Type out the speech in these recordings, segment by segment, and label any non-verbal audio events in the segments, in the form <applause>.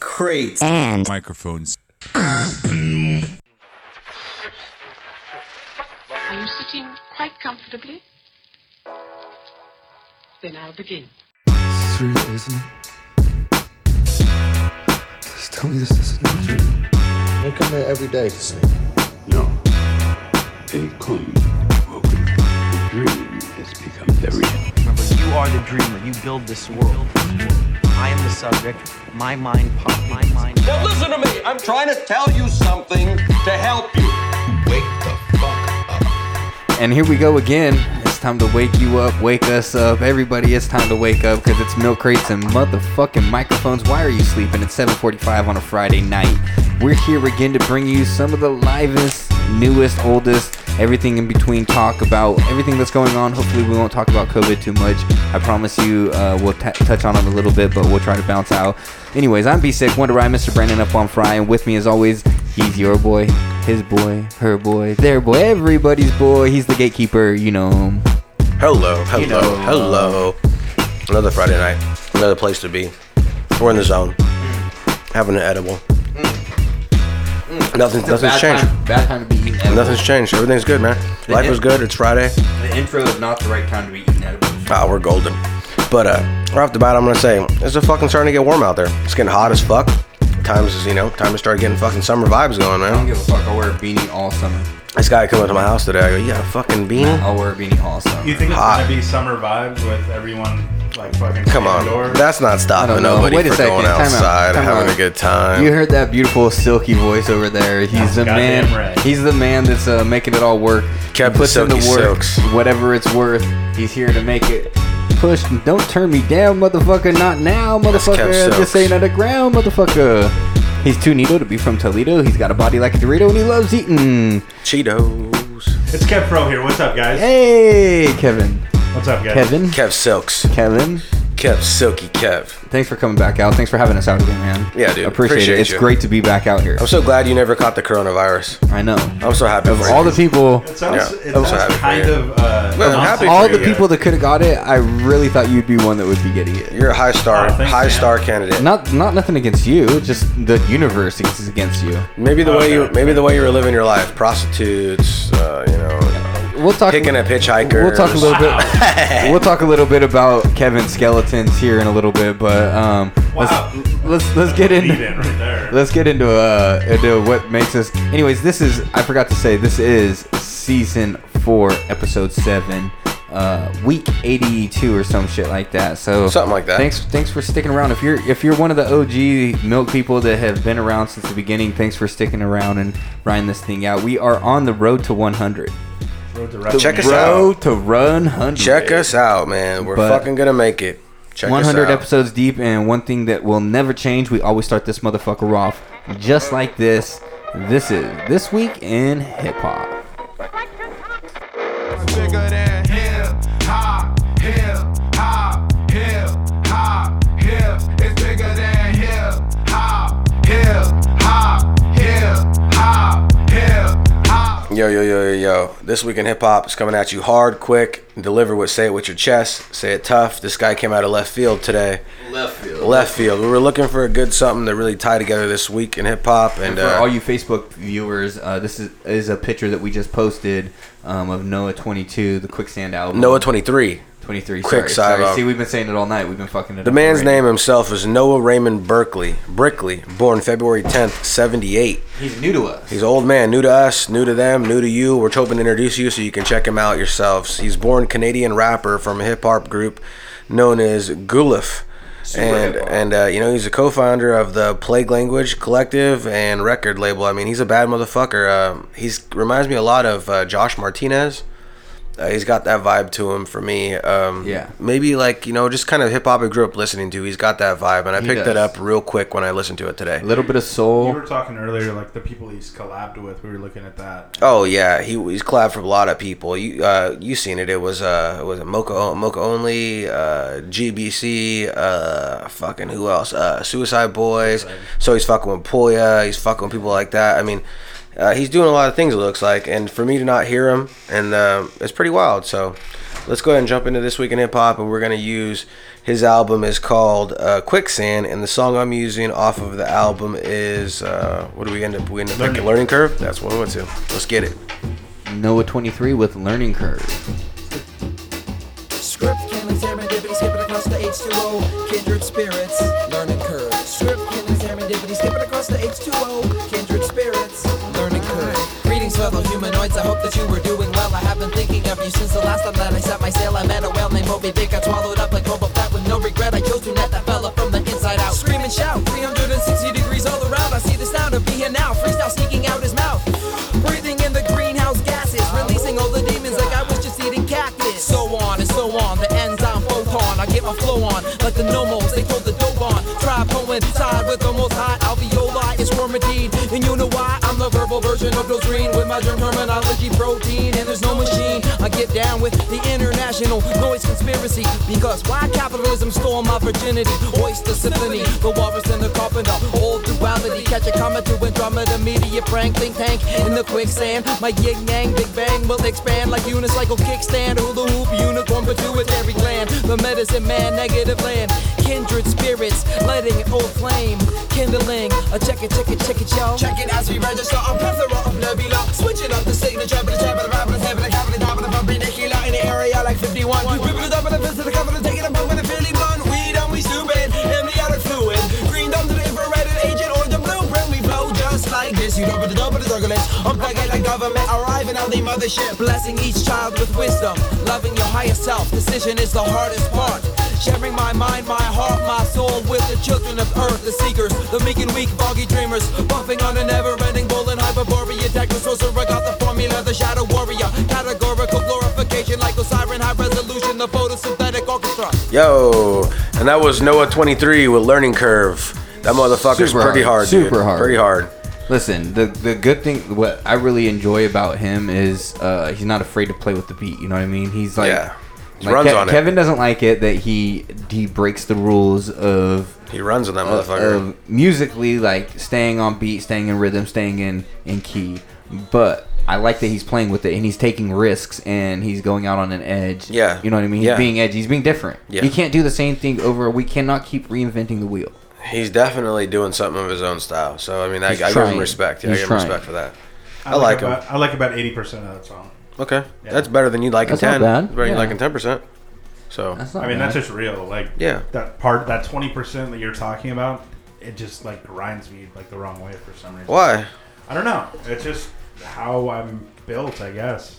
crates. and microphones. Are you sitting quite comfortably? Then I'll begin. Seriously, isn't it? Just tell me this isn't true. You come here every day to sleep. No. They call you woken. The dream has become the real. Remember, you are the dreamer. You build this world. I am the subject. My mind pop. My mind. Now listen to me. I'm trying to tell you something to help you. Wake the fuck up. And here we go again. It's time to wake you up, wake us up. Everybody, it's time to wake up because it's milk crates and motherfucking microphones. Why are you sleeping at 7:45 on a Friday night? We're here again to bring you some of the livest, newest, oldest, everything in between talk about everything that's going on. Hopefully, we won't talk about COVID too much. I promise you, uh, we'll t- touch on it a little bit, but we'll try to bounce out. Anyways, I'm B Sick, Wonder Rye, Mr. Brandon up on Fry, and with me as always, he's your boy, his boy, her boy, their boy, everybody's boy. He's the gatekeeper, you know. him. Hello, hello, know, uh, hello. Another Friday night. Another place to be. We're in the zone. Hmm. Having an edible. Nothing, Mm. nothing's bad changed. Time, bad time to be eating edibles. Nothing's changed. Everything's good, man. Life is good. It's Friday. The intro is not the right time to be eating edibles. Ah, we're golden. But uh, right off the bat, I'm gonna say it's a fucking starting to get warm out there. It's getting hot as fuck. Times is you know time to start getting fucking summer vibes going, I don't man. give a fuck. I'll wear a beanie all summer. This guy come up to my house today. I go, you got a fucking beanie? I'll wear a beanie all summer. You think it's Hot. gonna be summer vibes with everyone like fucking Come on, indoors? that's not I stopping don't know. nobody Wait a for second. going Time out. outside Time and having out. a good time. You heard that beautiful silky voice over there. He's the goddamn man. right. He's the man that's uh, making it all work. Captain he puts in the Silky work, Silks. whatever it's worth. He's here to make it. Push, don't turn me down, motherfucker. Not now, motherfucker. Cap This Silks. ain't on the ground, motherfucker. He's too neato to be from Toledo. He's got a body like a Dorito, and he loves eating. Cheetos. It's Kev Pro here. What's up, guys? Hey, Kevin. What's up, guys? Kevin. Kev Silks. Kevin. Kev Silky Kev. Thanks for coming back out. Thanks for having us out again, man. Yeah, dude. Appreciate, Appreciate it. It's you. great to be back out here. I'm so glad you never caught the coronavirus. I know. I'm so happy Of for all you. the people It sounds, Yeah. it I'm so sounds happy for kind you. of. Uh, Well, I'm happy Uh-huh. all for the you. people that could have got it, I really thought you'd be one that would be getting it. You're a high star, Oh, thanks, high man. star candidate. Not not nothing against you, just the universe is against <laughs> you. Maybe the way you, Oh, Okay. maybe the way you were living your life, prostitutes, uh, you know, We'll talk picking up hitchhikers. We'll talk a little bit. we'll talk a little bit about Kevin's skeletons here in a little bit, but um, Wow. let's, let's let's get lead into in right there. let's get into uh into what makes us. Anyways, this is I forgot to say this is season four, episode seven, uh, week eighty two or some shit like that. So Something like that. Thanks thanks for sticking around. If you're if you're one of the OG milk people that have been around since the beginning, thanks for sticking around and riding this thing out. We are on the road to one hundred. Road to <laughs> Russia. Check us out. Road to run hundred. Check us out, man. We're But- fucking gonna make it. Check us 100 out. episodes deep, and one thing that will never change, we always start this motherfucker off just like this. This is This Week in Hip Hop. Bigger than hip hop, hip hop, hip hop, hip. It's bigger than hip hop, hip hop, hip hop, hip hop. Yo, yo, yo, yo, yo. This week in hip hop is coming at you hard, quick, deliver with say it with your chest, say it tough. This guy came out of left field today. Left field. Left field. We were looking for a good something to really tie together this week in hip hop and For all uh, you Facebook viewers, uh, this is, is a picture that we just posted um, of Noah 22, the Quicksand album. uh, Noah twenty three. 23. Quick sorry, side sorry. up. See, we've been saying it all night. We've been fucking it The up man's already. name himself is Noah Raymond Berkeley, Brickley, born February 10th, 78. He's new to us. He's an old man, new to us, new to them, new to you. We're hoping to introduce you so you can check him out yourselves. He's born Canadian rapper from a hip hop group known as Gulif. And hip-hop. and uh, you know he's a co-founder of the Plague Language Collective and record label. I mean he's a bad motherfucker. Um he's reminds me a lot of uh, Josh Martinez. Uh, he's got that vibe to him for me. Um, Yeah. Maybe like you know just kind of hip hop I grew up listening to. He's got that vibe, and I He picked it does. up real quick when I listened to it today. A little bit of You soul. were talking earlier, like the people he's collabed with. We were looking at that. Oh yeah, he he's collabed for a lot of people. You uh, you seen it? It was uh, it was it Mocha O- Mocha only, uh, GBC, uh, fucking who else? Uh, Suicide Boys. So he's fucking with Poya. He's fucking with people like that. I mean, uh, he's doing a lot of things. It looks like, and for me to not hear him, and uh, it's pretty wild. So Let's go ahead and jump into this week in hip hop, and we're gonna use his album is called uh, Quicksand, and the song I'm using off of the album is uh, what do we end up? We end up picking Learning Curve. That's what we went to. Let's get it. Noah 23 with Learning Curve. Script can examine divinity, skipping across the H2O. Kindred spirits, learning curve. Script can examine divinity, skipping across the H2O. Kindred spirits, learning curve. Greetings, fellow humanoids. I hope that you were doing well. I have been thinking of you since the last time that I set my sail. I met a whale named Moby Dick. I swallowed up like Boba Fett with no regret. I chose to net that fella from the inside out. Scream and shout, 360 degrees all around. I see the sound of being now. Freestyle sneaking out his mouth. Breathing in the greenhouse gases, releasing all the demons like I was just eating cactus. So on and so on, the enzyme photon. I get my flow on, like the nomos, they throw the dope on. Try coincide with the most high alveoli, it's formatine. And you know why? I'm the verbal version of Dozreen with my germ terminology protein. And there's no machine. I get down with the international noise conspiracy. Because why capitalism stole my virginity? Oyster symphony, the walrus and the carpenter, old duality. Catch a comet to Andromeda, media prank, think tank in the quicksand. My yin yang, big bang will expand like unicycle kickstand, hula hoop, unicorn, pituitary gland. The medicine man, negative land, kindred spirits, letting an old flame, kindling. A check it, check it, check it, yo. Check it as we register a plethora of nebula. Switching up the signature, but the jab, but the rap, but the tab, but the cap, but the top, but the pump, Nikila in the area like 51. Ripping it up with a fist to the cover, taking a pump with a Philly bun. We done, we stupid, amniotic fluid. Green dumb to the infrared and agent or the blueprint. We blow just like this. You know, but the door, but the turbulence. Unplug it like government, arriving on the mothership. Blessing each child with wisdom, loving your higher self. Decision is the hardest part. Sharing my mind, my heart, my soul with the children of earth, the seekers, the meek and weak, boggy dreamers, buffing on a never ending bull and hyperborea, Dactyl sorcerer, got the formula, the shadow warrior, categorical glorification like Osiren, high resolution, the photosynthetic orchestra. Yo, and that was Noah 23 with Learning Curve. That motherfucker's Super pretty hard, hard, super dude. hard. Pretty hard. Listen, the the good thing, what I really enjoy about him is uh, he's not afraid to play with the beat. You know what I mean? He's like, Yeah. He like runs Ke- on it. Kevin doesn't like it that he he breaks the rules of He runs on that motherfucker. of musically like staying on beat, staying in rhythm, staying in in key. But I like that he's playing with it and he's taking risks and he's going out on an edge. Yeah. you know what I mean. He's Yeah. being edgy. He's being different. Yeah. You can't do the same thing over. We cannot keep reinventing the wheel. He's definitely doing something of his own style. So I mean, I, I He's give him trying. respect. Yeah, I He's give him trying. respect for that. I like him. About, I like about eighty percent of that song. Okay, that's better than you like in That's not ten. bad. Better than you Yeah. like in ten percent. So That's not. I mean, bad. that's just real. Like, Yeah. that part, that twenty percent that you're talking about, it just like grinds me like the wrong way for some reason. why I don't know. It's just how I'm built, I guess.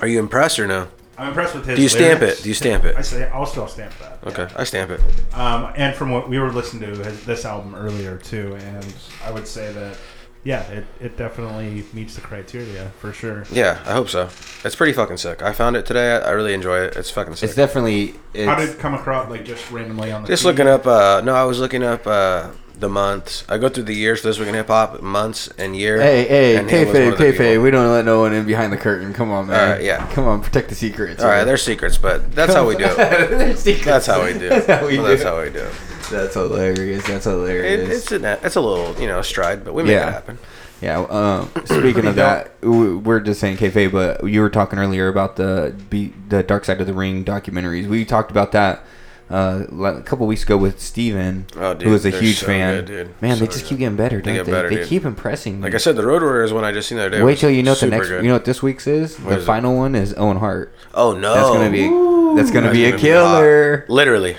are you impressed or no? I'm impressed with his. Do you stamp lyrics. it? Do you stamp I it? say I'll still stamp that. Okay, I stamp it. Um, and from what we were listening to his, this album earlier too, and I would say that, yeah, it, it definitely meets the criteria for sure. Yeah, I hope so. It's pretty fucking sick. I found it today. I really enjoy it. It's fucking sick. It's definitely. It's, How did it come across like just randomly on the Just feed? looking up. Uh, no, I was looking up uh, the months. I go through the years for this week in hip hop, months and year. Hey, hey, and he was one kayfabe, of the kayfabe. people. We don't let no one in behind the curtain. Come on, man. Alright, yeah. Come on, protect the secrets. All right, there's secrets, but that's how we <laughs> do it. There's secrets. That's how we do. <laughs> That's it. how we do. That's how we do. it. That's hilarious. That's hilarious. It, it's an, it's a little you know stride, but we make Yeah. it happen. Yeah. <clears throat> Um, speaking of that, w- we're just saying kayfabe, but you were talking earlier about the be- the Dark Side of the Ring documentaries. We talked about that uh, li- a couple weeks ago with Steven, Oh, dude, who was a they're huge so fan. good, dude. Man, they So just good. keep getting better. Don't they get better, They dude. keep impressing me. Like I said, the Road Warrior is one I just seen the other day. Wait was till you know what the super next. good. You know what this week's is? What The is it? final one is Owen Hart. Oh no, That's gonna be. That's gonna be a That's gonna hot. killer. Literally,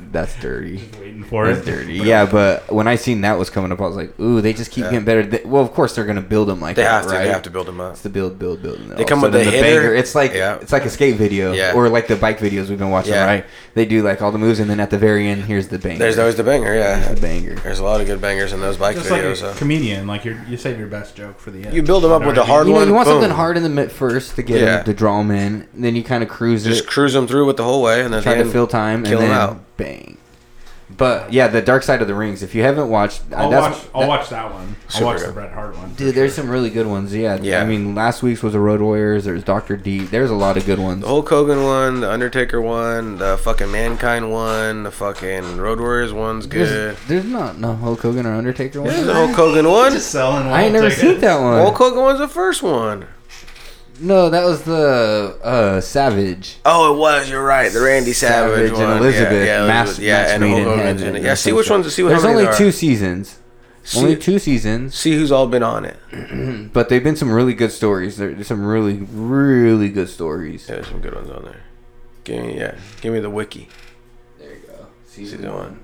That's dirty. waiting for That's it. dirty. Yeah, but when I seen that was coming up, I was like, "Ooh, they just keep getting better." They- well, of course they're gonna build them like they that, have to. Right? They have to build him up. It's the build, build, build. and They come all of a with sudden the hitter. It's like Yeah. it's like a skate video, Yeah. or like the bike videos we've been watching, Yeah. right? They do like all the moves, and then at the very end, here's the banger. There's always the banger. Yeah, the banger. There's a lot of good bangers in those bike Just like a videos. so. comedian, like you you save your best joke for the end. You build them up know with what the I mean? hard You know, one. you want boom. something hard in the mid first to get Yeah. them, to draw them in, and then you kind of cruise Just it, cruise them through with the whole way, and then try at the to end, fill time, and kill 'em then out. bang. But yeah, the Dark Side of the Rings. If you haven't watched, uh, I'll that's- watch. I'll that- watch that one. Super I'll watch good. the Bret Hart one. Dude, there's some really good ones. Yeah, Yeah. I mean, last week's was the Road Warriors. There's Doctor D. There's a lot of good ones. The Hulk Hogan one, the Undertaker one, the fucking Mankind one, the fucking Road Warriors one's good. There's, there's not no Hulk Hogan or Undertaker one. There's the Hulk Hogan one. Just selling. I ain't never seen that one. Hulk Hogan one's the first one. No, that was the uh, Savage. Oh, it was. You're right. The Randy Savage, Savage one. and Elizabeth. Yeah, yeah, Mass- Elizabeth, yeah Max and Meaden Hulk Hogan's had in it. it. Yeah, see which ones. See what There's how many only there two are. seasons. See- only two seasons, See who's all been on it. <clears throat> but they've been some really good stories. There- There's some really, really good stories. There's some good ones on there. Give me yeah. Give me the wiki. There you go. Season one.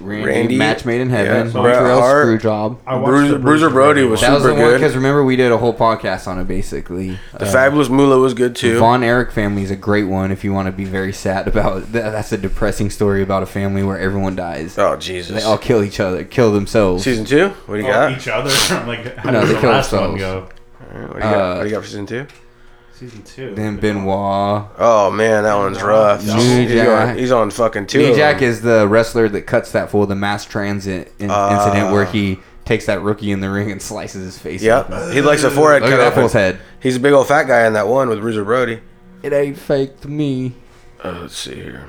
Randy, Randy- Match Made in Heaven. yeah, Bret Montreal Hart. Screwjob. I watched Bruiser, the Bruiser Brody was That was super the one good. because remember we did a whole podcast on it basically. Um, the Fabulous Moolah was good too. Von Erich family is a great one if you want to be very sad about. That, that's a depressing story about a family where everyone dies. oh They Jesus. all kill each other, kill themselves. Season two. What do you Oh, got? each other. <laughs> I'm like, how No, did they the kill last one themselves. go? All right, what, do you got? Uh, what do you got for season two? Season two. Then Benoit. Oh man, that one's rough. New he's, on, Jack. he's on fucking two. New of Jack them. is the wrestler that cuts that fool the mass transit in- Uh, incident where he takes that rookie in the ring and slices his face. open. Yep. He likes a forehead Look cut at that open. fool's head. He's a big old fat guy in that one with Bruiser Brody. It ain't fake to me. Uh, let's see here.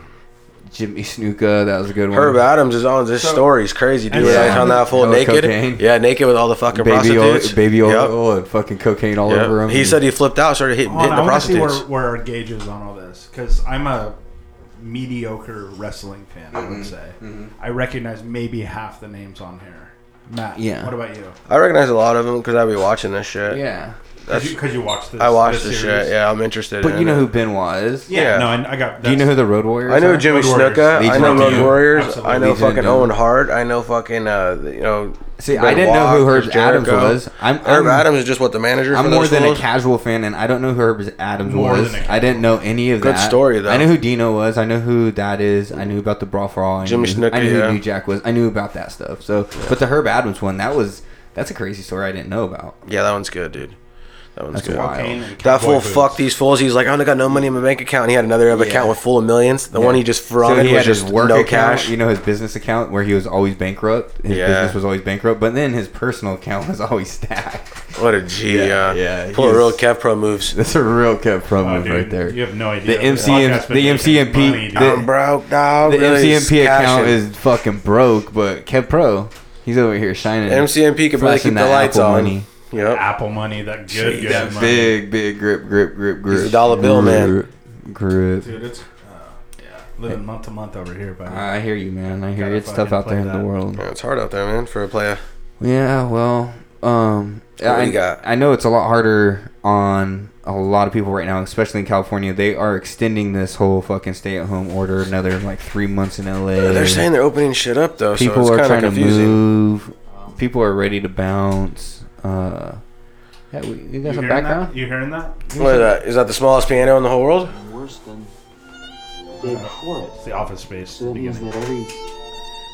Jimmy Snuka, that was a good one. Herb Adams is on this So- story's crazy, dude. Yeah. I found that fool Oh, naked. cocaine. Yeah, naked with all the fucking baby oil, prostitutes. baby Yep. oil, and fucking cocaine all Yep. over him. He said he flipped out, started hit, Hold on, hitting I the want to see where, prostitutes. where our gauge is on all this because I'm a mediocre wrestling fan. I Mm-hmm, would say I recognize maybe half the names on here. Matt, Yeah. What about you? I recognize a lot of them because I be watching this shit. yeah. Because you, 'cause you watched this. I watch this this series. shit. Yeah, I'm interested. But in you know it. who Benoit is? Yeah, Yeah. no, I, I got. Do you know who that's- the Road Warriors? I know are? Jimmy Road Warriors. Snuka. I Legion know of Road Doom. Warriors. Absolutely. I know Legion of fucking Doom. Owen Hart. I know fucking uh, you know. See, I didn't know Benoit, who Herb Chris Adams Jericho. was. I'm, Herb I'm, Adams is just what the manager. for I'm more those than a fools? casual fan, and I don't know who Herb Adams More was. than a I didn't know any of Good that. story, though. I knew who Dino was. I knew who that is. I knew about the Brawl for All. I Jimmy knew, Snuka, I knew yeah. who New Jack was. I knew about that stuff. So, but the Herb Adams one, that was that's a crazy story I didn't know about. Yeah, that one's good, dude. That one's That's good. wild. Kane and That Cowboy fool Boots. fucked these fools. He's like, I only got no money in my bank account. And he had another account with full of millions. The one he just So fronted he was had just his work no account, cash. you know, his business account where he was always bankrupt. His Yeah. business was always bankrupt, but then his personal account was always <laughs> stacked. What a G. Yeah, uh, yeah, Pull a he's- real Kev Pro <laughs> moves. That's a real kept pro Oh, move dude, right there. You have no idea. The MC and- podcast's been the making MCMP money, dude. the- I'm broke, dog. The Really MCMP account cashing. is fucking broke, but Kev Pro, he's over here shining. MCMP could really flashing keep the that lights Apple on. money. Yep. Apple money, that good, good That money. big, big grip, grip, grip, grip. a dollar bill, man. Grip, Grip. Dude, it's uh, yeah, living month to month over here, buddy. I hear you, man. I hear Gotta it's tough fucking out there play in that. the world. Yeah, it's hard out there, man, for a player. Yeah, well, um, do I, you got? I know it's a lot harder on a lot of people right now, especially in California. They are extending this whole fucking stay-at-home order another like three months in LA. They're saying they're opening shit up, though, people so are it's kind trying of confusing. to move. People are ready to bounce. Uh, yeah, we, you You got some hearing background? that? You hearing that? What is that? Is that the smallest piano in the whole world? worse than the day before it. It's the office space. So that means beginning. that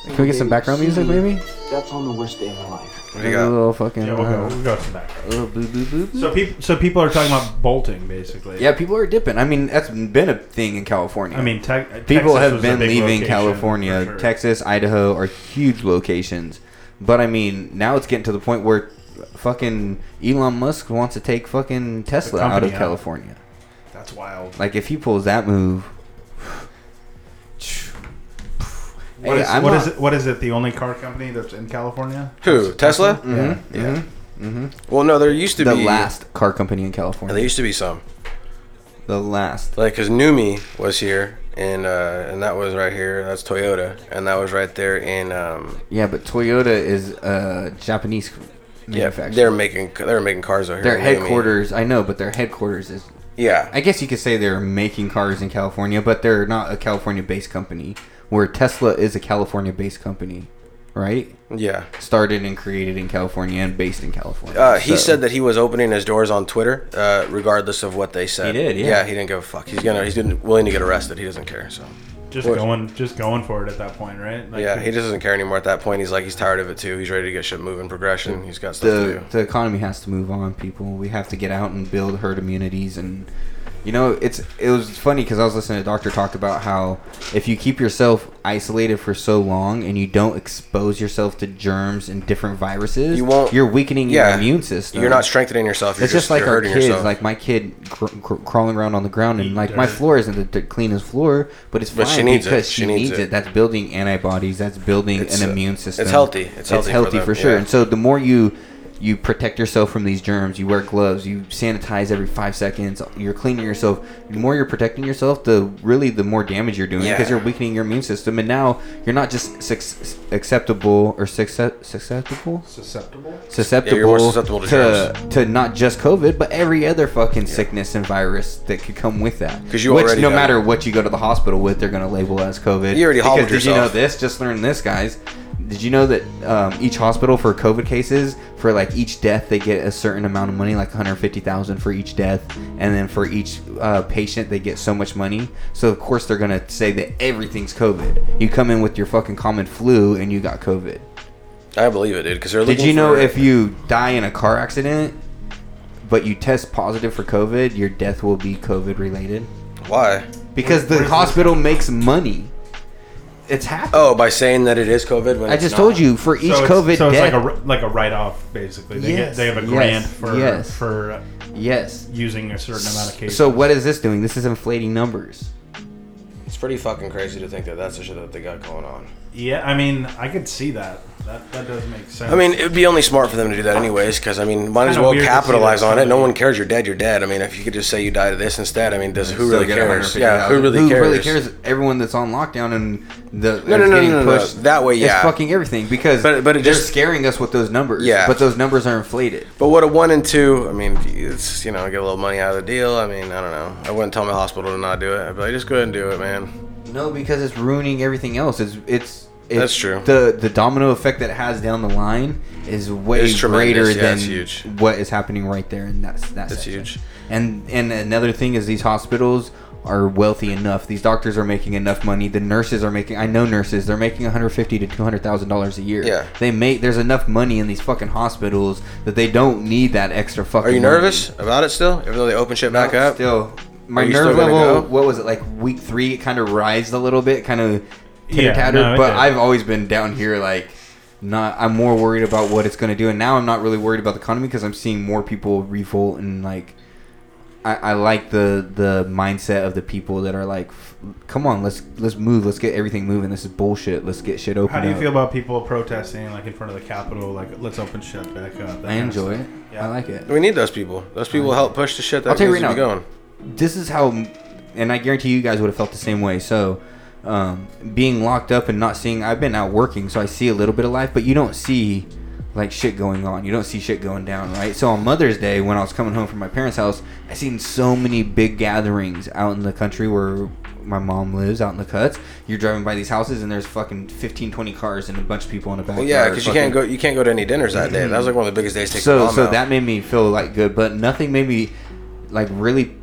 every Can we get some background music, maybe? that's on the worst day of my life. What do you A got? little fucking. Yeah, we'll go. uh, We'll go to that. a little boop, boop, boop, boop. So people, so people are talking about bolting, basically. yeah, people are dipping. I mean, that's been a thing in California. I mean, tech, people Texas have was a been big leaving location, California. for sure. Texas, Idaho are huge locations. But I mean, now it's getting to the point where fucking Elon Musk wants to take fucking Tesla out of company out. California. That's wild. Like if he pulls that move, What Hey, is- I'm what not- is it? What is it? The only car company that's in California? Mm. Who? Tesla? Mm-hmm. Mm. yeah. Well, no, there used to Mm-hmm. the be. last car company in And there California. used to be some. The last. Like, cause Numi was here, and uh, and that was right here. That's Toyota, and that was right there in um, Yeah, but Toyota is a Japanese yeah. manufacturer. They're making they're making cars out here. their in Numi. headquarters, I know, but their headquarters is. Yeah, I guess you could say they're making cars in California, but they're not a California-based company. Where Tesla is a California-based company, right? yeah. Started and created in California and based in California. Uh, he So- said that he was opening his doors on Twitter, uh, regardless of what they said. He did, yeah. Yeah, he didn't give a fuck. He's gonna he's gonna, willing to get arrested. He doesn't care. So Just What? going, just going for it at that point, right? Like, yeah, he just doesn't care anymore. At that point, he's like he's tired of it too. He's ready to get shit moving, progression. He's got stuff to the do. the economy has to move on. People, we have to get out and build herd immunities, and you know, it's it was funny because I was listening to a doctor talk about how if you keep yourself isolated for so long and you don't expose yourself to germs and different viruses, You won't- You're weakening yeah. your immune system. You're not strengthening yourself. You're It's just, like you're our hurting kids. Like my kid cr- cr- crawling around on the ground, and Eat like my dirt. floor isn't the d- cleanest floor, but it's fine But she needs it. because She she needs needs it. it. That's building antibodies. That's building It's, an uh, immune it's system. healthy. It's healthy for for, them, sure. yeah. And so the more you you protect yourself from these germs. You wear gloves. You sanitize every five seconds. You're cleaning yourself. The more you're protecting yourself, the really the more damage you're doing because Yeah. you're weakening your immune system. And now you're not just suc- acceptable or success, susceptible Susceptible. susceptible, Yeah, you're more susceptible to to, to not just COVID, but every other fucking sickness and virus that could come with that. 'Cause you Which, already no got matter it. what you go to the hospital with, they're gonna label as COVID. You already Because hobbled did you know yourself. this? Just learned this, guys. Did you know that um, each hospital for COVID cases, for like each death, they get a certain amount of money, like 150,000 for each death, and then for each uh, patient, they get so much money. So of course they're gonna say that everything's COVID. You come in with your fucking common flu, and you got COVID. I believe it, dude. Because they're Did looking you know for- if you die in a car accident, but you test positive for COVID, your death will be COVID related? why? Because the hospital makes money. It's happening. Oh, by saying that it is COVID. When I it's just not. told you for each so it's, COVID so it's death. like a r- like a write off basically. They Yes, get they have a yes, grant for yes. for yes. using a certain amount of cases. So what is this doing? This is inflating numbers. It's pretty fucking crazy to think that that's the shit that they got going on. yeah, I mean, I could see that. That that does make sense. I mean, it would be only smart for them to do that anyways, because I mean, might as Kinda well weird to see capitalize that on it. No somebody- one cares. You're dead. You're dead. I mean, if you could just say you died of this instead, I mean, does who really Still get cares? 150,000. Yeah, who really cares? Who really cares? Everyone that's on lockdown and the No, no, is no, getting no, no, no. pushed. That way, yeah. It's fucking everything because But- but it they're just- scaring us with those numbers. Yeah. But those numbers are inflated. But what a one and two. I mean, it's you know, get a little money out of the deal. I mean, I don't know. I wouldn't tell my hospital to not do it. I'd be like, just go ahead and do it, man. No, because it's ruining everything else. It's it's, it's That's true. The the domino effect that it has down the line is way It's tremendous. greater Yeah, than it's huge. what is happening right there, and that's that's It's huge. And and another thing is these hospitals are wealthy enough. These doctors are making enough money. The nurses are making. I know nurses. They're making one hundred fifty to two hundred thousand dollars a year. Yeah. They make. There's enough money in these fucking hospitals that they don't need that extra fucking. Are you money. nervous about it still? Even though they open shit back No, up. Still, my Are you nerve still gonna level. go? What was it like? Week three, it kind of rised a little bit, kind of titter Yeah, tatter. no, it but did. I've always been down here, like not. I'm more worried about what it's going to do, and now I'm not really worried about the economy because I'm seeing more people revolt and like. I, I like the the mindset of the people that are like, come on, let's let's move, let's get everything moving. This is bullshit. Let's get shit open. How do you up." feel about people protesting like in front of the Capitol? Like, let's open shit back up. that I kind of enjoy stuff? it. Yeah. I like it. We need those people. Those people help push the shit that I'll tell you needs right to be now, going. this is how, and I guarantee you guys would have felt the same way. So, um, being locked up and not seeing, I've been out working, so I see a little bit of life, but you don't see like shit going on. You don't see shit going down, right? So on Mother's Day, when I was coming home from my parents' house, I seen so many big gatherings out in the country where my mom lives out in the cuts. You're driving by these houses and there's fucking 15, 20 cars and a bunch of people in the back. Well, yeah, because you can't go. You can't go to any dinners that day. That was like one of the biggest days. Taking Mm. So Obama so out. that made me feel like good, but nothing made me like really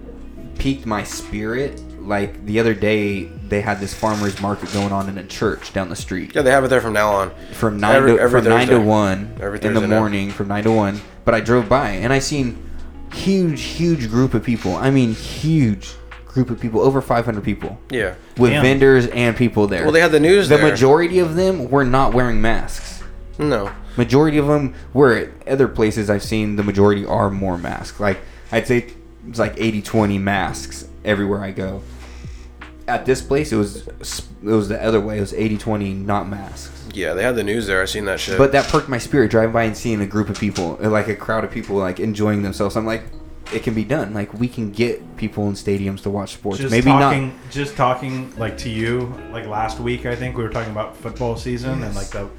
piqued my spirit. Like the other day, they had this farmers market going on in a church down the street yeah, they have it there from now on. from nine Every- to every from nine to Thursday. one Every in the Thursday night. morning from nine to one. But I drove by and I seen huge huge group of people. I mean huge group of people, over five hundred people Yeah. with Damn. vendors and people there. Well, they had the news. the there. majority of them were not wearing masks. No. Majority of them were at other places I've seen. The majority are more masks. Like I'd say it's like 80 20 masks everywhere I go. At this place, it was it was the other way. It was 80 20 not masks. Yeah, they had the news there. I seen that shit. But that perked my spirit driving by and seeing a group of people, like a crowd of people, like enjoying themselves. I'm like, it can be done. Like we can get people in stadiums to watch sports. Just Maybe talking, not. Just talking like to you, like last week, I think we were talking about football season and like the,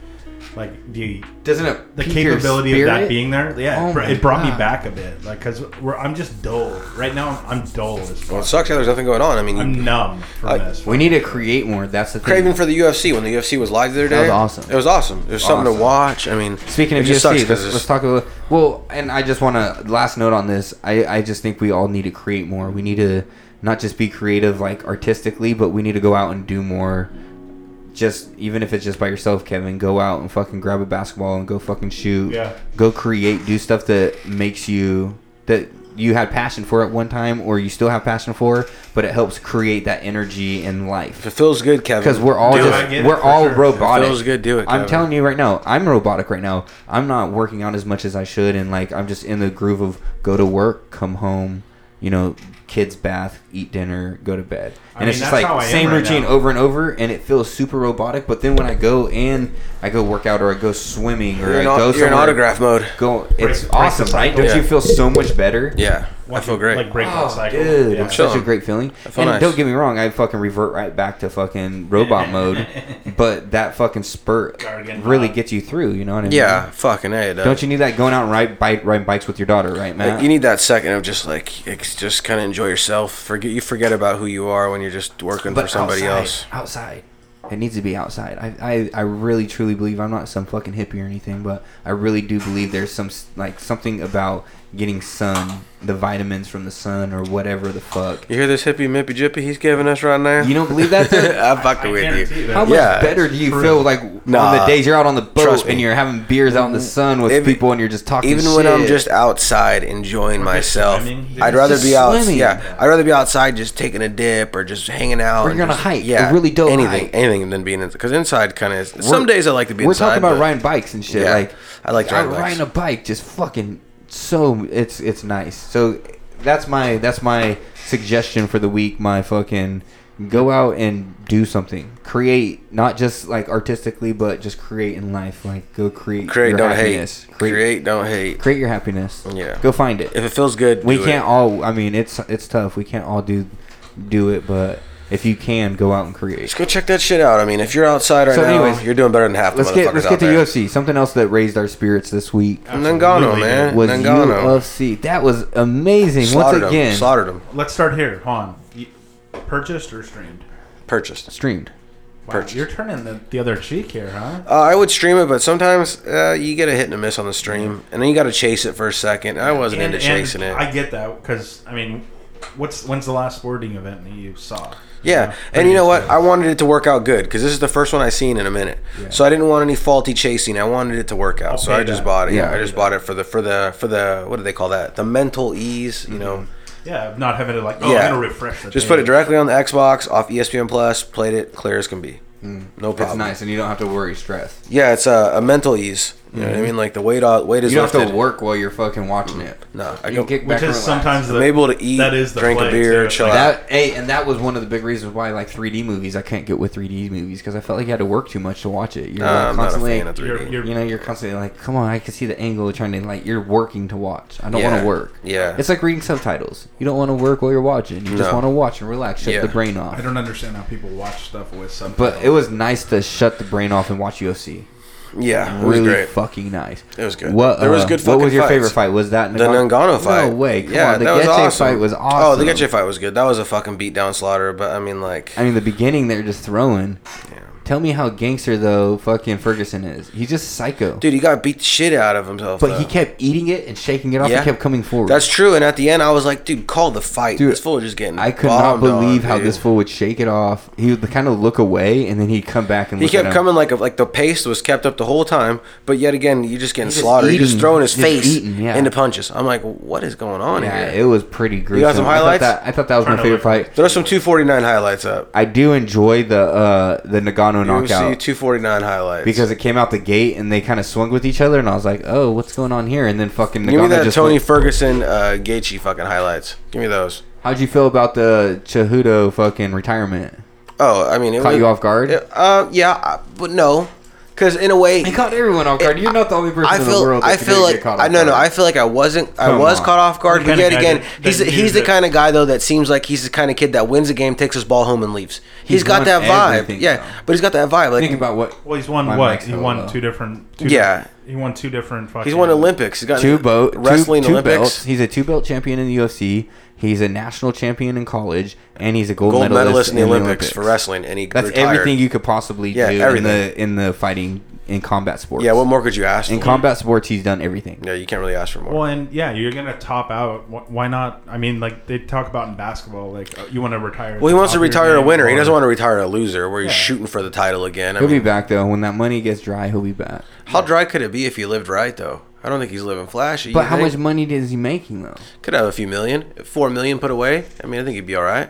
like the Doesn't it? the pique your capability of that spirit? being there. Yeah, Oh it br- my it brought me God. back a bit. Like, cause we're, I'm just dull right now. I'm, I'm dull as well, it fuck. sucks. Yeah, there's nothing going on. I mean, you- I'm numb from I- this. We need to create more. That's the thing. craving for the UFC when the UFC was live the other day. That was awesome. It was awesome. It was something Awesome. to watch. I mean, Speaking of it just sucks UFC, 'cause let's, it's- let's talk about. Well, and I just want to last note on this. I I just think we all need to create more. We need to not just be creative like artistically, but we need to go out and do more. Just even if it's just by yourself, Kevin, go out and fucking grab a basketball and go fucking shoot. Yeah. Go create, do stuff that makes you that you had passion for at one time or you still have passion for, but it helps create that energy in life. If it feels good, Kevin. Because we're all Dude, I just get it, we're for all sure. robotic. If it feels good, do it, I'm Kevin. telling you right now, I'm robotic right now. I'm not working out as much as I should, and like I'm just in the groove of go to work, come home, you know, kids bath, eat dinner, go to bed, and I mean, it's just that's how I like am same right routine now. over and over, and it feels super robotic. But then when I go and I go work out or I go swimming or You're I in, go au- you're in somewhere- autograph mode. Go, it's break the awesome, right? cycle. Don't you Yeah. feel so much better? Yeah, I Once feel you, great. Like break Oh, that cycle. dude, Yeah. it's such a Chilling. great feeling. I feel And nice. don't get me wrong, I fucking revert right back to fucking robot mode, but that fucking spurt Gargan really pop. gets you through. You know what I mean? yeah, fucking hey. Don't you need that going out and ride bike riding bikes with your daughter, right, man? Like, you need that second of just like ex- just kind of enjoy yourself. Forget you forget about who you are when you're just working for somebody outside, else. Outside. It needs to be outside. I, I, I really truly believe I'm not some fucking hippie or anything, but I really do believe there's some s- like something about getting sun, the vitamins from the sun or whatever the fuck. You hear this hippie mippy jippy he's giving us right now? You don't believe that, dude? <laughs> I'm fucking I with guarantee you. that. How much Yeah, better it's do you true. feel like on the Nah, days you're out on the boat trust me. and you're having beers out in the sun with If- people and you're just talking? Even when I'm shit? just outside enjoying myself, swimming, dude. I'd rather Just be out. swimming. Yeah, I'd rather be outside just taking a dip or just hanging out. Or and you're on a just- hike, Yeah, a really dope anything, hike. anything than being inside. Because inside kind of is. We're- Some days I like to be we're inside. talking about but- riding bikes and shit. Yeah, like I like to I ride bikes. riding a bike, just fucking so it's it's nice. So that's my that's my suggestion for the week. My fucking go out and do something, create not just like artistically, but just create in life. Like go create, Create, your don't happiness. hate. Create, create Create, don't hate. your happiness. Yeah. go find it. If it feels good, we do can't It. all i mean it's it's tough we can't all do do it but if you can go out and create Just go check that shit out. I mean, if you're outside right So now, anyways, you're doing better than half the let's motherfuckers get let's out get to there. ufc something else that raised our spirits this week Nangano, man. was Nangano. ufc that was amazing Slaughtered once him. again Slaughtered him. Let's start here. Hold on. You- Purchased or streamed? Purchased. streamed Wow, Purchased. You're turning the, the other cheek here, huh? Uh, I would stream it, but sometimes uh, you get a hit and a miss on the stream, and then you got to chase it for a second. I wasn't And- into chasing and it. I get that because I mean, what's when's the last sporting event that you saw? yeah, and you know what? I wanted it to work out good because this is the first one I seen in a minute. So I didn't want any faulty chasing. I wanted it to work out. I'll so pay I just that. bought it. Yeah, Yeah. I just bought it for the for the for the what do they call that? The mental ease. You know. yeah, Mm-hmm. not having to like. Oh, yeah. I'm gonna refresh. The Just page. put it directly on the Xbox off E ESPN Plus. Played it clear as can be. Mm. No problem. it's nice and you don't have to worry stress Yeah, it's a, a mental ease. You Mm-hmm. know what I mean? Like the weight o- weight is you don't lifted. have to work while you're fucking watching it No, I you go- can kick back Which and is relax. sometimes the, I'm able to eat, That is the drink a play, beer, too. chill Like, out. that hey, and that was one of the big reasons why like 3D movies I can't get with 3D movies because I felt like you had to work too much to watch it. You're Nah, like, I'm not a constantly fan of 3D. You're, you're, you know, you're constantly like, come on, I can see the angle trying to like you're working to watch. I don't want Yeah. to work. Yeah. It's like reading subtitles. You don't want to work while you're watching. You just No. want to watch and relax, shut Yeah. the brain I off. don't understand how people watch stuff with something. But it was nice to shut the brain off and watch UFC. yeah, it was Really great. fucking nice. It was good. What There was uh, good What was fucking your fights. favorite fight? Was that The Nangano fight. No way. Come yeah, on. The that was Getche awesome. fight was Oh, awesome. the Getche fight was good. That was a fucking beatdown slaughter, but I mean, like, I mean, the beginning they're just throwing. yeah. Tell me how gangster though fucking Ferguson is. He's just psycho. dude, he got beat the shit out of himself. but though. he kept eating it and shaking it off. Yeah. He kept coming forward. That's true. And at the end, I was like, dude, call the fight. Dude, this fool is just getting. I could not bombed on, believe how dude. this fool would shake it off. He would kind of look away and then he'd come back and He look at kept him. coming like a, like the pace was kept up the whole time, but yet again, you're just getting He's just slaughtered. you're eating. just throwing his Just face eating, yeah. into punches. I'm like, what is going on Yeah, here? it was pretty gruesome. some I highlights? thought that, I thought that was my Turn favorite over. fight. Throw some 249 highlights up. I do enjoy the uh, the Nagano UFC knockout 249 highlights. because it came out the gate and they kind of swung with each other and I was like, oh, what's going on here? And then fucking Give me Nagano that just Tony went- Ferguson, uh, Gaethje fucking highlights. Give me those. How'd you feel about the Cejudo fucking retirement? Oh, I mean, it Caught was- you off guard? It- uh, yeah, I- but no, because in a way, He caught everyone off guard. You're not the only person I in the feel, world. I That feel like, I no, no, I feel like I wasn't, I Come was on. caught off guard. You're But the yet kinda guy again, that- he's that he's used the it. kind of guy though that seems like he's the kind of kid that wins a game, takes his ball home, and leaves. He's he's got won that vibe, everything, yeah. though. But he's got that vibe. think Like about what well, he's won My what? mic's He hella won low. two different. Two Yeah. different- he won two different. Fucking, he's won Olympics. He's got two boat wrestling two, two Olympics. belts. He's a two belt champion in the UFC. He's a national champion in college, and he's a gold, Gold medalist, medalist in the Olympics, for wrestling, and he That's retired. everything you could possibly Yeah, do everything. in the in the fighting in combat sports. Yeah, what more could you ask? in for? combat sports he's done everything. Yeah, you can't really ask for more. Well, and yeah, you're gonna top out. Wh- Why not? I mean, like they talk about in basketball, like uh, you want to retire. Well, he wants to top of your retire a game winner. He or- doesn't want to retire a loser where he's Yeah. shooting for the title again. I He'll be mean, back though when that money gets dry. He'll be back. how dry could it be if he lived right, though? I don't think he's living flashy. But you how think? much money is he making though? Could have a few million. Four million put away. I mean, I think he'd be all right.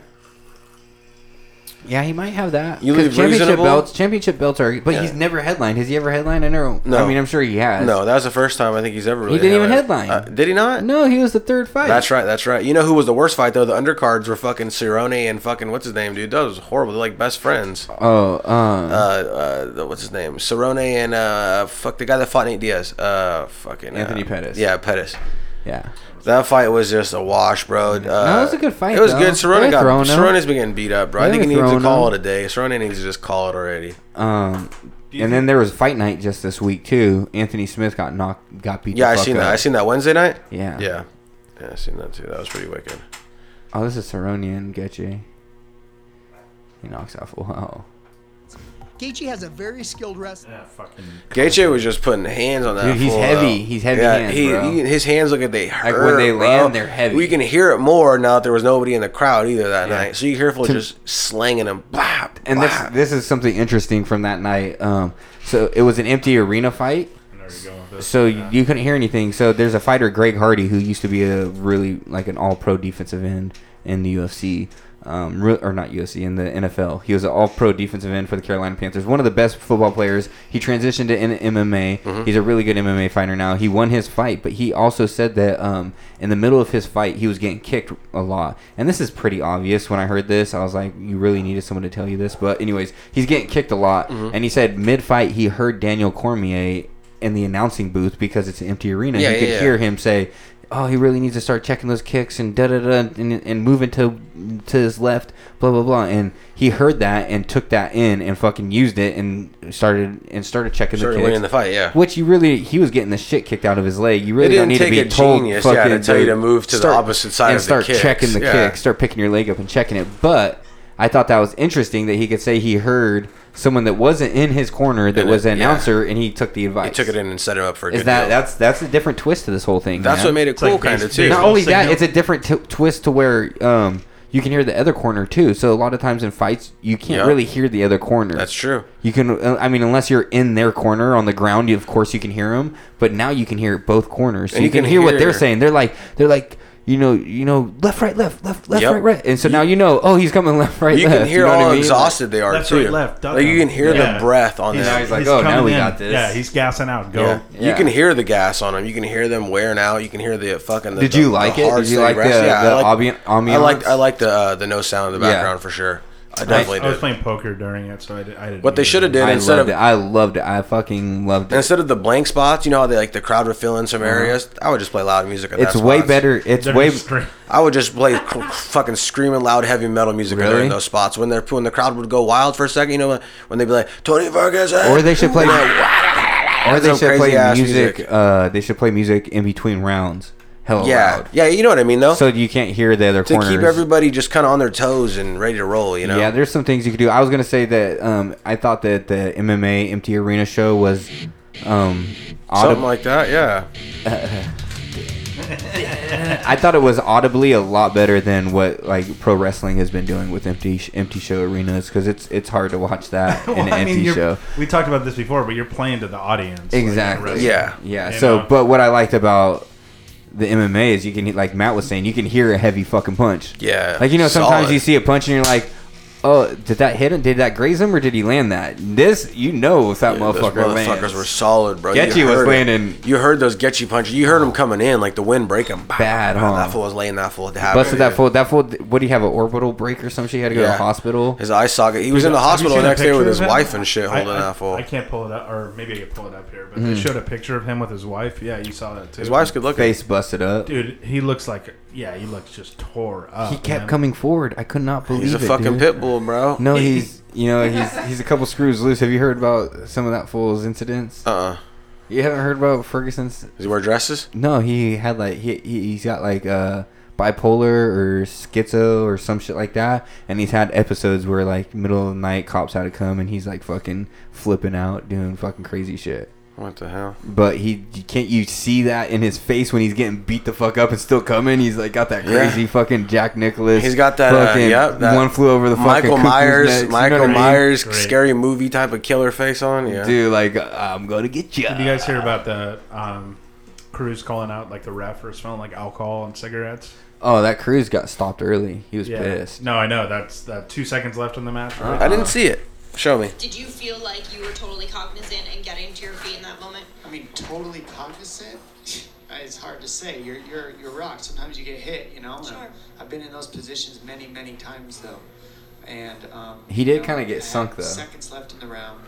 Yeah, he might have that. You 'Cause leave championship reasonable- belts. Championship belts are, but Yeah. he's never headlined. Has he ever headlined? I know. No. I mean, I'm sure he has. No, that was the first time I think he's ever really. didn't even had it. headline. Uh, did he not? no, he was the third fight. That's right. That's right. You know who was the worst fight though? The undercards were fucking Cerrone and fucking what's his name, dude. That was horrible. They're like best friends. Oh, um, Uh, uh, the- what's his name? Cerrone and uh, fuck the guy that fought Nate Diaz. Uh, fucking uh, Anthony Pettis. Yeah, Pettis. yeah. That fight was just a wash, bro. Uh, it was a good fight, It was though. good. They Cerrone got thrown him. Cerrone's been getting beat up, bro. I They think he needs thrown to call him. it a day. Cerrone needs to just call it already. Um, you and then there was fight night just this week too. Anthony Smith got knocked, got beat. Yeah, the I fuck seen up. that. I seen that Wednesday night. Yeah. Yeah. Yeah, I seen that too. That was pretty wicked. Oh, this is Cerrone and Getche. He knocks off. Wow. Gaethje has a very skilled wrestler. Yeah, fucking. Gaethje was just putting hands on that. Dude, he's fool, heavy. though. He's heavy hands, bro. he- his hands look like they hurt. Like, when they bro. land, they're heavy. We can hear it more now that there was nobody in the crowd either that Yeah. night. So you hear people To- just slanging him. Blah, And this this is something interesting from that night. Um, so it was an empty arena fight. I know where you're going with this. So you, you couldn't hear anything. So there's a fighter, Greg Hardy, who used to be a really like an all-pro defensive end in the UFC, um, re- or not UFC in the NFL. He was an all-pro defensive end for the Carolina Panthers. One of the best football players. He transitioned to N- MMA. He's a really good MMA fighter now. He won his fight, but he also said that um, in the middle of his fight, he was getting kicked a lot. And this is pretty obvious. When I heard this, I was like, you really needed someone to tell you this. But anyways, he's getting kicked a lot. Mm-hmm. And he said mid-fight, he heard Daniel Cormier in the announcing booth because it's an empty arena. Yeah, you yeah, could yeah. hear him say, "Oh, he really needs to start checking those kicks and da da da and, and moving to to his left, blah blah blah." And he heard that and took that in and fucking used it and started and started checking Started the kicks. winning the fight, yeah. Which you really he was getting the shit kicked out of his leg. You really It don't need didn't to take be a told genius, yeah, fucking to tell you to move to the opposite side and of the start kicks. checking the Yeah. kicks, start picking your leg up and checking it. But I thought that was interesting that he could say he heard. Someone that wasn't in his corner that And it- was an yeah. announcer, and he took the advice He took it in and set him up for a is good that deal. that's that's a different twist to this whole thing. That's man. what made it cool, like kind of, base- too. baseball. Not only that, signal. it's a different t- twist to where um you can hear the other corner too. So a lot of times in fights, you can't Yeah. really hear the other corner. That's true. You can, uh, I mean, unless you're in their corner on the ground, you, of course you can hear them. But now you can hear both corners, so And you, you can, can hear, what they're hear- saying. They're like, they're like. You know, you know, left, right, left, left, left, Yep. right, right, and so now you know. Oh, he's coming <laughs> left, <laughs> right, You left. can hear know what how I mean? exhausted they are, Left, too. right, left, duck like, you can him. hear Yeah. the breath on He's- them. Now he's like, oh, now coming we in. got this. Yeah, he's gassing out. Go. Yeah. Yeah. You can hear the gas on them. You can hear them wearing out. You can hear the fucking. The, Did the- you the like it? hard Did you steady like the, rest. Yeah, the I like, ambi- ambiance? I like I like the uh, the no sound in the Yeah. background for sure. I definitely I was did. playing poker during it, so I, did, <laughs> I didn't. What they either. should have did I instead loved of it. I loved it. I fucking loved it. instead of the blank spots, you know how they like the crowd would fill in some areas. I would just play loud music. At Uh-huh. it's that way spots. better. It's They're way. just string- I would just play cl- fucking screaming loud heavy metal music Really? during those spots when they're when the crowd would go wild for a second. You know when they'd be like Tony Vargas, eh, Or they should play- you know, <laughs> <laughs> Or they some should play crazy-ass music. music. Uh, they should play music in between rounds. Hell, yeah, loud. yeah. You know what I mean though. So you can't hear the other to corners. keep everybody just kind of on their toes and ready to roll. You know. Yeah, there's some things you could do. I was gonna say that um, I thought that the MMA Empty Arena show was um, Something audible. like that, yeah. <laughs> <laughs> I thought it was audibly a lot better than what like pro wrestling has been doing with empty sh- empty show arenas because it's it's hard to watch that <laughs> Well, in an I mean, empty you're- show. We talked about this before, but you're playing to the audience. like, Exactly. in a Yeah. Yeah. You so, know? but what I liked about the MMA is you can, like Matt was saying, you can hear a heavy fucking punch. Yeah, Like you know, sometimes solid. you see a punch and you're like, "Oh, did that hit him? Did that graze him, or did he land that?" This, you know, if that Dude, motherfucker those motherfuckers lands, were solid, bro. Getchy You was heard it. landing- You heard those Getchy punches. You heard them coming in like the wind break them. Bad, huh? That fool was laying that fool. to busted that fool. That fool. What do you have? An orbital break or some shit? You had to go to the hospital. His eye socket. He was in the Have you hospital seen the a next day picture with of his him? wife and shit, I- holding I- that fool. I can't pull it up, or maybe I can pull it up here. But they showed a picture of him with his wife. Yeah, you saw that too. His wife's good looking. Mm-hmm. Face busted up. Dude, he looks like yeah, he looks just tore up. he kept oh, man. coming forward. I could not believe He's a it, fucking dude. pit bull, bro. No, he's you know he's he's a couple screws loose. Have you heard about some of that fool's incidents? Uh. uh You haven't heard about Ferguson's Does he wear dresses? No, he had like he, he he's got like uh bipolar or schizo or some shit like that, and he's had episodes where like middle of the night cops had to come and he's like fucking flipping out, doing fucking crazy shit. What the hell? But he you can't you see that in his face when he's getting beat the fuck up and still coming. He's like got that Yeah. crazy fucking Jack Nicholas. He's got that. Uh, fucking yep. That one flew over the fucking Michael cuckoo's Myers. nest, you know Michael what I mean? Myers. Great. Scary movie type of killer face on. Yeah. Dude, like uh, I'm gonna get you. Did you guys hear about the um, Cruz calling out like the ref for smelling like alcohol and cigarettes? Oh, that cruise got stopped early. He was Yeah. pissed. No, I know. That's uh, two seconds left on the match. Right? I didn't see it. Show me. Did you feel like you were totally cognizant and getting to your feet in that moment? I mean, totally cognizant. <laughs> It's hard to say. You're you're you're rocked. Sometimes you get hit. You know. Sure. I've been in those positions many many times though, and um, He did know, kinda get I had sunk, though. Seconds left in the round,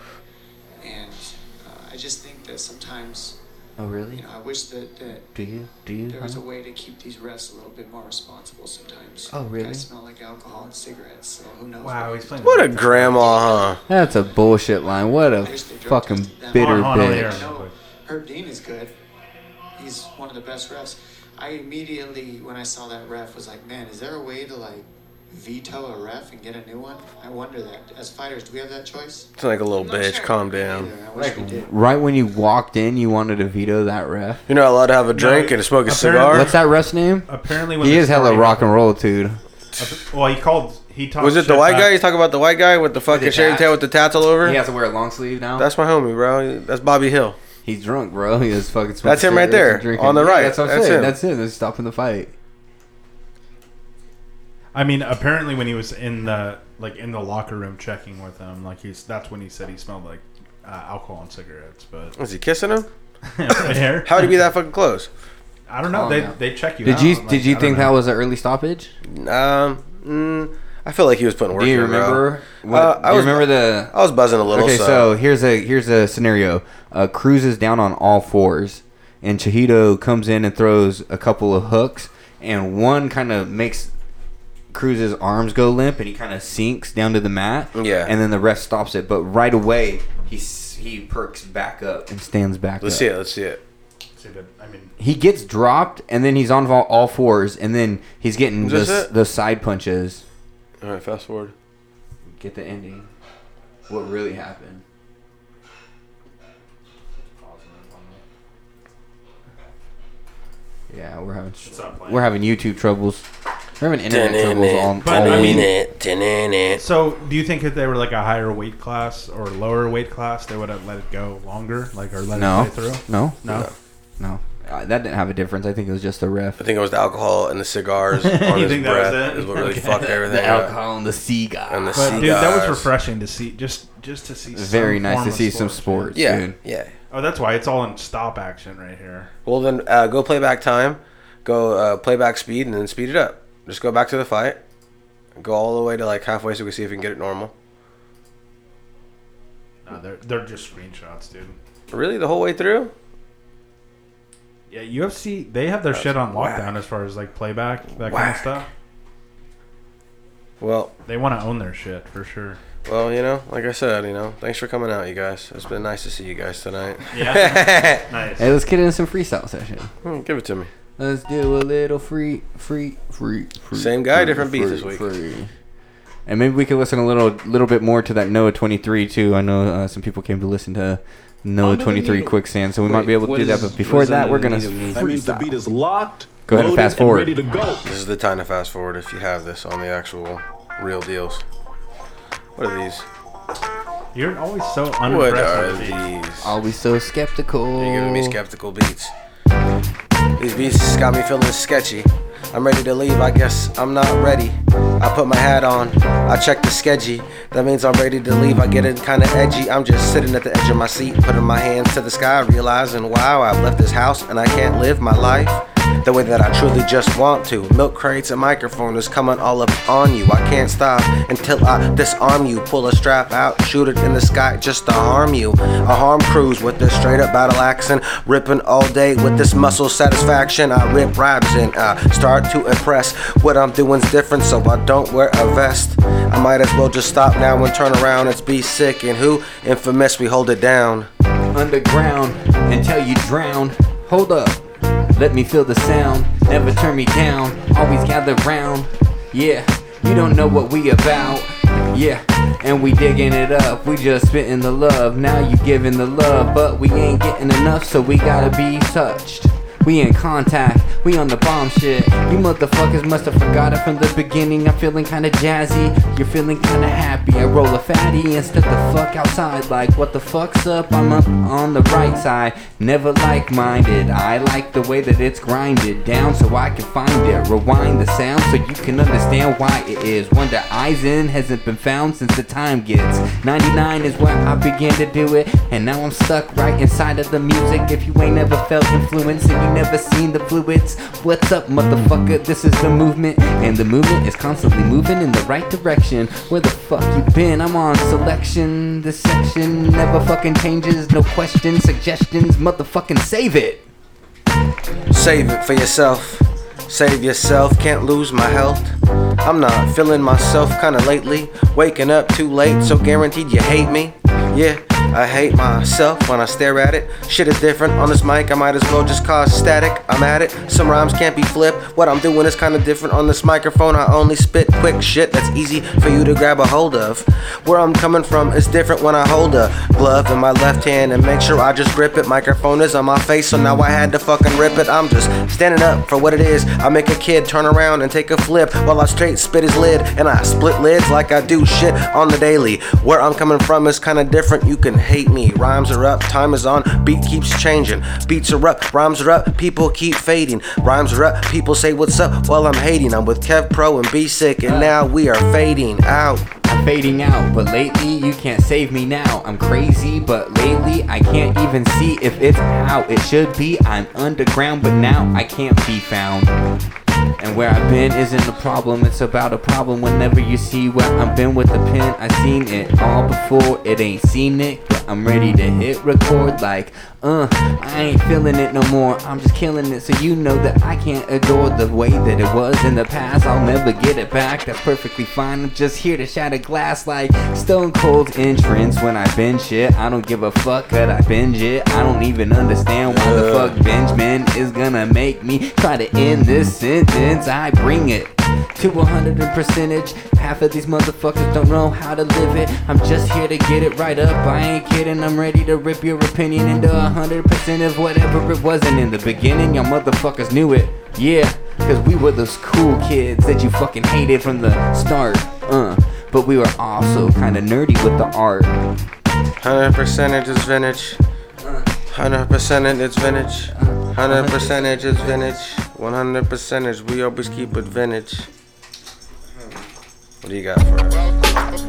and uh, I just think that sometimes. Oh, really? You know, I wish that that Do you? Do you? there was huh? a way to keep these refs a little bit more responsible sometimes. Oh, really? Guys smell like alcohol and cigarettes, so who knows? Wow, he's playing. What a grandma, huh? That's a bullshit line. What a fucking bitter On- on air. bitch. No, Herb Dean is good. He's one of the best refs. I immediately, when I saw that ref, was like, man, is there a way to like veto a ref and get a new one? I wonder that. As fighters, do we have that choice? It's like a little bitch. Calm down. Either. I wish we did. Right when you walked in, you wanted to veto that ref. You're not allowed to have a drink and smoke a cigar. What's that ref's name? Apparently, when He the is hella story- rock and roll, dude. Well, he called. He talked. Was it the shit white about- guy? You talking about the white guy with the fucking the shaved tats. tail with the tats all over? He has to wear a long sleeve now. That's my homie, bro. That's Bobby Hill. He's drunk, bro. He is fucking. That's him right cigarettes there, and drinking. on the Yeah, right. that's what I'm That's saying. him. That's him. That's stopping the fight. Oh, I mean, apparently, when he was in the like in the locker room checking with him, like he's that's when he said he smelled like uh, alcohol and cigarettes. But Was he <laughs> kissing him? Hair? How'd he be that fucking close? I don't know. Oh, they no. they check you. Did out, you like, did I you don't think know. that was an early stoppage? Um, mm, I feel like he was putting work. Do you in, bro. remember? What, Uh, I do you was remember the? I was buzzing a little. okay, so. so here's a here's a scenario. Uh, Cruz is down on all fours, and Chihito comes in and throws a couple of hooks, and one kind of makes Cruz's arms go limp, and he kind of sinks down to the mat. Yeah. and then the ref stops it, but right away he s- he perks back up and stands back. let's up. see it. Let's see it. See, but, I mean, He gets dropped, and then he's on all- all fours, and then he's getting Is this the, it? the side punches. All right, fast forward. Get the ending. What really happened? Yeah, we're having we're having YouTube troubles. We're having internet troubles all, But, all I mean- week. so do you think if they were like a higher weight class or lower weight class, they would have let it go longer, like or let No, it play through? no, No. no. Uh, that didn't have a difference. I think it was just the ref. I think it was the alcohol and the <laughs> cigars on You his think that was breath it? is what really Okay. fucked everything The up. alcohol and the cigar. And the But cigars. dude, that was refreshing to see. Just just to see. some Very nice form to of see some sports, sports, Yeah, dude. yeah. dude. Oh, that's why it's all in stop action right here. Well, then uh, go play back time, go uh, play back speed, and then speed it up. Just go back to the fight, go all the way to like halfway so we can see if we can get it normal. No, they're they're just screenshots, dude. Really, the whole way through? Yeah, UFC they have their Uh, shit on lockdown as far as like playback that kind of stuff. Well, They want to own their shit for sure. well, you know, like I said, you know, thanks for coming out, you guys. It's been nice to see you guys tonight. <laughs> Yeah. nice. Hey, let's get in some freestyle session. Hmm, Give it to me. Let's do a little free, free, free, free. Same guy, free, different beats free, this week. free. And maybe we could listen a little, little bit more to that Noah 23 too. I know uh, some people came to listen to Noah 23 quicksand, so we might be able to do that. But before that, we're gonna freestyle. is locked. Go ahead and fast forward. This is the time to fast forward if you have this on the actual real deals. What are these? You're always so What are unimpressed. with these. these? Always so skeptical. You're giving me skeptical beats. These beats got me feeling sketchy. I'm ready to leave, I guess I'm not ready. I put my hat on, I check the schedule. That means I'm ready to leave, I get it kinda edgy. I'm just sitting at the edge of my seat, putting my hands to the sky, realizing wow, I've left this house and I can't live my life the way that I truly just want to. Milk crates and microphone is coming all up on you. I can't stop until I disarm you. Pull a strap out, shoot it in the sky just to harm you. A harm cruise with this straight up battle accent. Ripping all day with this muscle satisfaction. I rip raps and I start to impress. What I'm doing's different, so I don't wear a vest. I might as well just stop now and turn around. It's be sick and who? Infamous, we hold it down. underground until you drown. Hold up, let me feel the sound. Never turn me down, always gather round. Yeah, you don't know what we about. Yeah, and we digging it up. We just spitting the love. Now you giving the love, but we ain't getting enough, so we gotta be touched. We in contact, we on the bomb shit. You motherfuckers must have forgot it from the beginning. I'm feeling kinda jazzy, you're feeling kinda happy. I roll a fatty and step the fuck outside. Like, what the fuck's up? I'm up on the right side. Never like minded, I like the way that it's grinded down so I can find it. Rewind the sound so you can understand why it is. One that eyes in hasn't been found since the time gets. 99 is where I began to do it, and now I'm stuck right inside of the music. If you ain't never felt influence and you never seen the fluids, what's up, motherfucker? This is the movement, and the movement is constantly moving in the right direction. Where the fuck you been? I'm on selection. This section never fucking changes. No questions, suggestions, motherfucking save it. Save it for yourself. Save yourself, can't lose my health. I'm not feeling myself kinda lately. Waking up too late, so guaranteed you hate me. Yeah, I hate myself when I stare at it. Shit is different on this mic, I might as well just cause static. I'm at it, some rhymes can't be flipped. What I'm doing is kinda different on this microphone. I only spit quick shit that's easy for you to grab a hold of. Where I'm coming from is different when I hold a glove in my left hand and make sure I just grip it. Microphone is on my face, so now I had to fucking rip it. I'm just standing up for what it is. I make a kid turn around and take a flip while I straight spit his lid and I split lids like I do shit on the daily. Where I'm coming from is kinda different, you can hate me. Rhymes are up, time is on, beat keeps changing. Beats are up, rhymes are up, people keep fading. Rhymes are up, people say what's up while I'm hating. I'm with Kev Pro and B Sick, and now we are fading out. I'm fading out, but lately you can't save me now. I'm crazy, but lately I can't even see if it's how it should be. I'm underground, but now I can't be found. And where I've been isn't a problem, it's about a problem. Whenever you see where I've been with the pen, I seen it all before. It ain't seen it, but I'm ready to hit record like, uh, I ain't feeling it no more. I'm just killing it, so you know that I can't adore the way that it was in the past. I'll never get it back, that's perfectly fine. I'm just here to shatter glass like Stone Cold entrance when I binge it. I don't give a fuck that I binge it. I don't even understand why the Yeah. fuck Benjamin is gonna make me try to end this sentence. I bring it to 100 in percentage. Half of these motherfuckers don't know how to live it. I'm just here to get it right up. I ain't kidding. I'm ready to rip your opinion into 100% of whatever it wasn't in the beginning. Y'all motherfuckers knew it. Yeah, cause we were those cool kids that you fucking hated from the start. Uh, but we were also kinda nerdy with the art. 100% is vintage. 100% it's vintage. 100% is vintage. 100% is we always keep it vintage. What do you got for us?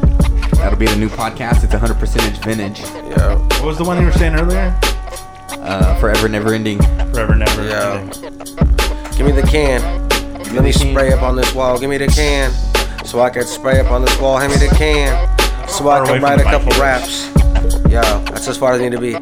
That'll be the new podcast. It's 100% vintage. Yeah. What was the one you were saying earlier? Uh, forever never ending. Forever never. Yo. Give me the can. Let me spray up on this wall. Give me the can. So I can spray up on this wall. Hand me the can. So I away can from write a the mic, couple please. raps. Yo, that's as far as I need to be.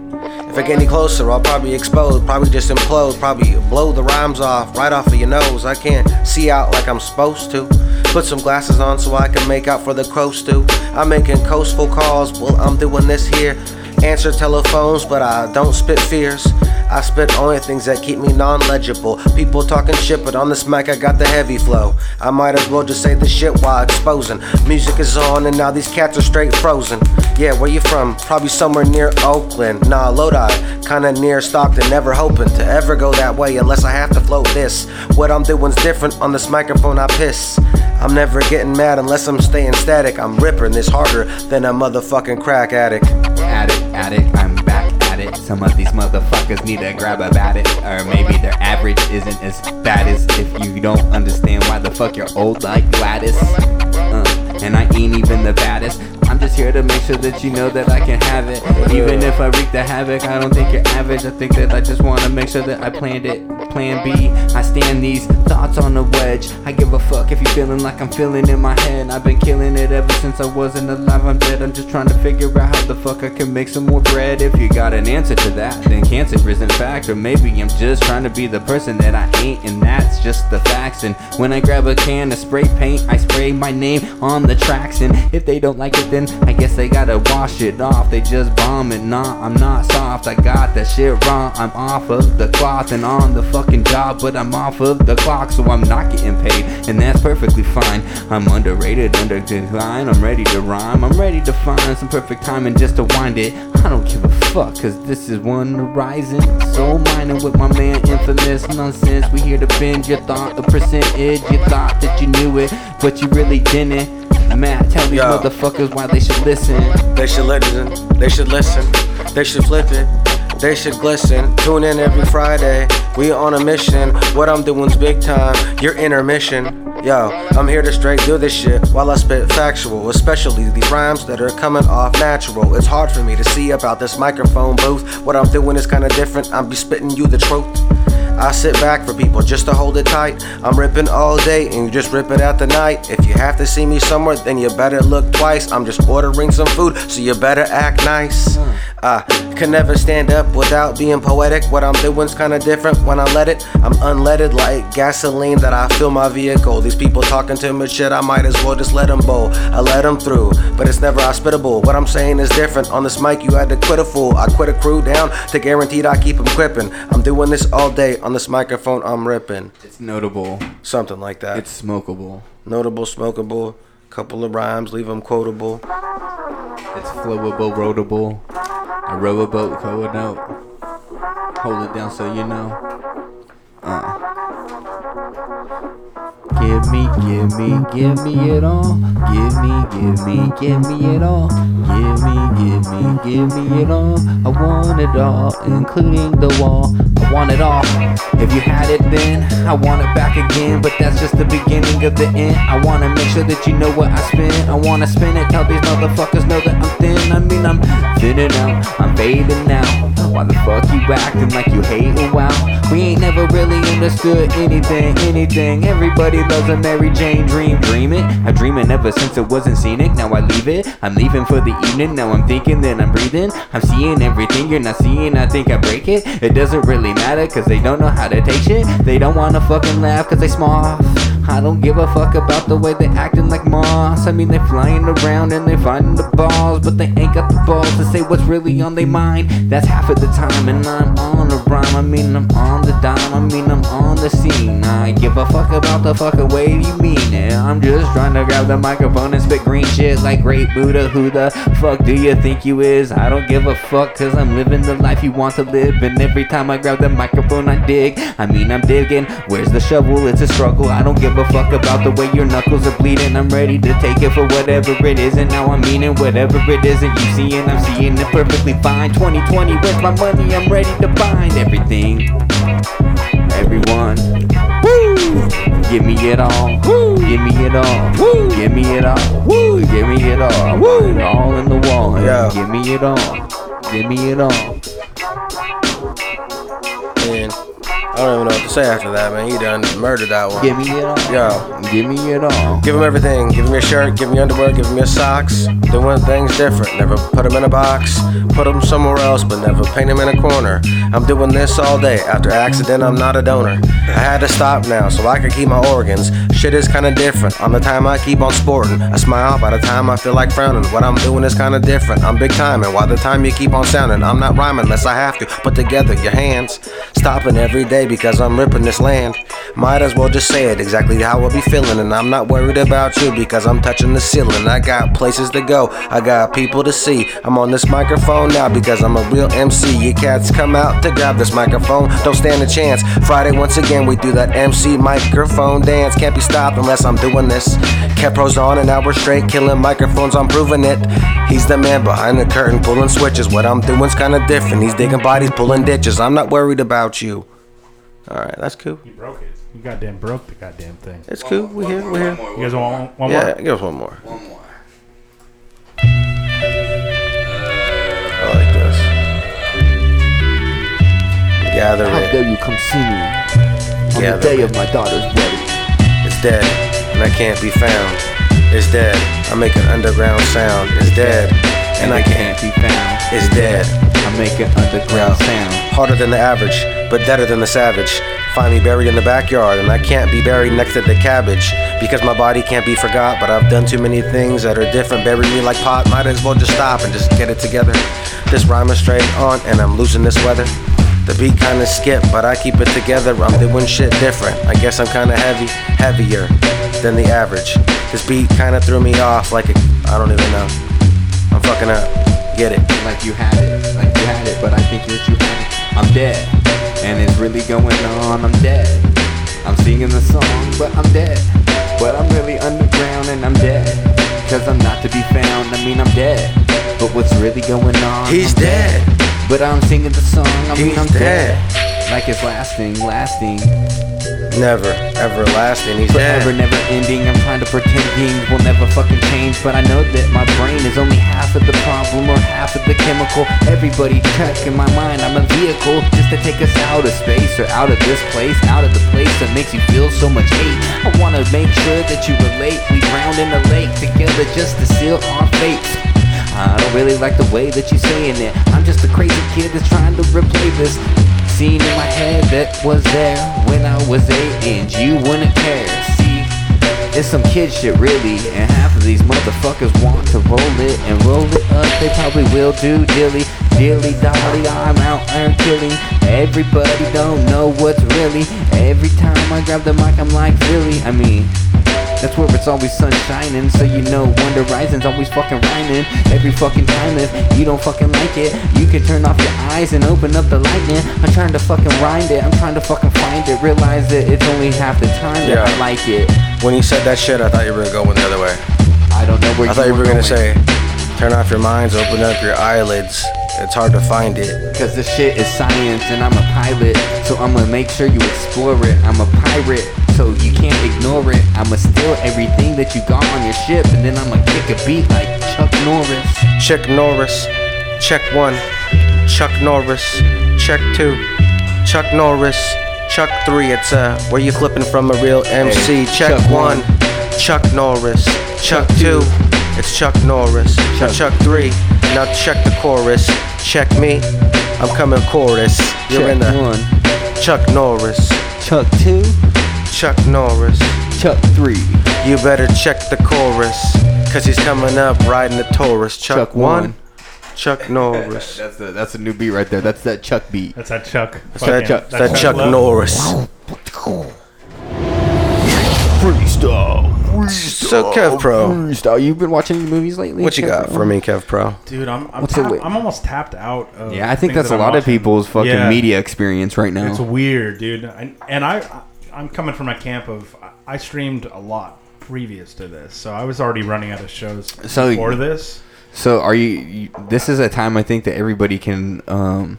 If I get any closer, I'll probably explode. Probably just implode. Probably blow the rhymes off right off of your nose. I can't see out like I'm supposed to. Put some glasses on so I can make out for the crows too. I'm making coastful calls. Well, I'm doing this here. Answer telephones, but I don't spit fears. I spit only things that keep me non legible. People talking shit, but on this mic I got the heavy flow. I might as well just say the shit while exposing. Music is on, and now these cats are straight frozen. Yeah, where you from? Probably somewhere near Oakland. Nah, Lodi, kinda near Stockton. Never hoping to ever go that way unless I have to float this. What I'm doing's different. On this microphone, I piss. I'm never getting mad unless I'm staying static. I'm ripping this harder than a motherfucking crack addict. At it, at it, I'm back at it. Some of these motherfuckers need to grab a bat it. Or maybe their average isn't as bad as if you don't understand why the fuck you're old like Gladys. Uh, and I ain't even the baddest. I'm just here to make sure that you know that I can have it. Even if I wreak the havoc, I don't think you're average. I think that I just wanna make sure that I planned it. Plan B, I stand these thoughts on a wedge. I give a fuck if you feeling like I'm feeling in my head. I've been killing it ever since I wasn't alive. I'm dead. I'm just trying to figure out how the fuck I can make some more bread. If you got an answer to that, then cancer isn't fact. Or maybe I'm just trying to be the person that I ain't, and that's just the facts. And when I grab a can of spray paint, I spray my name on the tracks. And if they don't like it, then I guess they got gotta wash it off. They just bomb it. Nah, I'm not soft. I got that shit wrong. I'm off of the cloth and on the fucking job, but I'm off of the clock, so I'm not getting paid, and that's perfectly fine. I'm underrated, under decline. I'm ready to rhyme. I'm ready to find some perfect timing just to wind it. I don't give a fuck, cause this is one horizon. So mining with my man, infamous nonsense. We here to bend your thought, the percentage. You thought that you knew it, but you really didn't. Matt, tell these Yo. motherfuckers why they should listen. They should listen. They should listen. They should flip it. They should glisten. Tune in every Friday. We on a mission. What I'm doing's big time. Your intermission. Yo, I'm here to straight do this shit while I spit factual, especially these rhymes that are coming off natural. It's hard for me to see about this microphone booth. What I'm doing is kinda different. I'm be spitting you the truth. I sit back for people just to hold it tight. I'm ripping all day and you just rip it out the night. If you have to see me somewhere, then you better look twice. I'm just ordering some food, so you better act nice. I can never stand up without being poetic. What I'm doing's kinda different when I let it. I'm unleaded like gasoline that I fill my vehicle. These people talking to me shit, I might as well just let them bowl. I let them through, but it's never hospitable. What I'm saying is different. On this mic, you had to quit a fool. I quit a crew down to guaranteed I keep them quipping. I'm doing this all day. On this microphone, I'm ripping. It's notable. Something like that. It's smokable. Notable, smokable. Couple of rhymes, leave them quotable. It's flowable, roadable. I row a boat, co a note. Hold it down so you know. Uh. Give me, give me, give me it all. Give me, give me, give me it all. Give me, give me, give me it all. I want it all, including the wall. I want it all. If you had it then, I want it back again. But that's just the beginning of the end. I wanna make sure that you know what I spend. I wanna spend it. Tell these motherfuckers know that I'm thin. I mean, I'm thinning out. I'm fading out. Why the fuck you acting like you hate a wow? We ain't never really understood anything, anything. Everybody loves a Mary Jane dream. Dream it, I dream it ever since it wasn't scenic. Now I leave it, I'm leaving for the evening. Now I'm thinking, then I'm breathing. I'm seeing everything you're not seeing. I think I break it. It doesn't really matter, cause they don't know how to take shit. They don't wanna fucking laugh, cause they small. I don't give a fuck about the way they acting like moss. I mean, they flying around and they finding the balls, but they ain't got the balls to say what's really on their mind. That's half of the time, and I'm on the rhyme. I mean, I'm on the dime. I mean, I'm on the scene. I give a fuck about the fucking way you mean it. I'm just trying to grab the microphone and spit green shit like great Buddha. Who the fuck do you think you is? I don't give a fuck, cause I'm living the life you want to live. And every time I grab the microphone, I dig. I mean, I'm digging. Where's the shovel? It's a struggle. I don't give a fuck about the way your knuckles are bleeding. I'm ready to take it for whatever it is. And now I'm meaning whatever it isn't. You seeing, I'm seeing it perfectly fine. 2020, where's my money? I'm ready to find everything. Everyone. Woo! Give me it all. Woo! Give me it all. Woo! Give me it all. Woo! Give me it all. Woo! It all in the wall. Yeah. Give me it all. Give me it all. Man, I don't even know what to say after that, man. You done murdered that one. Give me it all. Yo. Give me it all. Give him everything. Give him your shirt. Give him your underwear. Give him your socks. Doing things different. Never put him in a box. Put him somewhere else, but never paint him in a corner. I'm doing this all day. After accident, I'm not a donor. I had to stop now so I could keep my organs. Shit is kinda different. On the time I keep on sporting. I smile by the time I feel like frowning. What I'm doing is kinda different. I'm big time, and while the time you keep on sounding, I'm not rhyming unless I have to. Put together your hands. Stopping every day because I'm ripping this land. Might as well just say it exactly how I be feeling, and I'm not worried about you because I'm touching the ceiling. I got places to go, I got people to see. I'm on this microphone now because I'm a real MC. You cats come out to grab this microphone, don't stand a chance. Friday, once again, we do that MC microphone dance. Can't be stopped unless I'm doing this. Kept pros on an hour straight, killing microphones, I'm proving it. He's the man behind the curtain, pulling switches. What I'm doing's kinda different. He's digging bodies, pulling ditches. I'm not worried about you. Alright, that's cool. You broke it. You goddamn broke the goddamn thing. It's cool. We here. We here. You guys want one, one yeah, more? give us one more. One more. I like this. Gather How it. dare you come see me on Gather the day it. of my daughter's wedding? It's dead, and I can't be found. It's dead. I make an underground sound. It's dead. and I can't be found. It's dead. I make an underground sound. Harder than the average, but better than the savage. Find me buried in the backyard, and I can't be buried next to the cabbage. Because my body can't be forgot, but I've done too many things that are different. Bury me like pot, might as well just stop and just get it together. This rhyme is straight on, and I'm losing this weather. The beat kinda skip, but I keep it together. I'm doing shit different. I guess I'm kinda heavy, heavier than the average. This beat kinda threw me off like a, I don't even know. I'm fucking up. Get it. Like you had it, like you had it, but I think that you had it. I'm dead, and it's really going on. I'm dead. I'm singing the song, but I'm dead. But I'm really underground and I'm dead. Cause I'm not to be found, I mean I'm dead. But what's really going on? He's I'm dead. But I'm singing the song, I mean He's I'm dead. Like it's lasting, lasting. Never, everlasting. He's dead. Forever, never ending. I'm trying to pretend things will never fucking change, but I know that my brain is only half of the problem or half of the chemical. Everybody check in my mind, I'm a vehicle just to take us out of space or out of this place, out of the place that makes you feel so much hate. I wanna make sure that you relate. We drown in the lake together just to seal our fates. I don't really like the way that you're saying it. I'm just a crazy kid that's trying to replay this scene in my head that was there when I was eight and you wouldn't care. See, it's some kid shit really, and half of these motherfuckers want to roll it and roll it up. They probably will do dilly dilly dolly. I'm out, I'm killing. Everybody don't know what's really. Every time I grab the mic, I'm like, really? I mean. That's where it's always sun shining, so you know Wonder Rising's always fucking rhyming. Every fucking time if you don't fucking like it, you can turn off your eyes and open up the lightning. I'm trying to fucking rind it, I'm trying to fucking find it. Realize that it's only half the time that I like it. When you said that shit, I thought you were going the other way. I don't know where I you thought you were were gonna going. say, turn off your minds, open up your eyelids. It's hard to find it. Cause this shit is science and I'm a pilot. So I'ma make sure you explore it. I'm a pirate, so you can't ignore it. I'ma steal everything that you got on your ship, and then I'ma kick a beat like Chuck Norris. Check Norris, check one. Chuck Norris, check two. Chuck Norris, Chuck three. It's uh, where you flipping from a real Hey, MC. check Chuck one. one. Chuck Norris, Chuck two. It's Chuck Norris. Chuck. Chuck three. Now check the chorus. Check me. I'm coming chorus. You're Check in the one. Chuck Norris. Chuck two. Chuck Norris. Chuck three. You better check the chorus. Cause he's coming up riding the Taurus. Chuck, Chuck one. one. Chuck Norris. <laughs> That's the that's a new beat right there. That's that Chuck beat. That's that Chuck. That's that Chuck, that Chuck Norris. Freestyle. Freestyle. So Kev Pro, Oh, Freestyle. You've been watching any movies lately? what you Kev got Pro? for me, Kev Pro? Dude, I'm I'm, What's the tap- wait- I'm almost tapped out. Of Yeah, I think things that's that a I'm lot of watching. people's fucking Yeah. media experience right now. It's weird, dude. And, and I, I- I'm coming from a camp of I- I streamed a lot previous to this, so I was already running out of shows So- before this. So are you, you? This is a time I think that everybody can um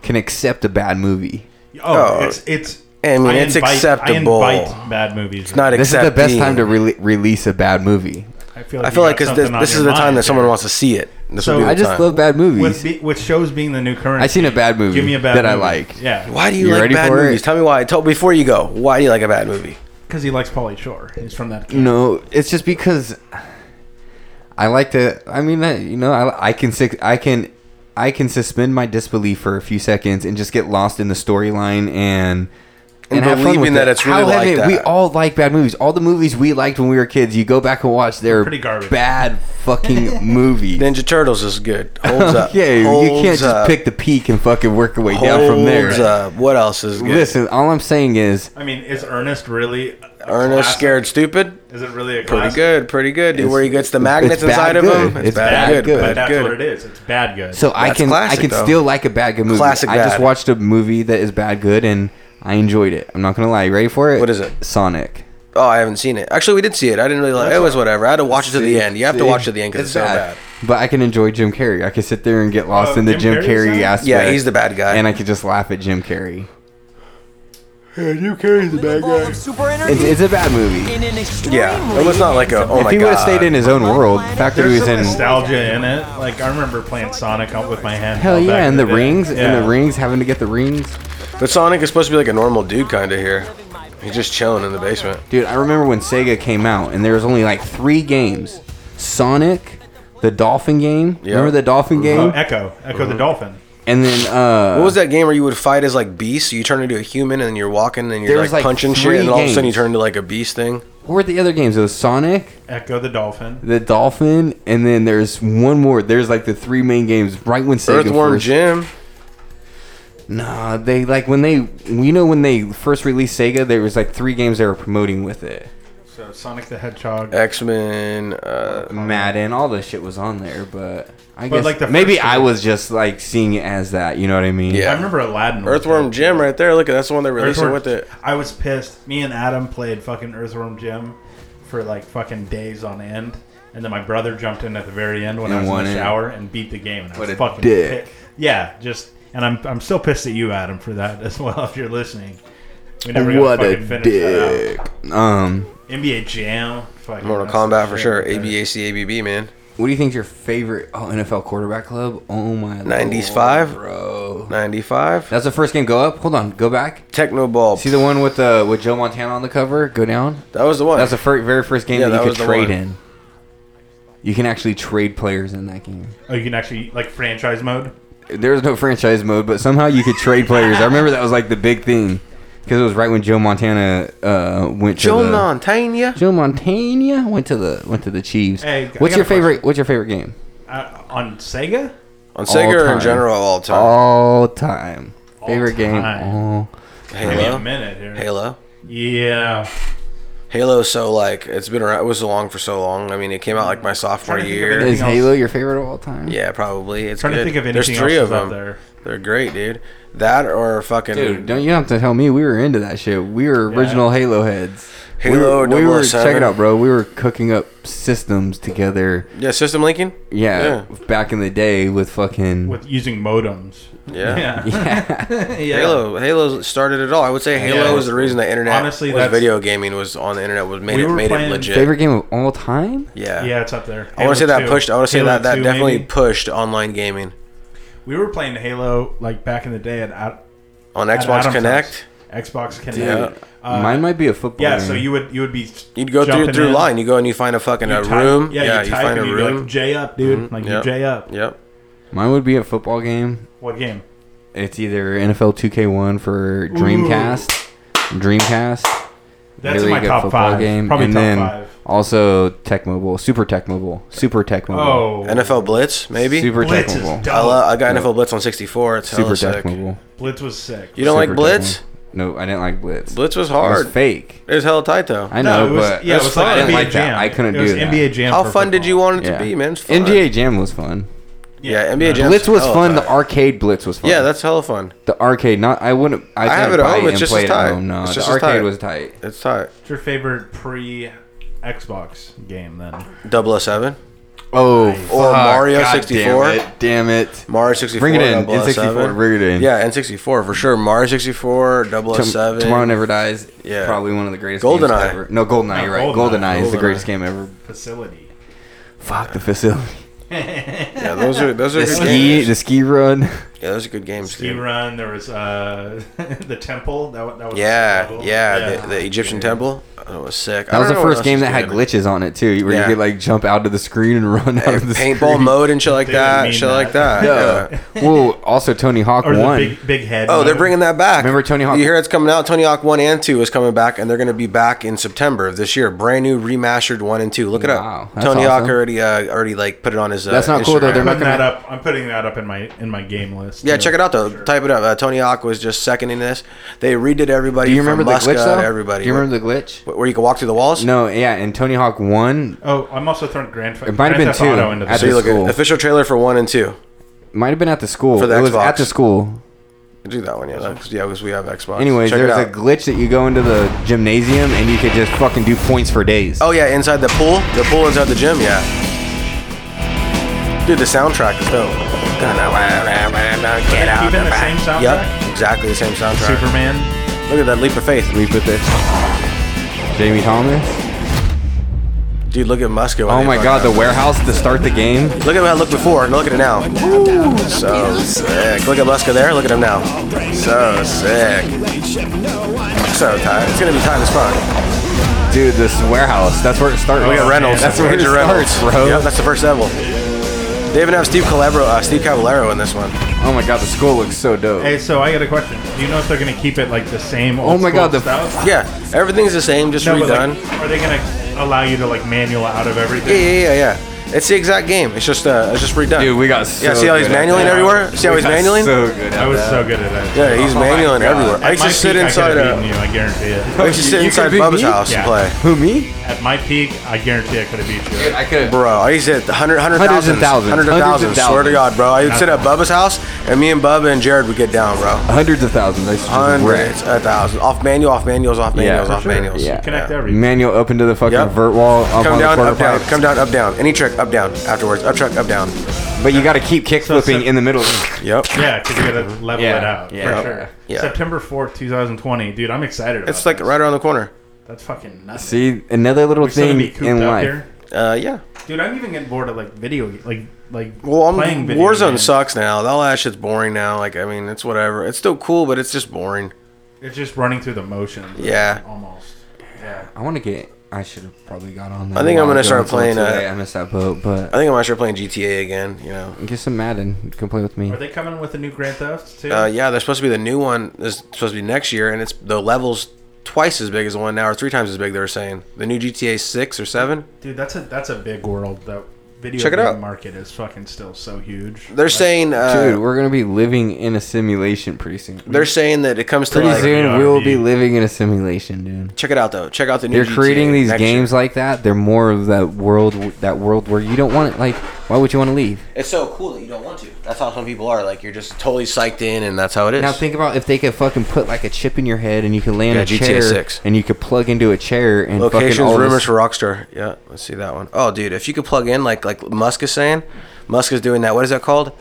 can accept a bad movie. Oh, Oh, it's it's. I mean, it's acceptable. I invite bad movies. It's not This is the best accepting. time to rele release a bad movie. I feel like, I feel you like got 'cause this, something on this your is the time mind that someone there. wants to see it. This So- would be the I just time. love bad movies. With, be- with shows being the new currency, seen a bad movie Give me a bad that I movie. like. Yeah, Why do you, You like ready bad for it? movies? Tell me why. Tell before you go. Why do you like a bad movie? Because he likes Pauly Shore. He's from that. Mm. camp. No, it's just because I like to. I mean, I, you know, I, I can sus- I can I can suspend my disbelief for a few seconds and just get lost in the storyline and. And believing that it's really like haven't- We that. all like bad movies. All the movies we liked when we were kids, you go back and watch, they're Pretty garbage. bad <laughs> fucking movies. Ninja Turtles is good. <laughs> Holds up. okay, you Holds can't just up. pick the peak and fucking work your way down from there. Holds up. What else is good? Listen, all I'm saying is I mean, is Ernest really a Ernest classic? Scared Stupid. Is it really a Pretty classic? good. Pretty good. Dude, It's- where he gets the it's- it's magnets bad inside of good. him. It's, It's bad, bad good. good. But Bad that's what it good. is. It's bad good. So I That's can classic, I can though. still like a bad good movie. Classic I just bad. watched a movie that is bad good and I enjoyed it. I'm not gonna lie. You ready for it? What is it? Sonic. Oh, I haven't seen it. Actually, we did see it. I didn't really like. It was whatever. I had to watch it to the See? end. You have to See? watch it to the end because it's so bad. But I can enjoy Jim Carrey. I can sit there and get lost Oh, in the Jim Jim, Carrey's in Carrey it? aspect. Yeah, he's the bad guy. And I could just laugh at Jim Carrey. Ball of super energy It's, it's a bad movie. in an extreme Yeah, it was not like a. Oh if my he would god. have stayed in his own world, the fact that he There's was some in nostalgia in it. Like I remember playing Sonic out with my hand. hell held back yeah, in and the day. rings, Yeah. and the rings, having to get the rings. But Sonic is supposed to be like a normal dude kind of here. He's just chilling in the basement. Dude, I remember when Sega came out and there was only like three games: Sonic, the Dolphin game. Remember the Dolphin game? Oh, Echo, Echo the Mhm. Dolphin. And then uh, what was that game where you would fight as like beasts? You turn into a human and you're walking and There you're like, was, like, punching shit, three and all of a sudden you games. turn into like a beast thing. What were the other games? It was Sonic, Echo the Dolphin. the Dolphin, and then there's one more. There's like the three main games. Right when Sega Earthworm first- Jim. Nah, they like when they you know when they first released Sega, there was like three games they were promoting with it. So Sonic the Hedgehog. X Men, uh, Madden, all this shit was on there, but I But, guess like, the maybe first I was just like seeing it as that. You know what I mean? Yeah. I remember Aladdin. Earthworm Jim right there. Look at that's the one they released it Earthworm- with it. I was pissed. Me and Adam played fucking Earthworm Jim for like fucking days on end, and then my brother jumped in at the very end when And I was won in it. the shower and beat the game. And I What was a fucking dick. pi- Yeah, just and I'm I'm still pissed at you, Adam, for that <laughs> as well. If you're listening, we got What a fucking finish that out. dick. Um, NBA Jam, fucking Mortal that's the Kombat for shit. sure. ABACABB man. what do you think's your favorite oh, NFL quarterback club? Oh my, Nineties lord. five, Ninety five. That's the first game. Go up. Hold on. Go back. Techno ball. See the one with uh, with Joe Montana on the cover. Go down. That was the one. That's the fir- very first game Yeah, that that you was could the trade one. in. You can actually trade players in that game. Oh, you can actually like franchise mode. There was no franchise mode, but somehow you could trade players. I remember that was like the big thing because it was right when Joe Montana uh, went to Joe the, Montana. Joe Montana went to the went to the Chiefs. Hey, I what's got your a favorite? What's your favorite game? Uh, on Sega, On Sega or All in general all time. All time. favorite time. game. All Give me a Halo. minute here. Halo. Yeah. Halo. So like it's been around. It was so long for so long. I mean, it came out like my sophomore Trying to think of year. anything Is Halo your favorite of all time? Yeah, probably. It's Trying to good. think of There's anything three of else that's out them. there. They're great, dude. That or fucking Dude, don't you don't have to tell me we were into that shit. We were original Halo heads. We Halo were- we were, 007. check it out, bro. We were cooking up systems together. yeah, System Linking. Yeah, back in the day with fucking with using modems. Yeah. <laughs> <laughs> Yeah. Yeah. <laughs> Yeah. Halo. Halo started it all. I would say Halo Yeah. is the reason the internet Honestly, was that's- video gaming was on the internet was made We it were made it playing- legit. favorite game of all time. Yeah. Yeah, it's up there. I want to say Halo that 2. pushed. I want to say Halo that that 2, definitely maybe. pushed online gaming We were playing Halo like back in the day at, at on at Adam's Xbox house. Connect. Xbox Connect. Yeah. Uh, Mine might be a football. yeah, game. so you would you would be You'd go through jumping through in, line. You go and you find a fucking you a type- room. Yeah, you, type find and a you'd be room. Like, J up, dude. Mhm, Like yep. you J up. Yep. Mine would be a football game. What game? It's either NFL 2K1 for Dreamcast, Dreamcast. That's in my good top football five. Probably and top then five. also Tech Mobile, Super Tech Mobile, Super Tech Mobile. Oh, NFL Blitz, maybe. Super Blitz Tech is Mobile. dope. I, love, I got NFL Blitz on 64. It's hella Super sick. Tech Mobile. Blitz was sick. You don't Super like Blitz? Tech Mobile. No, I didn't like Blitz. Blitz was It hard. was fake. It was hella tight though. I know, it was- but yeah, it was I like didn't NBA like that. Jam. I couldn't It do was that. NBA Jam. How for fun did football. you want it Yeah. to be, man? It's fun. NBA Jam was fun. Yeah, NBA Jam. Blitz was fun. The arcade Blitz was fun. Yeah, that's hella fun. the arcade. Not I wouldn't. I, I, have it didn't at buy home. it It's and just play as it at tight. home. No, it's the just arcade as tight. was tight. It's tight. What's your favorite pre Xbox game then? 007. Oh, Or fuck, Mario God 64. Damn it. Damn it. Mario 64. Bring it in. 007. N64, bring it in. Yeah, N64 for sure. Mario 64, 007. Tom- Tomorrow Never Dies. Yeah. Probably one of the greatest games GoldenEye. ever. No, Goldeneye, No, you're right. GoldenEye. Goldeneye, is the GoldenEye. greatest game ever. Facility. Fuck the facility. Yeah, those are those are The good ski, games. the ski run. Yeah, those are good games. Ski Dude. Run. There was uh, <laughs> the temple. That, wa- that was Yeah, yeah, Yeah. the, the Egyptian temple. That was sick. I That was the don't know what first else game is that had good. glitches on it too, where Yeah. you could like jump out of the screen and <laughs> run out of <laughs> the paintball screen. mode and shit like They didn't that, mean shit like that. that. Yeah. Yeah. <laughs> well, also Tony Hawk Or One. the big big head. Oh, they're mode. bringing that back. Remember Tony Hawk- You hear it's coming out. Tony Hawk One and Two is coming back, and they're going to be back in September of this year. Brand new remastered One and Two. Look it Wow, up. that's Tony Hawk awesome. already uh, already like put it on his. Uh, That's not cool, though. Instagram. They're I'm not putting gonna- that up. I'm putting that up in my in my game list. Yeah, check it out though. Type it up. Uh, Tony Hawk was just seconding this. They redid everybody. Do you remember from the Muska glitch though? to everybody. Do you remember the glitch? where, where you can walk through the walls? No, yeah, in Tony Hawk One, Oh, I'm also throwing Grand. Fe- It might have Grand been Theft two Auto into at this. So you the look school. at official trailer for one and two. might have been at the school. For the it was Xbox. at the school. Do that one, yeah, because yeah, 'cause we have Xbox. Anyways, Check there it was a out. glitch that you go into the gymnasium and you could just fucking do points for days. Oh yeah, inside the pool. The pool inside the gym. Yeah. Dude, the soundtrack is dope. Get out Keeping the the back. same soundtrack? Yep, exactly the same soundtrack. Superman. Look at that leap of faith. We put this. Jamie Thomas. Dude, look at Musco. Oh my god, the warehouse to start the game. Look at how it looked before, and look at it now. So sick. Look at Muska there. Look at him now. So sick. So tight. It's gonna be tight as fuck. Dude, this warehouse. That's where it starts. Look at Reynolds. Oh, That's where it Andrew starts, Reynolds, bro. Yep, that's the first level. They even have Steve Calabro, uh, Steve Cavallero in this one. Oh my god, the school looks so dope. Hey, so I got a question. Do you know if they're gonna keep it like the same? Oh my God, the- yeah, everything's the same, just but, like, redone. are they gonna allow you to like manual out of Yeah, everything? yeah, yeah, yeah. It's the exact game. It's just uh, it's just redone. Dude, we got so yeah. See how he's good at manualing that. <laughs> everywhere? See how We he's got manualing? so good at I was that. so good at that. Yeah, he's Oh my manualing God. everywhere. I At used my to sit peak, I inside could have beaten a. you. I guarantee it. I used to sit inside Bubba's house Yeah. and play. Who me? At my peak, I guarantee I could have beat you. I could. Bro, I used to hit the hundred, hundred Hundreds and thousands. hundreds of Hundreds thousands. of Swear to thousands. God, bro. I would sit at Bubba's house, and me and Bubba and Jared would get down, bro. Hundreds of thousands. I used to just wreck. Hundreds, a thousand, off manual, off manuals, off manuals, for off sure. manuals. Yeah. Connect everything. Manual up into the fucking Yep. vert wall. Up Come on down, the quarter up down, pipe. come down, up down. Any trick, up down afterwards. Up truck, up down. But you got to keep kick flipping in the middle. Yep. Yeah, because you gotta level Yeah, it out yeah, for sure. yeah. September fourth, two thousand twenty, dude. I'm excited. About It's like this. right around the corner. that's fucking nuts. See another little We're still gonna thing be cooped in up life. here. Uh, yeah. Dude, I'm even getting bored of like video, like like Well, I'm, playing video. Warzone games. sucks now. All that shit's boring now. Like, I mean, it's whatever. It's still cool, but it's just boring. It's just running through the motions. Yeah. almost. Yeah. I want to get. I should have probably got on. I think a while I'm gonna ago start until playing, uh, Today. I missed that boat, I but think I'm gonna start playing GTA again. You know. get some Madden. You can play with me. Are they coming with a new Grand Theft too? Uh, yeah, they're supposed to be the new one. Is supposed to be next year, and it's the levels twice as big as the one now, or three times as big. They were saying the new GTA six or seven. Dude, that's a that's a big world. The video Check it game out. market is fucking still so huge. They're saying, uh, Dude, we're gonna be living in a simulation pretty soon. they're saying that it comes to Mm-hmm. pretty like. soon Yeah, we will RV. be living in a simulation, dude. Check it out though. Check out the new. They're creating GTA these next games like that. They're more of that world, that world where you don't want it. Like, why would you want to leave? year. It's so cool that you don't want to. That's how some people are. Like you're just totally psyched in, and that's how it is. Now think about if they could fucking put like a chip in your head and you could land Yeah, a GTA chair 6. and you could plug into a chair and fucking Locations, all rumors this- for Rockstar. Yeah, let's see that one. Oh, dude, if you could plug in like like Musk is saying, Musk is doing that. What is that called?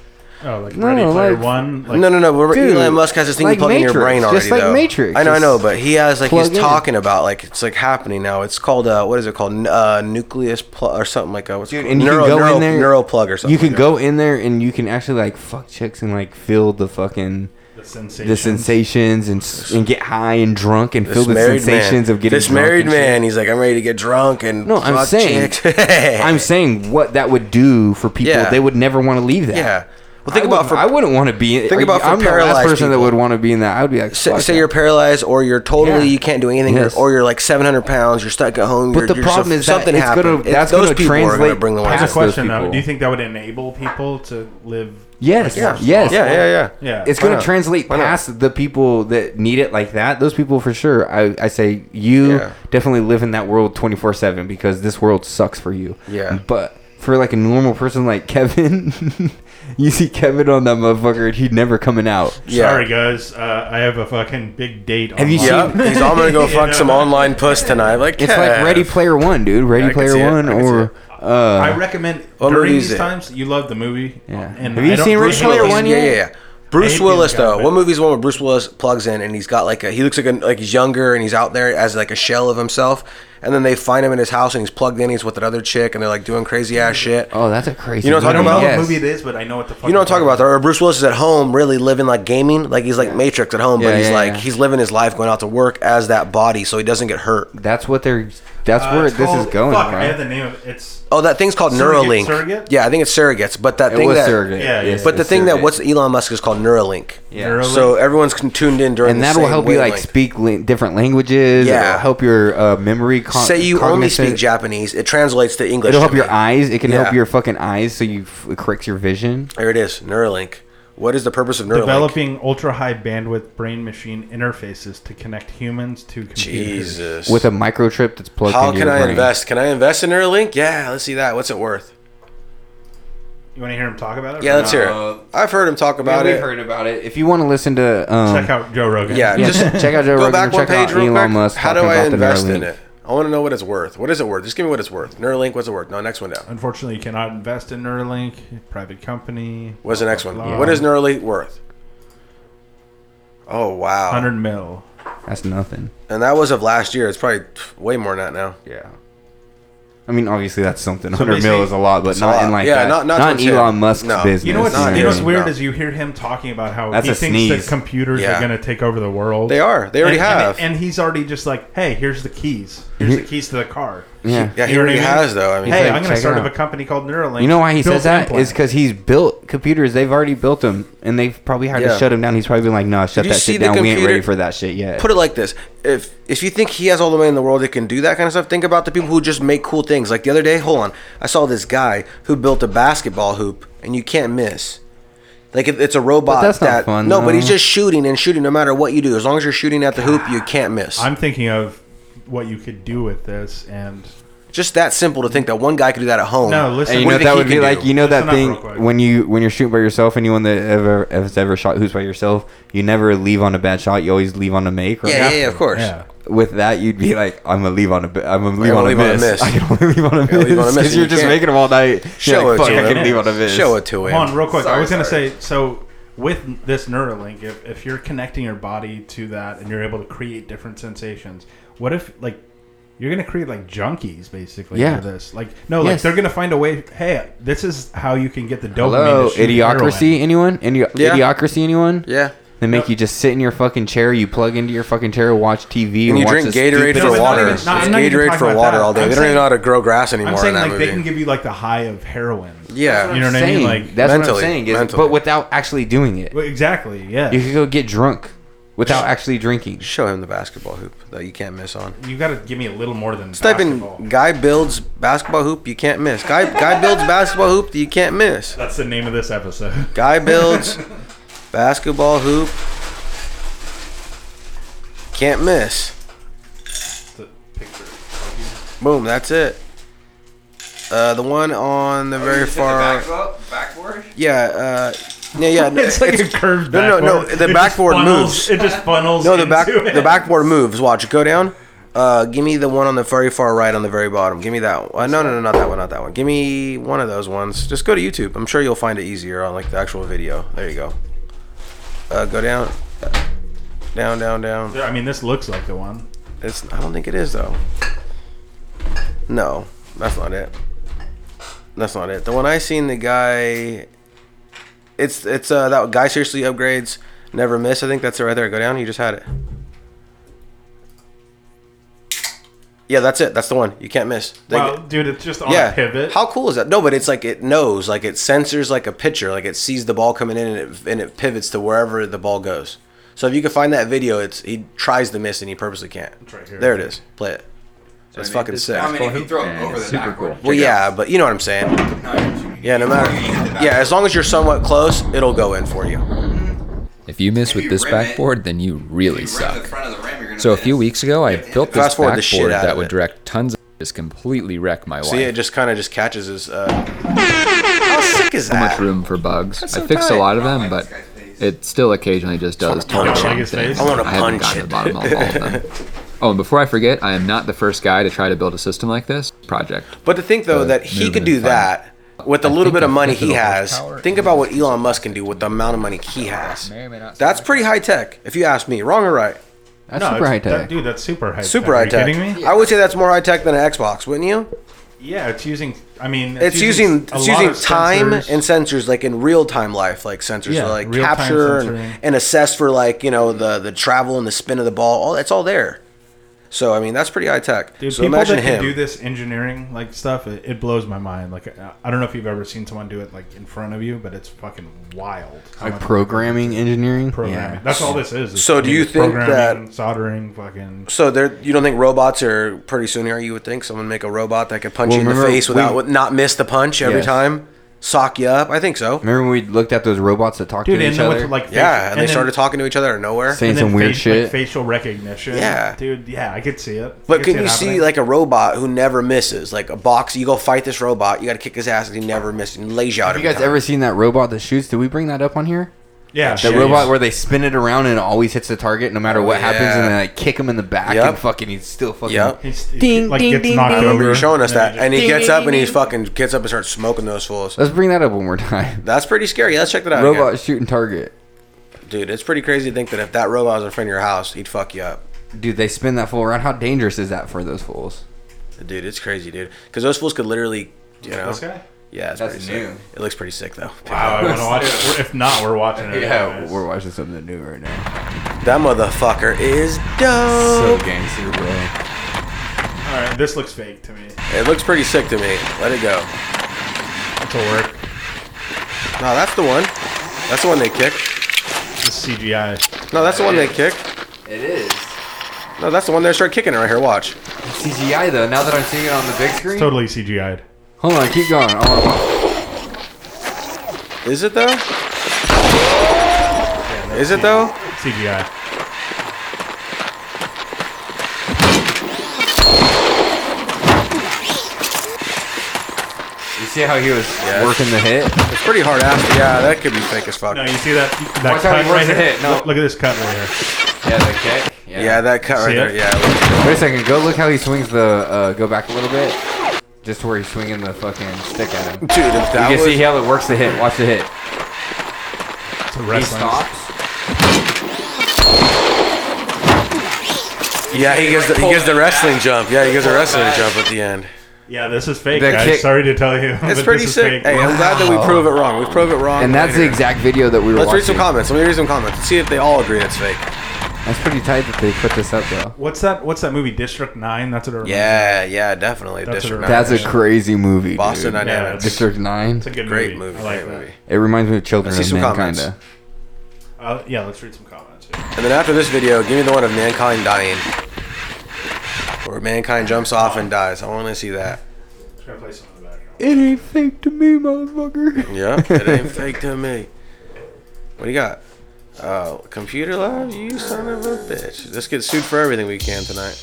Oh, like No, Ready Player like- One. Like, no, no, no. But Dude, Elon Musk has this thing like you plug in your Matrix, brain already. just like though. Matrix, I know, I know, just but he has like he's plug in. talking about like it's like happening now. It's called uh, what is it called? N- Uh, nucleus pl- or something like that. What's it Dude, called? and you Neural- can go neural- in there. neural plug or something. You can like go in there and you can actually like fuck chicks and like feel the fucking The sensation. the sensations and s- and get high and drunk and that. feel the married sensations man. of getting this drunk married and shit. man. He's like, I'm ready to get drunk and No, I'm fuck saying, chicks." <laughs> I'm saying what that would do for people. Yeah. They would never want to leave that. yeah. Well, think I wouldn't- about for I wouldn't want to be. in think about for I'm the last paralyzed person that people. would want to be in that. I would be like, Say, fuck say that. you're paralyzed, or you're totally Yeah. you can't do anything, Yes. or, or you're like 700 pounds, you're stuck at home. But you're, the you're problem so- is that something it's gonna- happened. It- that's those gonna people are gonna translate bring the That's past a lights. those question though. people. Do you think that would enable people to live? Yes, Yeah. yes, Yeah, yeah, yeah. Yeah. It's Why going not? to translate Why not? past the people that need it like that. Those people for sure. I, I say you Yeah. definitely live in that world 24/7 because this world sucks for you. Yeah. But for like a normal person like Kevin, <laughs> you see Kevin on that motherfucker and he never coming out. Yeah. Sorry guys, uh, I have a fucking big date. Have you online. seen- Yep. He's all gonna <laughs> go fuck some online puss tonight. Like It's like Ready Player 1, dude. Ready I can Player see it. 1 I can see or it. uh I recommend What during movie is these it? times. You love the movie. Yeah. And Have you I don't- seen Ready Bruce Bruce Player Willis- Willis. One Yeah, yet? yeah, yeah. Bruce hate Willis these guys, though. man. What movie is one where Bruce Willis plugs in and he's got like a he looks like a like he's younger and he's out there as like a shell of himself, and then they find him in his house and he's plugged in. He's with another chick and they're like doing crazy ass shit. Oh, that's a crazy. You know what I'm I don't talking know about? what Yes. movie it is, but I know what the fuck. You know what I'm talking about? it's Though? Or Bruce Willis is at home, really living like gaming, like he's like Matrix at home, Yeah, but he's yeah, like yeah. he's living his life, going out to work as that body, so he doesn't get hurt. That's what they're that's Uh, where it's this called- is going, Fuck, I bro. have the name of it's. Oh, that thing's called Surrogate- Neuralink. surrogate? Yeah, I think it's surrogates, but that It thing was that, surrogate. Yeah, yeah. Yes, but the it's thing that surrogate. what's Elon Musk is called Neuralink. Yeah. Neuralink. So everyone's con- tuned in during, and the that'll same help you like wavelength. speak li- different languages. Yeah. it'll help your uh, memory. Con- Say you only speak cognizant- Japanese, it translates to English. It'll to help your me. eyes. It can Yeah. help your fucking eyes, so you f- it corrects your vision. There it is, Neuralink. What is the purpose of Neuralink? Developing ultra high bandwidth brain machine interfaces to connect humans to computers. Jesus. With a microchip that's plugged. How into can your I brain. invest? Can I invest in Neuralink? Yeah, let's see that. What's it worth? You want to hear him talk about it? Yeah, let's hear Uh, it. I've heard him talk about it. about <laughs> it. If you want to listen to, um, Check out Joe Rogan. Yeah, yeah, <laughs> just check out Joe go Rogan back and one check out page real Elon quick. Musk How do talking I about the invest in Neuralink. it? I want to know what it's worth. What is it worth? Just give me what it's worth. Neuralink, what's it worth? No, next one down. Unfortunately, you cannot invest in Neuralink, private company. What's the next one? Yeah. What is Neuralink worth? Oh wow! 100 mil. That's nothing. And that was of last year. It's probably pff, way more than that now. Yeah. I mean, obviously that's something. So 100 mil basically- is a lot, but It's a not lot. in like Yeah, that. not- Not, not what I'm in saying. Elon Musk's No. business. You know what's, not you know what's good. weird No. is you hear him talking about how That's he a thinks sneeze. that computers Yeah. are going to take over the world. They are. They already And- and- have. And, he's already just like, hey, here's the keys. Here's the keys to the car. Yeah. Yeah, he You know what already I mean? has, though. I mean- hey, He's like, I'm going check to it start up out. a company called Neuralink. You know why he says Built that implant. is because he's built computers. They've already built them, and they've probably had Yeah. to shut him down. He's probably been like, "No, shut You that see shit the down. we ain't computer- ready for that shit yet." Put it like this: if if you think he has all the money in the world that can do that kind of stuff, think about the people who just make cool things. Like the other day, hold on, I saw this guy who built a basketball hoop, and you can't miss. Like it, it's a robot. that's not that, fun, No, but he's though. just shooting and shooting. No matter what you do, as long as you're shooting at the hoop, you can't miss. I'm thinking of what you could do with this, and just that simple to think that one guy could do that at home. No, listen- And you What know do that you would think he be can like do? you know Listen that up thing real quick. when you when you're shooting by yourself. Anyone that ever has ever shot who's by yourself, you never leave on a bad shot. You always leave on a make. Right? Yeah, yeah, yeah, of course. Yeah. With that, you'd be like, I'm gonna leave on a, bi- I'm gonna leave, I'm on, gonna a leave on a miss. <laughs> miss. I can only leave on a Yeah, leave on a miss miss because and you're you just can't. making them all night. You're Show like, it "Fuck, to I him. can leave on a miss. Show it to him. Hold on, real quick. I Sorry, was going to sorry. say so with this Neuralink, if, if you're connecting your body to that and you're able to create different sensations, what if like you're going to create like junkies basically Yeah. for this? Like no, like Yes. they're going to find a way. Hey, this is how you can get the dopamine. Hello, to shoot idiocracy. heroin. Anyone? Any- Yeah. Idiocracy. Anyone? Yeah. They make you just sit in your fucking chair. You plug into your fucking chair, watch TV, And you watch drink this Gatorade stupid- No, but for not water. even- It's no, I'm not even Gatorade talking for about water that. all day. I'm they don't even saying- know how to grow grass anymore I'm saying in that like movie. they can give you like the high of heroin. yeah, You know what I mean? Saying, Like- that's what I'm Mentally, saying. Is, mentally. but without actually doing it, Well, exactly. Yeah. you could go get drunk without actually drinking. show him the basketball hoop that you can't miss on. You got to give me a little more than Just type basketball. in guy builds basketball hoop you can't miss. Guy guy builds basketball hoop that you can't miss. That's the name of this episode. <laughs> Guy builds basketball <laughs> hoop can't miss. the picture. Boom, that's it. Uh, the one on the very far. backboard? Yeah, uh, yeah, yeah. no, <laughs> It's like a curved No, no, no. The backboard. It just backboard funnels- moves. it just funnels No, the back into it. the backboard moves. Watch, go down. Uh, give me the one on the very far right on the very bottom. Give me that. One. Uh, no, no, no, not that one, not that one. Give me one of those ones. Just go to YouTube. I'm sure you'll find it easier on like the actual video. There you go. Uh, go down, down, down, down. I mean, this looks like the one. It's. I don't think it is though. No, that's not it. That's not it. The one I seen, the guy. It's it's uh that guy seriously upgrades never miss. I think that's it right there. Go down. You just had it. Yeah, that's it. That's the one. You can't miss. They- Wow, dude, it's just on yeah. a pivot. How cool is that? No, but it's like it knows, like it sensors like a pitcher, like it sees the ball coming in and it and it pivots to wherever the ball goes. So if you can find that video, it's he tries to miss and he purposely can't. It's right here. There it is. Play it. That's fucking sick. I mean, if you throw it over the super backboard. Well, yeah, but you know what I'm saying. Yeah, no matter. Yeah, as long as you're somewhat close, it'll go in for you. <clears throat> If you miss with this rim it- backboard, then you really the suck. front of the rim, you're gonna So a few weeks ago, I built this Fast forward the shit backboard out that of would it. direct tons of just completely wreck my See, wife. it just kind of just catches his. Uh... How sick is So much that? room for bugs. That's I so fixed tight. a lot of them, but it still occasionally just does wanna punch totally it. things. I wanna haven't punch gotten to the it. bottom of all of <laughs> them. Oh, and before I forget, I am not the first guy to try to build a system like this project. But to think though The that he could movement do is fine. that with the little think bit of I money think he it'll has, horsepower think about what Elon Musk can do with the amount of money he has. That's pretty high tech, if you ask me. Wrong or right? That's No, super high it's- that- tech. dude, that's super high. Super high Are tech. you kidding me? I would say that's more high tech than an Xbox, wouldn't you? Yeah, it's using. I mean, It's, using a it's lot using of time sensors. and sensors like in real time life, like sensors Yeah, to like real-time capture sensing. and, and assess for like you know the the travel and the spin of the ball. All that's all there. So I mean that's pretty high tech. Dude, so people imagine that him. can do this engineering like stuff, it, it blows my mind. Like, I I don't know if you've ever seen someone do it like in front of you, but it's fucking wild. How Like much- programming, engineering. programming. Yeah. That's all this is. is So do you think programming, soldering, fucking? So there, you don't think robots are pretty soon here? You would think someone make a robot that could punch Well, you in the remember face without we- not miss the punch every Yes. time, sock you up. I think so. Remember when we looked at those robots that talked Dude, to and each then other? with like facial- yeah, and, they then- started talking to each other out of nowhere. Saying and then some weird face- shit. like, facial recognition. Yeah. dude. Yeah, I could see it. I But could can it you see happening. like a robot who never misses? Like a box, you go fight this robot, you got to kick his ass, and he never misses, and lays you Have out. you every guys time. ever seen that robot that shoots? Did we bring that up on here? yeah, That yeah, robot where they spin it around and it always hits the target no matter Oh, what happens, and yeah. they like kick him in the back Yep. and fucking he's still fucking. Yep. He's, he's, Ding, like ding, gets ding, knocked ding. I remember over. you showing us and then that, and he Ding, gets ding, up and he ding. fucking gets up and starts smoking those fools. Let's bring that up one more <laughs> time. That's pretty scary. Let's check that out, Robot shooting target. again. dude. It's pretty crazy to think that if that robot was in front of your house, he'd fuck you up. Dude, they spin that fool around. How dangerous is that for those fools? Dude, it's crazy, dude. Because those fools could literally, you know. This guy? Yeah, it's That's pretty new. Sick. It looks pretty sick though. Wow, I <laughs> want to watch it. If not, we're watching it. Yeah, anyways. we're watching something new right now. That motherfucker is dope. gangster, bro. All This looks fake to me. It looks pretty sick to me. Let it go. It'll work. No, that's the one. That's the one they kick. It's CGI. No, that's the one they kick. It is. No, that's the one they start kicking it right here. Watch. It's CGI though. Now that I'm seeing it on the big screen. It's totally CGI'd. Hold on, keep going. I wanna watch. Is it though? Is it though? CGI. You see how he was working the hit? It's pretty hard ass. Yeah, that could be fake as fuck. No, you see that that Watch how cut he right works here. the hit. No. Look, look at this cut right here. Yeah, the kick. Yeah, that cut right See there. it? Yeah. it looks- Wait a second. Go look how he swings the. Uh, go back a little bit. Just where he's swinging the fucking stick at him. Dude, if that you can was- see how it works the hit. Watch the hit. It's a He wrestling. stops. Yeah, he gives the, he gives the wrestling jump. Yeah, he gives the wrestling jump at the end. Yeah, this is fake, The guys. kick- Sorry to tell you. but It's pretty this is sick. Fake. Hey, I'm glad that we Wow. prove it wrong. We prove it wrong. And that's the later. exact video that we were Let's read watching. some comments. Let me read some comments. Let's see if they all agree it's fake. That's pretty tight that they put this up though. What's that? What's that movie? District Nine. That's what. It reminds Yeah, yeah, definitely. That's District a- Nine. That's a crazy movie. Boston dude. Dynamics. District Nine. It's a good Great movie. movie. I like great that. movie. It reminds me of I Children see of some Men, comments. kinda. Uh, yeah, let's read some comments. here. And then after this video, give me the one of mankind dying, where mankind jumps off and dies. I want to see that. Just gonna play some in the background. It ain't fake to me, motherfucker. <laughs> Yeah, it ain't fake to me. What do you got? Uh, computer lab, you son of a bitch. Let's get sued for everything we can tonight.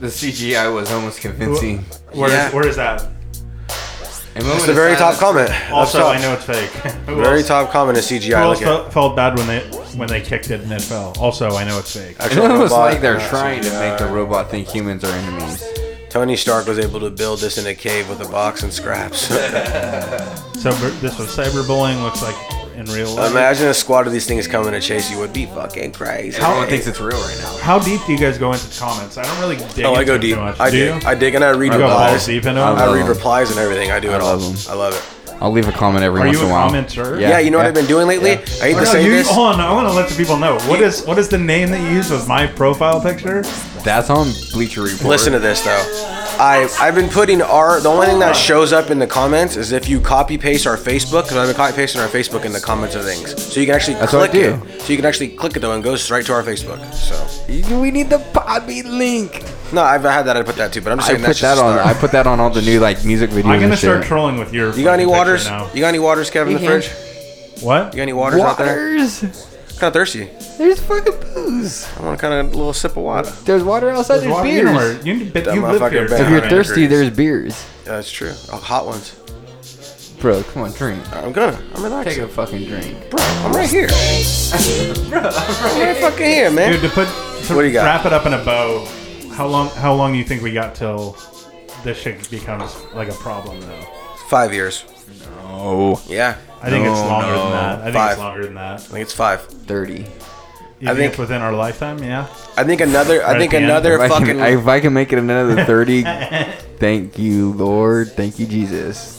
The CGI was almost convincing. Where is Yeah. where is that? And That's the very top comment. Up Also, top. I know it's fake. <laughs> Who Very else- top comment is CGI. Who else Look at felt, felt bad when they when they kicked it and it fell? Also, I know it's <laughs> fake. It's actual almost robot, like they're not trying to CGI. make the robot think humans are enemies. Tony Stark was able to build this in a cave with a box and <laughs> scraps. <laughs> So b- this was cyberbullying. Looks like in real life. Imagine a squad of these things coming to chase you would be fucking crazy. Everyone thinks it's real right now. How deep do you guys go into comments? I don't really dig. Oh, I into go it too deep. Much. I do. dig. I dig and I read I go balls replies. deep into I it. love- I read them. replies and everything. I do I it all. love them. I love it. I'll leave a comment every Are once you in a a while. commenter? Yeah, you know what I've been doing lately? I hate Oh, to no, say you- this. Hold on, I want to let the people know what is what is the name that you used was my profile picture. That's on Bleacher Report. Listen to this though. I I've been putting our the only thing that shows up in the comments is if you copy paste our Facebook because I've been copy pasting our Facebook in the comments of things. So you can actually That's what I click do. it. So you can actually click it though and it goes right to our Facebook. So We need the Podbean link. no, I've had that. I put that too, but I'm just I saying put that's that just uh, a on. I start. put that on all the new like music videos. I'm gonna and start shit. trolling with your. You got any fucking picture waters? Now. You got any waters, Kevin? in The Yeah. fridge? What? You got any waters, out there? Waters. Kind of thirsty. There's fucking booze. I want kind of a little sip of water. There's water outside. There's, Why- You, know beers. where- you, you That live motherfucker here. bad. If you're Yeah, thirsty, agrees. there's beers. Yeah, that's true. Oh, hot ones. Bro, come on, drink. I'm gonna. I'm Take relaxing. a fucking drink. I'm <laughs> right here. I'm right fucking here, man. dude, to put to What do you got? wrap it up in a bow. How long? How long do you think we got till this shit becomes like a problem though? Five years. Oh, Yeah, I think it's No, longer no. than that. I think Five. it's longer than that. I think it's five. dirty. You I think, think- it's within our lifetime? Yeah. I think another. Right I at think the end. another If I, fucking. can, if I can make it another <laughs> thirty, thank you, Lord. Thank you, Jesus.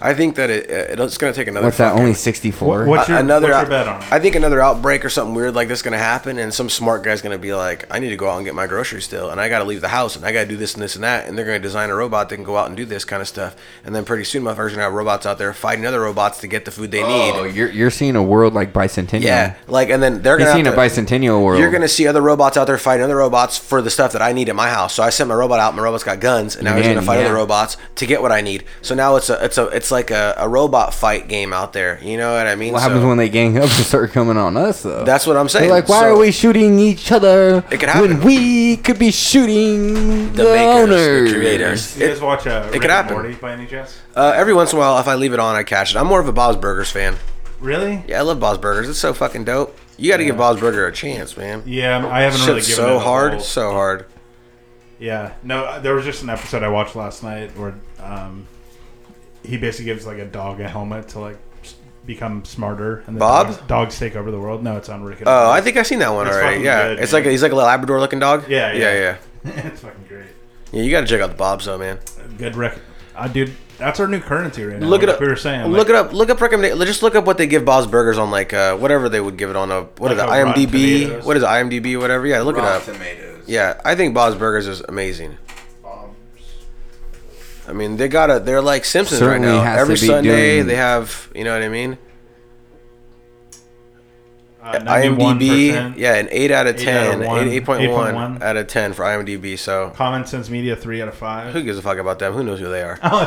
I think that it, uh, it it's gonna take another. What's that? fucking- Only sixty-four. What- what's your, another. what's your bet on it? I think another outbreak or something weird like this gonna happen, and some smart guy's gonna be like, "I need to go out and get my groceries still, and I gotta leave the house, and I gotta do this and this and that," and they're gonna design a robot that can go out and do this kind of stuff, and then pretty soon, motherfuckers are gonna have robots out there fighting other robots to get the food they Oh, need. you're you're seeing a world like bicentennial. Yeah, like, and then they're You're gonna. seeing a have to- bicentennial world. You're gonna see other robots out there fighting other robots for the stuff that I need at my house. So I sent my robot out. My robot's got guns, and now he's Man, gonna fight yeah. other robots to get what I need. So now it's a it's a it's like a, a robot fight game out there. You know what I mean? What happens So when they gang up and start coming on us though? That's what I'm They're saying. like, why So are we shooting each other It could happen. when we could be shooting the, the makers, owners? the creators? You guys watch uh, Rick could and happen. Morty by any chance? Uh, every once in a while, if I leave it on, I catch it. I'm more of a Bob's Burgers fan. Really? Yeah, I love Bob's Burgers. It's so fucking dope. You got to give Bob's Burger a chance, man. Yeah, I haven't really Shit's given it so a hard, whole- so hard. Yeah, no, uh, there was just an episode I watched last night where um, he basically gives like a dog a helmet to like s- become smarter, and the Bob? dogs, dogs take over the world. No, it's on Rick. And Oh, Morty. I think I've seen that one It's already. fucking Yeah, good, it's man. like a, he's like a Labrador looking dog. Yeah, yeah. yeah, yeah. it's fucking great. Yeah, you got to check out the Bob's though, man. Good Rick, uh, dude. That's our new currency right now. look it like up. We were saying. Look like, it up. Look up recommend. Just look up what they give Bob's Burgers on like uh, whatever they would give it on a what is Like it, a Rotten IMDb? Tomatoes. What is it, IMDb? Whatever. Yeah, look it up. tomatoes. Yeah, I think Bob's Burgers is amazing. I mean, they gotta. They're like Simpsons Certainly right has now. to Every be Sunday doing- they have. You know what I mean? Uh, IMDb, 91%. yeah, an eight out of Eight out of ten, one. eight point one 8.1. out of ten for IMDb. So Common Sense Media three out of five. who gives a fuck about them? Who knows who they are? Oh,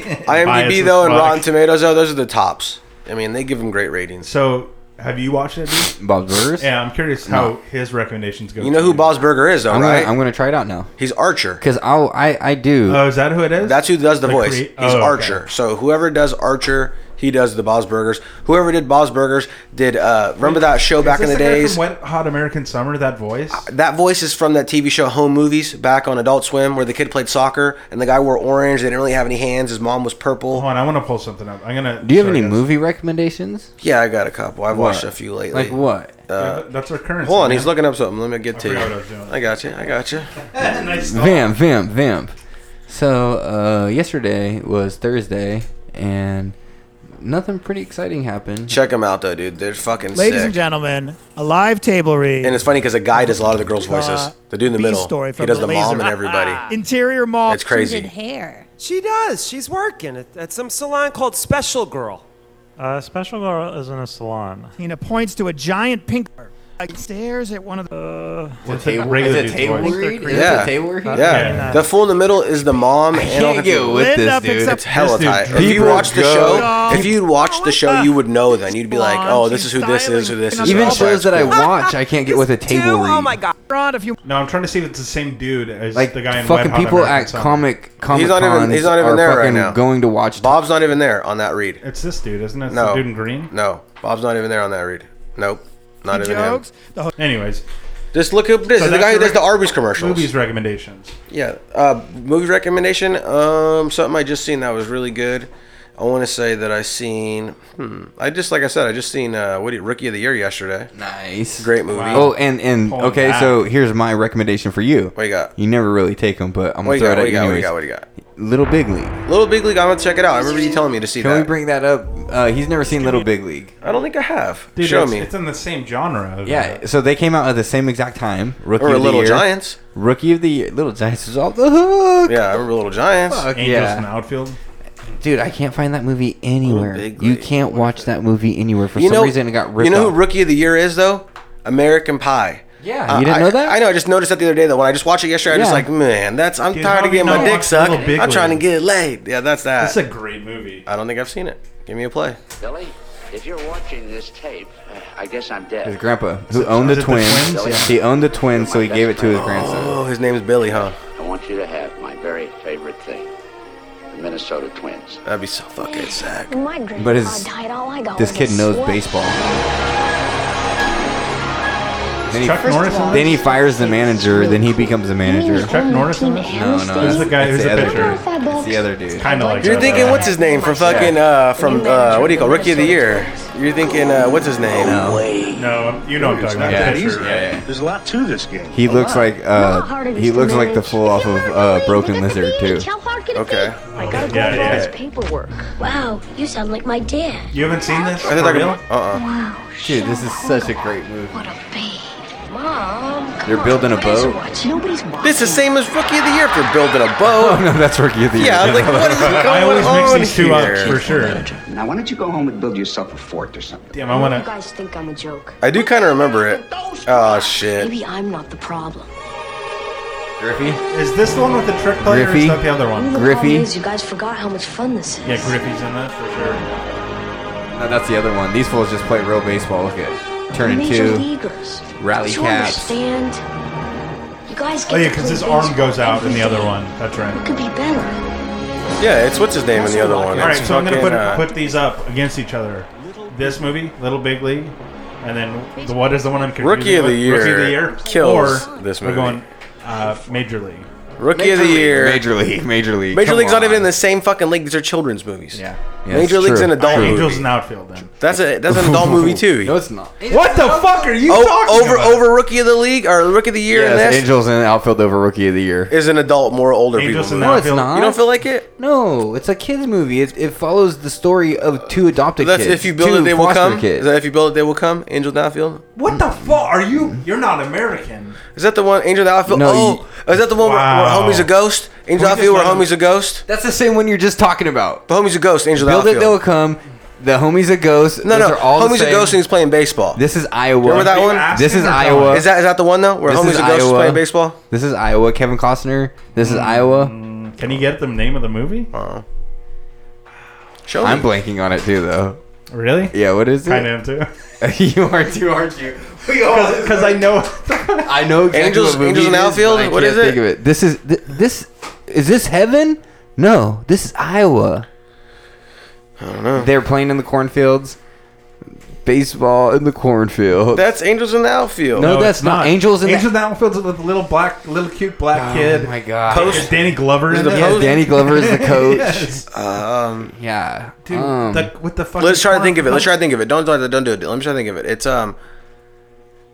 <laughs> Biased IMDb as though and fuck. Rotten Tomatoes though, those are the tops. I mean, they give them great ratings. So, have you watched it? dude? Bob's Burgers? Yeah, I'm curious how his recommendations go. You know who Bob's Burger is though, I'm gonna, right? I'm gonna try it out now. He's Archer. Cause I'll, I I do. Oh, is that who it is? That's who does the, The voice. crea- He's oh, okay. Archer. So whoever does Archer, he does the Bob's Burgers. Whoever did Bob's Burgers did. Uh, remember that show Is back in this the guy days? From Wet Hot American Summer, that voice. That voice is from that TV show Home Movies back on Adult Swim, where the kid played soccer and the guy wore orange. They didn't really have any hands. His mom was purple. Hold on, I want to pull something up. I'm gonna. Do you have sorry, any guys. movie recommendations? Yeah, I got a couple. I've watched What? a few lately. Like what? Uh, Yeah, that's our currency. hold on, man. he's looking up something. Let me get to you. forgot what I was doing. I got you. I got you. nice thought. Vamp, vamp, vamp. So uh, yesterday was Thursday, and nothing pretty exciting happened. Check them out though, dude. They're fucking Ladies sick. and gentlemen, a live table read. And it's funny because a guy does a lot of the girls' voices. Uh, the dude in the B middle, story he from does the, the mom laser. <laughs> and everybody. Interior mall. It's crazy. hair. She does. She's working at, at some salon called Special Girl. Uh, Special Girl is in a salon. Tina points to a giant pink. Like stares at one of the. Is it table- Uh, regular is it dude's table voice? read? Is it Yeah, a table read? yeah. Yeah. The fool in the middle is the mom. I and can't all the get people. with Linda this, picks dude. up- It's hella This dude tight. If you people watch the go- show, if you watched the show, you would know. Then you'd be like, oh, this is who this is, who this is. Even That's why shows it's that I <laughs> cool. watch, I can't get with a table Oh read. god! Rod, if you No, I'm trying to see if it's the same dude as like the guy in Wet fucking Hot people American at Summer. comic comic He's not even. He's not even are there fucking right now. going to watch. Bob's not even there on that read. It's this dude, isn't it? It's no, the dude in green. No, Bob's not even there on that read. Nope, not He even jokes. him. Anyways, just look up this. So the that's guy who the does the rec- Arby's commercials. movies recommendations. Yeah. Uh, movie recommendation. Um, something I just seen that was really good. I want to say that I seen. Hmm, I just like I said, I just seen uh, what do you- Rookie of the Year yesterday. Nice. Great movie. Oh, and and Pulling okay, back. so here's my recommendation for you. What you got? You never really take them, but I'm gonna What you throw got? What it you at got? you What you anyways. got? What you got? Little Big League. Little Big League. I'm gonna check it out. I remember you telling me to see Can that. we bring that up? Uh, he's never seen Little Big League. I don't think I have. Dude, Show it's, me. It's in the same genre. Of, uh, Yeah, so they came out at the same exact time. Rookie Or of the Little year. Giants. Rookie of the year. Little Giants is off the hook. Yeah, I remember Little Giants. Fuck Angels yeah. in the outfield. Dude, I can't find that movie anywhere. Big You can't watch that movie anywhere. For you some know, reason, it got ripped you know off. who Rookie of the Year is though? American Pie. Yeah, you didn't know that? I know. I just noticed that the other day. Though when I just watched it yesterday, I was Yeah. just like, man, that's I'm Dude, tired of how do we getting my not dick watch sucked. Little Big I'm trying to League? get laid. Yeah, that's that. That's a great movie. I don't think I've seen it. Give me a play. Billy, if you're watching this tape, uh, I guess I'm dead. His grandpa, who owned the twins. He owned the twins, so he gave it to his grandson. Oh, his name's Billy, huh? I want you to have my very favorite thing the Minnesota Twins. That'd be so fucking sick. My But his this kid knows baseball. Then he, Chuck First Norris of in all, this? then he fires the manager. Then he becomes the manager. Is Chuck Norris in this? No, no, That's the guy who's the a other pitcher. dude. It's the other dude. Kind of like You're that, thinking though. what's his name from fucking uh from uh what do you call Rookie of the Year? You're thinking uh what's his name? No, you know what I'm talking about. Yeah. The pitcher. There's a lot to this game. He looks like uh, he looks like the fool off of uh, Broken Lizard too. Okay. I gotta go Yeah, through yeah. all this paperwork. Wow, you sound like my dad. You haven't seen this? Are they For talking real? about- Uh-uh. Dude, this is such a great movie. Mom. They're building a boat. Nobody's watching. This is same as Rookie of the Year for building a boat. <laughs> Oh no, that's Rookie of the Year. Yeah, I was like, what is going I always mix on these two up here? for sure. Now, why don't you go home and build yourself a fort or something? Damn, I want You to. guys think I'm a joke. I do kind of remember it. Oh shit. Maybe I'm not the problem. Griffey. Is this the one with the trick player or Griffey? is that the other one? The problem is you guys forgot how much fun this is. Yeah, Griffey's in that for sure. No, that's the other one. These fools just play real baseball. Look at turn and Major two, leaguers. rally Don't you caps. understand? You guys get Oh yeah, to because play his arm baseball goes out in every the other day. one. That's What right. could be better? Yeah, it's what's his name in the other one. All right, It's so I'm gonna fucking, put uh, put these up against each other. This movie, Little Big League, and then the, what is the one I'm confusing Rookie of the with? Rookie of the Year Year kills or this We're movie. going uh, Major League. Rookie of the Year. Major League, Major League. Major Come League's not on. even in the same fucking league. These are children's movies. Yeah. Yeah, Major it's League's true. an adult True. Angels movie. in outfield. Then That's a that's an adult movie too. <laughs> No, it's not. what the fuck are you O- talking over about? over Rookie of the League or Rookie of the Year and Yes, this Angels in the outfield over Rookie of the Year. is an adult, more older Angels people. in movie. No, it's not. You don't feel like it? No, it's a kids movie. It, it follows the story of two adopted That's kids. if you build two it, they will foster come. Kids. Is that if you build it, they will come? Angel in the outfield. What the fuck are you? You're not American. Is that the one? Angel in the outfield. No, oh, is that the one where- Wow. where, homie's a ghost. Can Angel we just Outfield, where let him- homie's a ghost. That's the same one you're just talking about. The homie's a ghost. Angel Build Outfield. it, they'll come. The homie's a ghost. No, Those no. Are all the homie's a same. ghost and he's playing baseball. This is Iowa. Remember that one? This is Iowa. Is that is that the one though? Where This homie's is a ghost is Iowa. playing baseball? This is Iowa. Kevin Costner. This is Iowa. mm, Can you get the name of the movie? Oh. Show I'm me. blanking on it too, though. Really? Yeah. What is it? I am too. <laughs> you are too, aren't you? <laughs> Because I know. <laughs> I know exactly Angels- what movie Angels it in is, Outfield? but I What can't is it? Think of it. This is th- this is this heaven? No, this is Iowa. I don't know. They're playing in the cornfields. Baseball in the cornfield. That's Angels in the Outfield. No, that's not. Angels in the- Angels in the Outfield with a little black, little cute black Oh kid. my God. Post Danny Glover Is in it the it. Yeah, Post- Danny Glover <laughs> is the coach. Yes. Um, yeah. Dude, Um, the, with the fucking. Let's try to corn- think of it. Let's try to think of it. Don't don't don't do it. Let me try to think of it. It's um,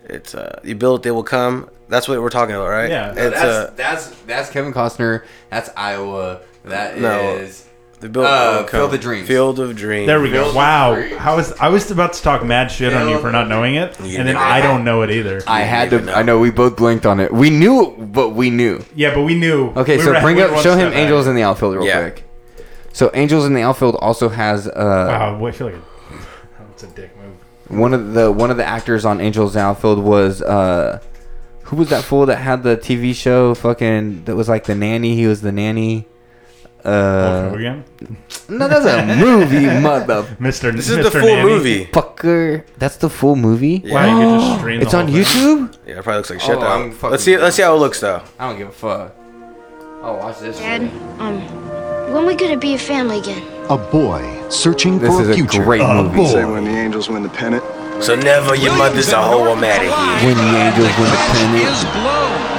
it's uh, you build it, they will come. That's what we're talking about, right? Yeah. It's uh, that's that's Kevin Costner. That's Iowa. That is No. the build. uh, Field of Dreams. Field of Dreams. There we go. Build Wow. the dreams. How was I was about to talk mad shit on you for not knowing it, You and then didn't. I don't know it either. I had to. I know we both blinked on it. We knew, it, but we knew. yeah, but we knew. Okay, We so were- bring we were up, one show step him back. Angels in the Outfield real Yeah. quick. So Angels in the Outfield also has uh, Wow, I feel like a- it's a dick move. one of the one of the actors on Angels in the Outfield was uh, who was that fool that had the TV show fucking that was like the nanny? He was the nanny. Over Uh, again, no, that's a <laughs> movie, motherfucker. Mister. This is the full movie. That's the full movie. Yeah. Wow, you could just stream the It's on whole thing. YouTube. Yeah, it probably looks like shit Oh, I'm though. fucking Let's see. Let's see how it looks though. I don't give a fuck. Oh, watch this. Dad, um, when we gonna be a family again? A boy searching This for is a a future. great movie. Uh, when the Angels win the pennant, So never your mother's a whole woman. When the angels win the planet.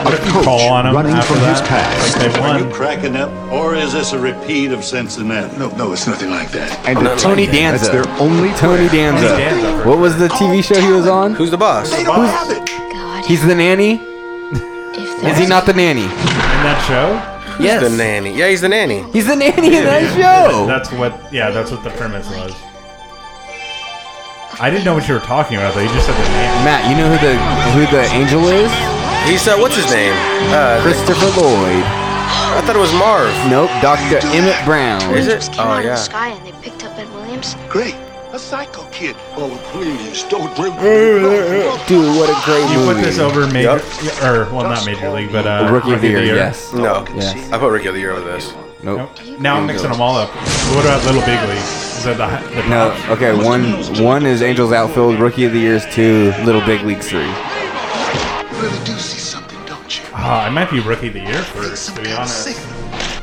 What if you call on him after that? Like they won. cracking up, or is this a repeat of Cincinnati? No, no, it's nothing like that. and no, no. Tony Danza. That's their only Tony Danza. Tony Danza. What was the TV show he was on? Who's the boss? God, He's the nanny. if Is he not the nanny? In that show, Yes. The nanny. Yeah, he's the nanny. He's the nanny in that show. that's what. Yeah, that's what the premise was. I didn't know what you were talking about though. You just said the name. Matt, you know who the who the angel is? He's uh, what's his name? Uh, Christopher Lloyd. I thought it was Marv. Nope, Dr. Emmett Brown. Is angels it? came Oh out of the yeah. sky and they picked up Ed Williams? Great. A psycho kid. Oh, please, don't bring Dude, what a great You movie. put this over major, yeah, or well, not major league, but uh, Rookie of the year, yes. No, Yes. I put Ricky of the Year with this. Nope. Nope. Now I'm mixing them all up. What about Little Big League? Is that the, the No, top? okay, one one is Angels Outfield, Rookie of the Year's two, Little Big Leagues three. Really do see something, don't you? Ah, I might be rookie of the year for to be honest.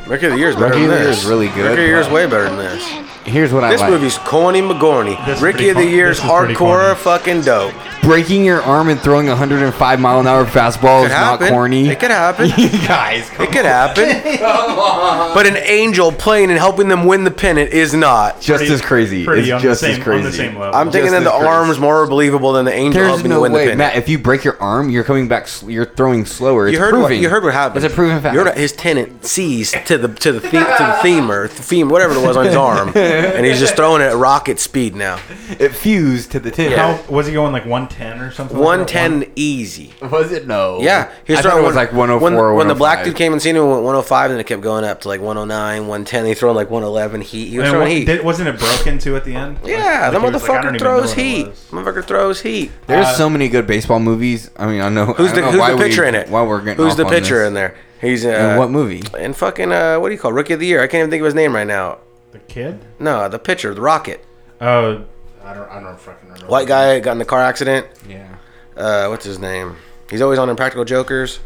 Ricky of the Year is better Rookie of than the Year this. is really good, Ricky of the Year is but- way better than this. Here's what This I like. movie's corny McGorny. This is Ricky pretty of the corny. Year's This is pretty hardcore fucking dope. Breaking your arm and throwing a 105 mile an hour fastball Could is not happen. corny. It <laughs> could happen. Guys, It <laughs> could happen. But an angel playing and helping them win the pennant is not. just Pretty- as crazy. pretty It's on the just same- as on crazy. the same level. I'm thinking Just that the as crazy. arm's more believable than the angel There's helping no them win the way, pennant. Matt. If you break your arm, you're coming back. Sl- you're throwing slower. It's you heard proven. what you heard what happened. It's a proven fact. You heard his tenant sees to the to the the, to the femur, the femur, whatever it was on <laughs> his arm, and he's just throwing it at rocket speed now. it fused to the tin. How was he going like 110 or something? like that? One ten easy. How was it? No. Yeah, he I thought it was like 104. When, or when the black 105. dude came and seen him, it went 105, and then it kept going up to like 109, 110. They thrown like 111 heat. He was And throwing wa- heat. did- wasn't it broken too at the end? Like- yeah, like the he was like, I motherfucker don't even know throws what it heat. was. Motherfucker throws heat. There's uh, so many good baseball movies. I mean, I know. Who's I the don't know who's why the we- pitcher in it? Why we're getting who's off the on pitcher this. in there? He's uh, In what movie? In fucking uh, what do you call it? rookie of the year? I can't even think of his name right now. The kid? No, the pitcher, the Rocket, Oh, I don't. I don't fucking remember. white guy got in a car accident. Yeah. Uh, what's his name? He's always on Impractical Jokers.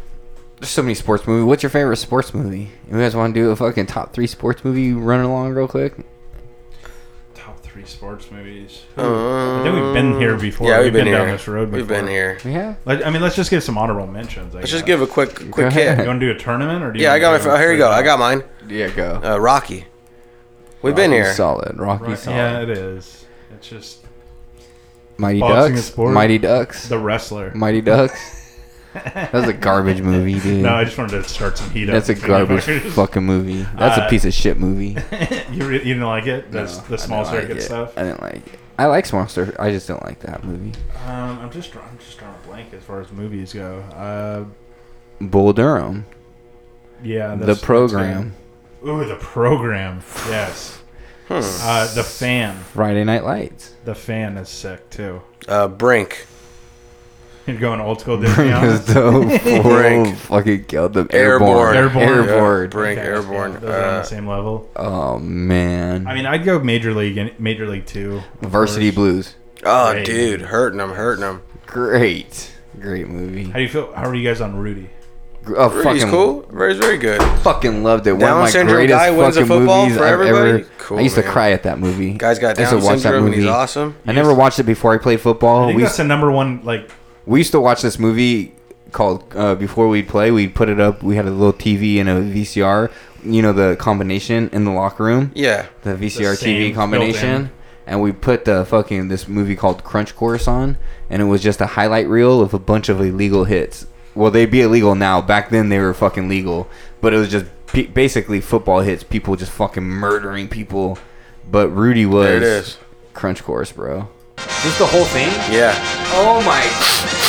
There's so many sports movies. What's your favorite sports movie? You guys want to do a fucking top three sports movie running along real quick? Top three sports movies. Who- I think we've been here before. Yeah, we've, we've, been, here. down this road before. We've been here. We have. Like, I mean, let's just give some honorable mentions. I Let's just give a quick quick ahead. You hit. want to do a tournament or do you Yeah, I wanna got my. do oh, Here you straight go. up? I got mine. Yeah, go. Uh, Rocky. We've been Rocky's here. Solid. Rocky Right, solid. yeah, it is. It's just Mighty Boxing Ducks. is sport. Mighty Ducks. the wrestler. Mighty <laughs> Ducks. that was a garbage movie, dude. No, I just wanted to start some heat That's a up. between <laughs> garbage motherfuckers. fucking movie. That's a Uh, piece of shit movie. <laughs> you, re- you didn't like it? That's No, I the small didn't like circuit it. stuff. I didn't like it. I like Small Circuit. I just don't like that movie. Um, I'm just drawing, I'm just drawing a blank as far as movies go. Uh, Bull Durham. Yeah, the that's- program. Ooh, the program. <laughs> Yes. Uh, the fan. Friday Night Lights. The fan is sick too. Uh, Brink. You're going old school Disney. Brink on is us? dope. <laughs> Brink. Fucking killed them. Airborne. Airborne. Airborne. Yeah, Brink, Airborne. Those are on Uh, the same level. Oh, man. I mean, I'd go major league, and major league two. of Varsity course. Blues. Oh, Great. dude, hurting him, hurting him. Great. Great movie. How do you feel? How are you guys on Rudy? Oh, Rudy's fucking- cool. Rudy's very good. Fucking loved it. Down One of my syndrome greatest guy wins the fucking football movies for I've everybody? ever. Cool, I used to man. cry at that movie. Guy's got I used to Down watch that syndrome and movie. he's awesome. I never watched it before I played I football. think we that's the number one. Like, We used to watch this movie called uh, Before We'd Play. We'd put it up. We had a little TV and a VCR. You know the combination in the locker room. Yeah. The VCR TV The same combination. built-in. And we put the fucking this movie called Crunch Course on, and it was just a highlight reel of a bunch of illegal hits. Well, they'd be illegal now. Back then, they were fucking legal, but it was just pe- basically football hits. People just fucking murdering people. But Rudy was There it is. Crunch Course, bro. Just the whole thing. Yeah. Oh my!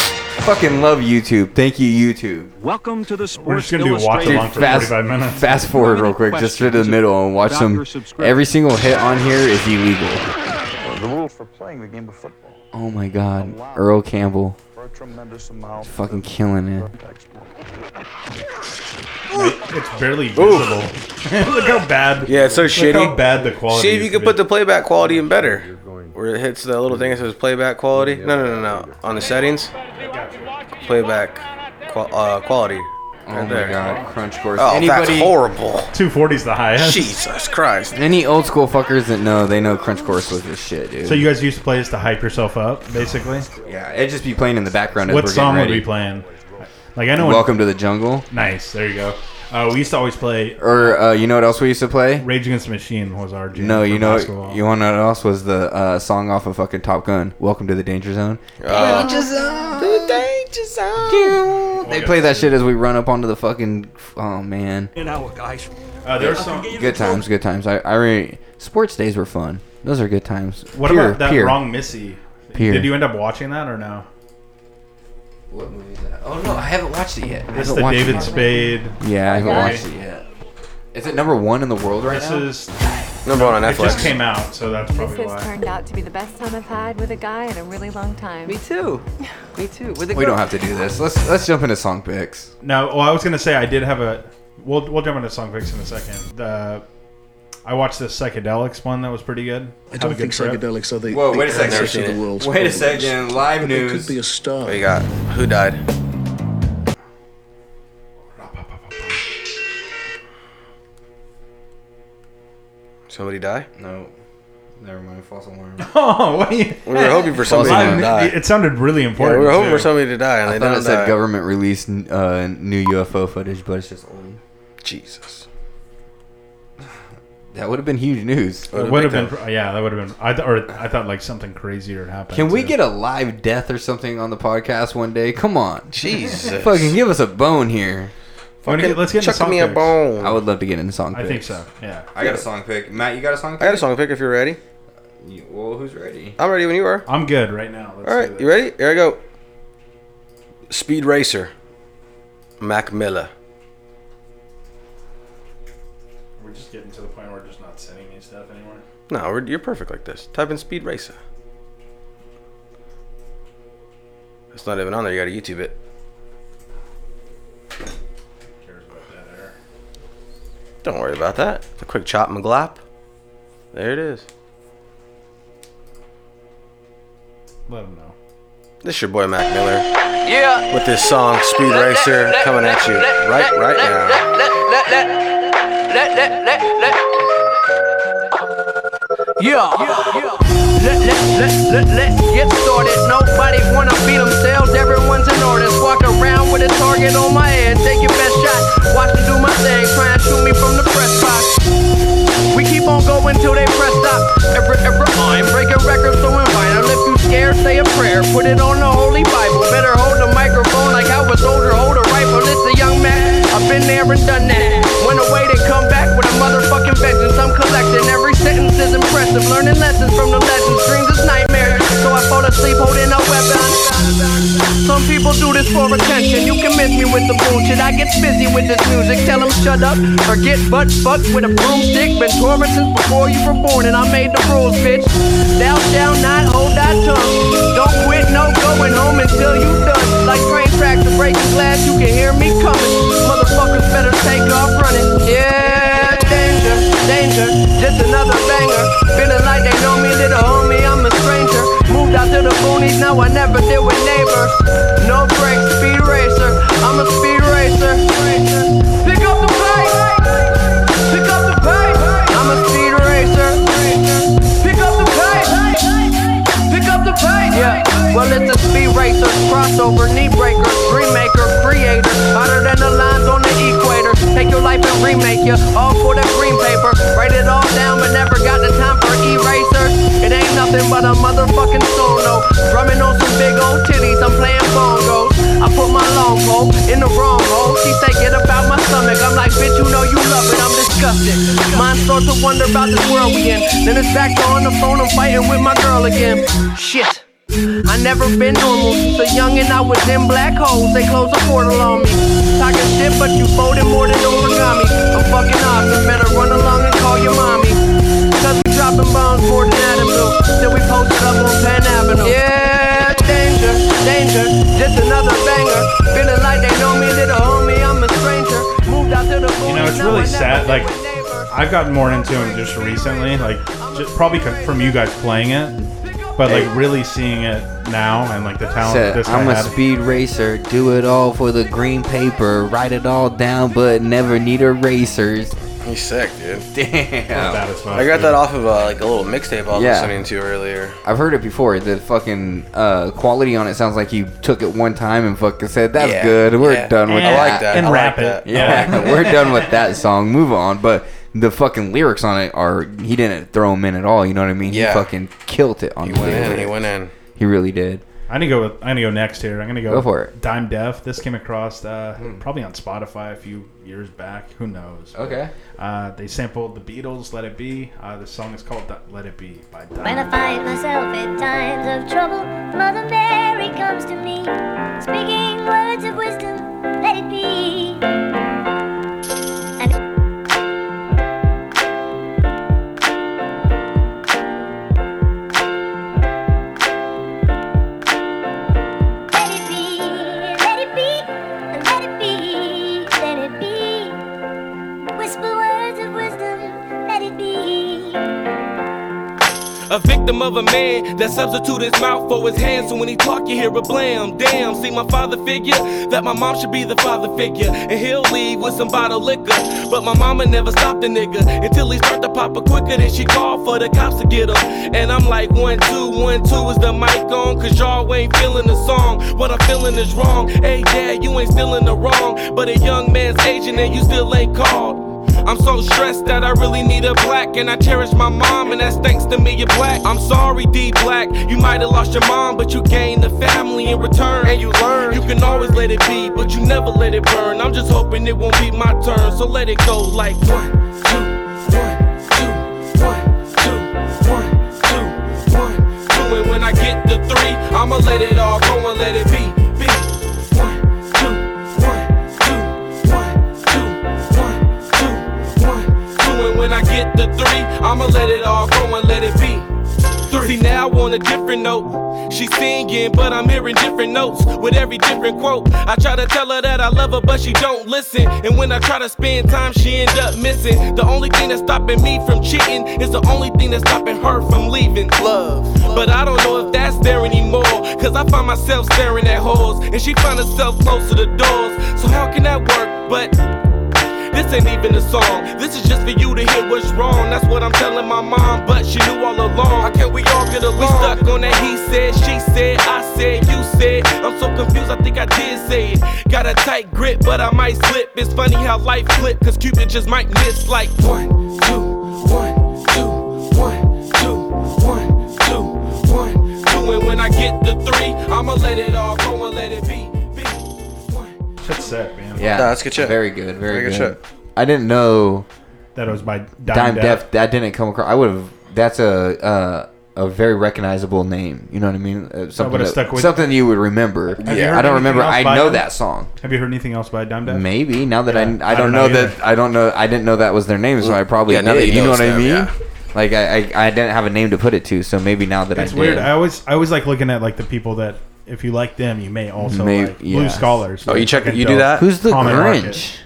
Fucking love YouTube. Thank you, YouTube. Welcome to the We're Sports just gonna do a watch Illustrated- along for Fast, 45 minutes. fast forward real quick, just to the middle and watch about some. your subscription? Every single hit on here is illegal. The rules for playing the game of football Oh my God, Earl Campbell, for a tremendous amount. fucking killing it. it's barely visible. <laughs> Look how bad. Yeah, it's so look shitty. How bad the quality. See if you could put the playback quality in better. Where it hits the little thing that says playback quality. No, no, no, no. On the settings, playback qual- uh, quality. Right Oh my there. God, crunch course. Oh, Anybody- that's horrible. 240 is the highest. Jesus Christ. Any old school fuckers that know, they know Crunch Course was this shit, dude. So you guys used to play this to hype yourself up, basically. yeah, it'd just be playing in the background. as What we're getting song would ready. we be playing? Like I know. when- Welcome to the jungle. Nice. There you go. Uh, we used to always play. Or uh, you know what else we used to play? Rage Against the Machine was our jam. No, for you know basketball. you want to know what else was the uh, song off of fucking Top Gun. Welcome to the danger zone. Uh, The danger zone. They play that shit as we run up onto the fucking. Oh man, An hour, guys. Uh, there's some. good times, good times. I, I re- sports days were fun. Those are good times. What Pure, about that pure. wrong Missy? Pure. Did you end up watching that or no? What movie is that? Oh no, I haven't watched it yet. I It's haven't the watched David it. Spade. Yeah, I haven't Okay. watched it yet. Is it number one in the world right This now? is number one on It just Netflix. came out, so that's This probably has why. turned out to be the best time I've had with a guy in a really long time. Me too. Me too. With we don't have to do this. Let's let's jump into song picks. No, well, oh, I was gonna say I did have a. We'll we'll jump into song picks in a second. The I watched the psychedelics one that was pretty good. I don't think psychedelics are the, Whoa, the wait a second. answer to Never seen the it. world's Wait a problems. second, live But They news. could be a star. What you got? Who died? Somebody die? No, never mind. False alarm. <laughs> Oh, what you- <laughs> We <laughs> were hoping for somebody Well, to die. It sounded really important. Yeah, we were hoping too. for somebody to die, and I they thought don't it said die. government released uh, new UFO footage, but it's just old. Jesus. That would have been huge news. It would have been, yeah, that would have been. I th- or I thought like something crazier had happened. Can we too. get a live death or something on the podcast one day? Come on, Jesus. fucking give us a bone here. Wanna get- let's get into chuck song me a picks. bone. I would love to get into song. I Picks. think so. Yeah. I got a song pick. Matt, you got a song? I Pick? got a song pick if you're ready. You- Well, who's ready? I'm ready when you are. I'm good right now. Let's All right, you ready? Here I go. Speed Racer, Mac Miller. We're just getting to the point where we're just not sending me stuff anymore. No, we're, you're perfect like this. Type in Speed Racer. It's not even on there. You gotta YouTube it. Don't worry about that. It's a quick chop and glop. There it is. Let them know. This your boy Mac Miller Yeah. with this song Speed Racer coming at you right right now. Yeah. Let, let, let, let, let's get started. Nobody wanna be themselves, everyone's an artist. Walk around with a target on my head. Take your best shot. Watch me do my thing. Try and shoot me from the press box. We keep on going till they press stop. Every, every line, breaking records, so invite 'em. If you scared, say a prayer. Put it on the Holy Bible. Better hold the microphone like I was older. Hold a rifle. It's a young man. I've been there and done that. Went away, then come back with a motherfucking vengeance. I'm collecting. Every sentence is impressive. Learning lessons from the lessons. Dreams is nightmares. So I fall asleep holding a weapon. Some people do this for attention. You can convince me with the bullshit. I get busy with this music. Tell 'em shut up or get butt fucked with a broomstick. Been touring since before you were born, and I made the rules, bitch. Thou shalt not hold thy tongue. Don't quit, no going home until you done. Like train tracks are breaking glass, you can hear me coming. Motherfuckers better take off running. Yeah, danger, danger, just another banger. Feeling like they know me, little homie, I'm a stranger. Moved out to the boonies, now I never deal with neighbors. No brakes, speed racer, I'm a speed racer. Pick up the pace, pick up the pace, I'm a speed racer. Pick up the pace, pick up the pace. Yeah, well it's a speed racer, crossover, knee breaker, dream maker, creator. Hotter than the lines on the equator. Take your life and remake you, all for that green paper. Write it all down, but never got the time for eraser. It ain't nothing but a motherfucking solo. Drumming on some big old titties, I'm playing bongos. I put my long pole in the wrong hole. She thinking about my stomach. I'm like, bitch, you know you love it. I'm disgusted. Mine starts to wonder about this world we in. Then it's back to on the phone. I'm fighting with my girl again. Shit. I never been normal. So young and I was in black holes. They closed a portal on me. Talking shit, but you folded more than origami. I'm fucking awesome. Better run along and call your mommy. Cause we dropping bombs more than Adam Blue. Then we posted up on Penn Avenue. Yeah, danger, danger. Just another banger. Feeling like they know me, little homie. I'm a stranger. Moved out to the You know, it's really sad. Like, I've gotten more into him just recently, like just probably c- from you guys playing it, but like really seeing it now and like the talent that Said, this guy I'm a had. speed racer. Do it all for the green paper. Write it all down, but never need erasers. He's sick, <laughs> dude. Damn. I got that off of uh, like a little mixtape I was Yeah. listening to earlier. I've heard it before. The fucking uh, quality on it sounds like you took it one time and fucking said, "That's Yeah. good. We're Yeah. done with I that." like that. And I like wrap it. that. Yeah, I like <laughs> that. we're done with <laughs> that song. Move on. But the fucking lyrics on it are he didn't throw them in at all. You know what I mean? Yeah. He fucking killed it on He the went in, lyrics. he went in. He really did. I need to go with I need to go next here. I'm gonna go, Go for it. Dime Def. This came across uh, probably on Spotify a few years back. Who knows? Okay. Uh, they sampled the Beatles' "Let It Be." Uh, the song is called Di- "Let It Be" by Dime. When I find myself in times of trouble, Mother Mary comes to me, speaking words of wisdom, let it be. And Let it be, let it be, let it be, let it be. Whisper words of wisdom, let it be. A victim of a man that substitute his mouth for his hands. So when he talk, you hear a blam. Damn, see my father figure that my mom should be the father figure, and he'll leave with some bottled liquor. But my mama never stopped the nigga until he start to pop up quicker than she called for the cops to get him. And I'm like one two one two is the mic on, cause y'all ain't feeling the song. What I'm feeling is wrong. Hey dad, you ain't still in the wrong, but a young man's aging and you still ain't called. I'm so stressed that I really need a black, and I cherish my mom, and that's thanks to me, you're black. I'm sorry, D Black. You might have lost your mom, but you gained a family in return, and you learn. You can always let it be, but you never let it burn. I'm just hoping it won't be my turn, so let it go like one, two, one, two, one, two, one, two, one, two. And when I get the three, I'ma let it all go and let it be. be. One, two, one, two, one, two, one doing when I get the three. I'ma let it all go and let it be. Three now on a different note. She's singing, but I'm hearing different notes with every different quote. I try to tell her that I love her, but she don't listen. And when I try to spend time, she end up missing. The only thing that's stopping me from cheating is the only thing that's stopping her from leaving. Love. But I don't know if that's there anymore. Cause I find myself staring at holes, and she find herself close to the doors. So how can that work? But this ain't even a song. This is just for you to hear what's wrong. That's what I'm telling my mom, but she knew all along. How can we all get along? We stuck on that he said, she said, I said, you said. I'm so confused, I think I did say it. Got a tight grip, but I might slip. It's funny how life flip, cause Cupid just might miss like one, two, one, two, one, two, one, two, one, two. And when I get the three, I'ma let it all go and let it be. That's sick, man. Yeah, No, that's good shit. Very good. Very, Very good good. I didn't know That was by Dime, Dime, Def. Def. That didn't come across. I would have. That's a uh, a very recognizable name. You know what I mean? Uh, something would've that- stuck with- something you would remember. Have you heard I don't anything remember. else I by know them? that song. Have you heard anything else by Dime Dash? Maybe now that I, I, I don't don't know, know that I don't know I didn't know that was their name, so I probably Yeah, now that did. You you know, know what I it's mean? them, yeah. Like I, I I didn't have a name to put it to, so maybe now that It's I weird. did, I always I always like looking at like the people that if you like them, you may also May- like yeah. Blue Scholars. Oh, you Like, check- fucking you do dope. that? Who's the Common Grinch? Market.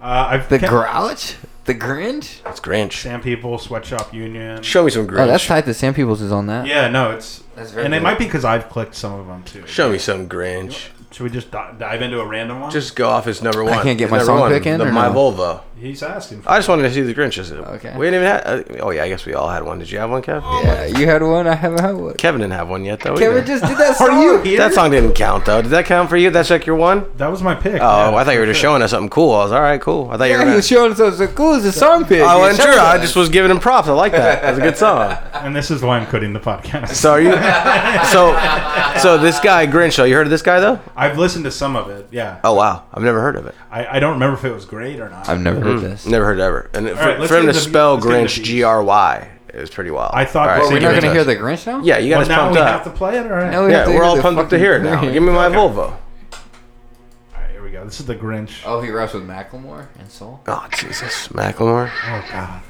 Uh, I've the kept- Grouch, the Grinch. It's Grinch. Sam People, Sweatshop Union. Show me some Oh, Grinch. that's tight. The Sam Peoples is on that. Yeah, no, it's That's very and it good. might be because I've clicked some of them too. Show me some Grinch. Should we just di- dive into a random one? Just go off his number one. I can't get His my number song one, pick in, The, or my no? Volvo. He's asking. For I just wanted to see the Grinches. Okay. We didn't even have. uh, oh yeah, I guess we all had one. Did you have one, Kev? Yeah, you had one. I haven't had one. Kevin didn't have one yet, though. Kevin either. just did that song. That song didn't count though. Did that count for you? That's like your one. That was my pick. Oh, I thought you were just showing us something cool. I was all right, cool. I thought you Yeah, were. he Gonna, was showing us so cool. It's a song pick. I He wasn't showed sure. Oh, I us. just was giving him props. I like that. That's a good song. And this is why I'm quitting the podcast. <laughs> So are you? So, so this guy Grinch. though, You heard of this guy though? I've listened to some of it. Yeah, Oh wow, I've never heard of it. Hmm. I, I don't remember if it was great or not. I've never heard this. Never heard it ever. And for, right, let's for him get to the- spell let's get the Grinch, G R Y, it was pretty wild. I thought All the right, singer- so We're not gonna give hear it the Grinch now? Yeah, you got well, us now pumped we up. have to play it. All right. Now we have yeah, to we're hear all the pumped up to fucking hear it now. Grinch. Give me my Volvo. All right, here we go. This is the Grinch. Oh, he raps with Macklemore and Soul. Oh Jesus, Macklemore. Oh God.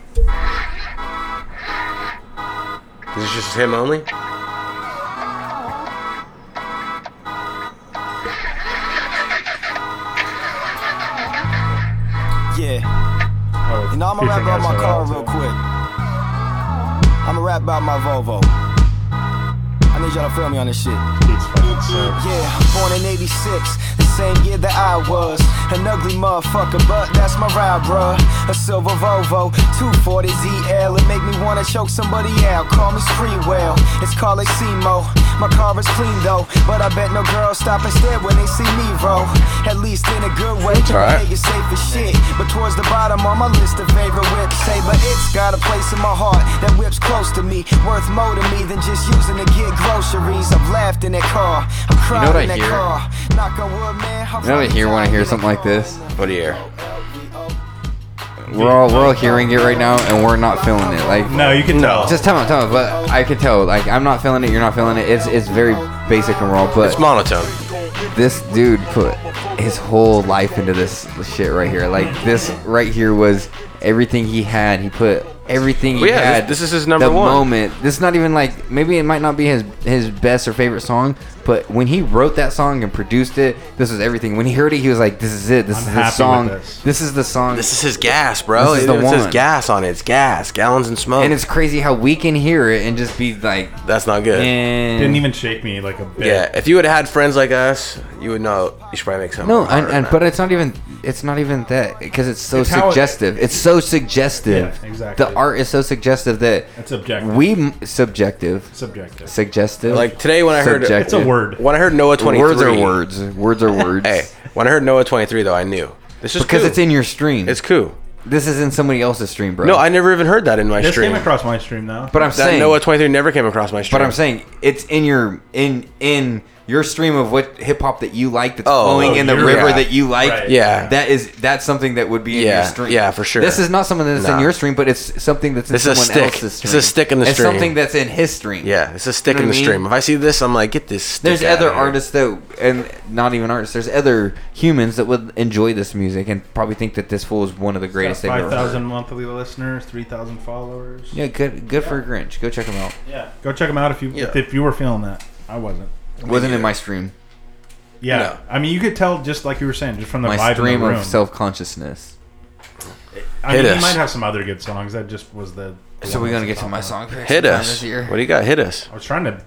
Is this just him only? Yeah. Oh, You know, I'm gonna rap featuring about my SNL car too. real quick. I'm gonna rap about my Volvo. I need y'all to feel me on this shit. Yeah, born in 86, the same year that I was. An ugly motherfucker, but that's my ride, bruh. A silver Volvo, 240 ZL. It make me wanna choke somebody out. Call me Spreewell, it's called a Simo. My car is clean though, but I bet no girls stop and stare when they see me roll. At least in a good way. All right. Vegas safe as shit, but towards the bottom on my list of favorite whips. Say, but it's got a place in my heart that whips close to me, worth more to me than just using to get groceries. I've laughed in that car, I've You cried know what I in that hear? car. Knock on wood, man. I've You know what I hear when I hear something like this? What do you hear? We're all we're all hearing it right now, and we're not feeling it. Like No, you can tell. Just tell me, tell me. But I could tell. Like I'm not feeling it. You're not feeling it. It's it's very basic and raw. But It's monotone. this dude put his whole life into this shit right here. Like this right here was everything he had. He put everything he Well, yeah, this- had. this is his number the one. moment. This is not even like maybe it might not be his his best or favorite song, but when he wrote that song and produced it, this was everything. When he heard it, he was like, "This is it. This I'm is happy the with song. this. is the song." This is his gas, bro. This is It- the it says one. gas on it. It's gas, gallons and smoke. and it's crazy how we can hear it and just be like, That's not good. "Man." Didn't even shake me like a bit. Yeah, if you would have had friends like us, you would know you should probably make something. No, harder and, than and that. but it's not even it's not even that because it's so It's how it- suggestive. it's so suggestive. Yeah, exactly. The art is so suggestive that That's objective. we m- subjective Subjective. suggestive. like today when I heard subjective. It's a word. When I heard Noah twenty three, Words are words. Words are words. Hey, when I heard Noah twenty three though, I knew this is because cool. it's in your stream. It's cool. this is in somebody else's stream, bro. No, I never even heard that in my This stream. came across my stream though. But I'm that saying. Noah twenty three never came across my stream. but I'm saying it's in your in in your stream of what hip hop that you like that's Oh, flowing in the you're- river yeah. that you like. Right. Yeah. That is that's something that would be in Yeah, your stream. yeah, for sure. This is not something that's in Nah. your stream, but it's something that's in It's a someone stick. else's It's stream. a stick in the It's stream. something that's in his stream. yeah, it's a You stick know in what the I mean? stream. If I see this, I'm like, get this. Stick There's out of other here. artists though, and not even artists. There's other humans that would enjoy this music and probably think that this fool is one of the greatest they've Five ever heard. thousand monthly listeners, three thousand followers. Yeah, good, good for Grinch. Go check him out. Yeah. Go check them out if you Yeah. if you were feeling that. I wasn't. Wasn't in my stream. Yeah. No. I mean, you could tell just like you were saying, just from the My vibe stream in the room. of self consciousness. I Hit mean, us. he might have some other good songs. That just was the. the So one we're gonna that's get to top my of- song pick Hit sometime us. this year. What do you got? <laughs> Hit us. I was trying to.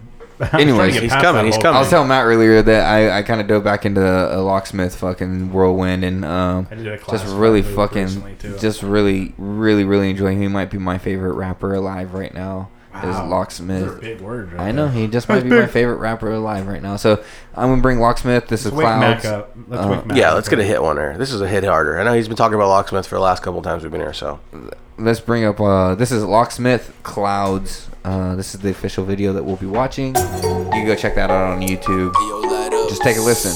Anyways, he's coming, he's I coming. was telling Matt earlier that I, I kind of dove back into a locksmith fucking whirlwind and um, I did a class just really with him recently, fucking too. just really really really enjoying. him. He might be my favorite rapper alive right now. Wow. Is locksmith. Those are big words right I know there. he just might be <laughs> my favorite rapper alive right now. So I'm gonna bring locksmith. This is Let's wake Mac clouds. up. Let's Uh, wake Mac Yeah, up. let's get a hit one there. This is a hit harder. I know he's been talking about locksmith for the last couple times we've been here. So Let's bring up. Uh, this is locksmith clouds. Uh, this is the official video that we'll be watching. You can go check that out on YouTube. Just take a listen.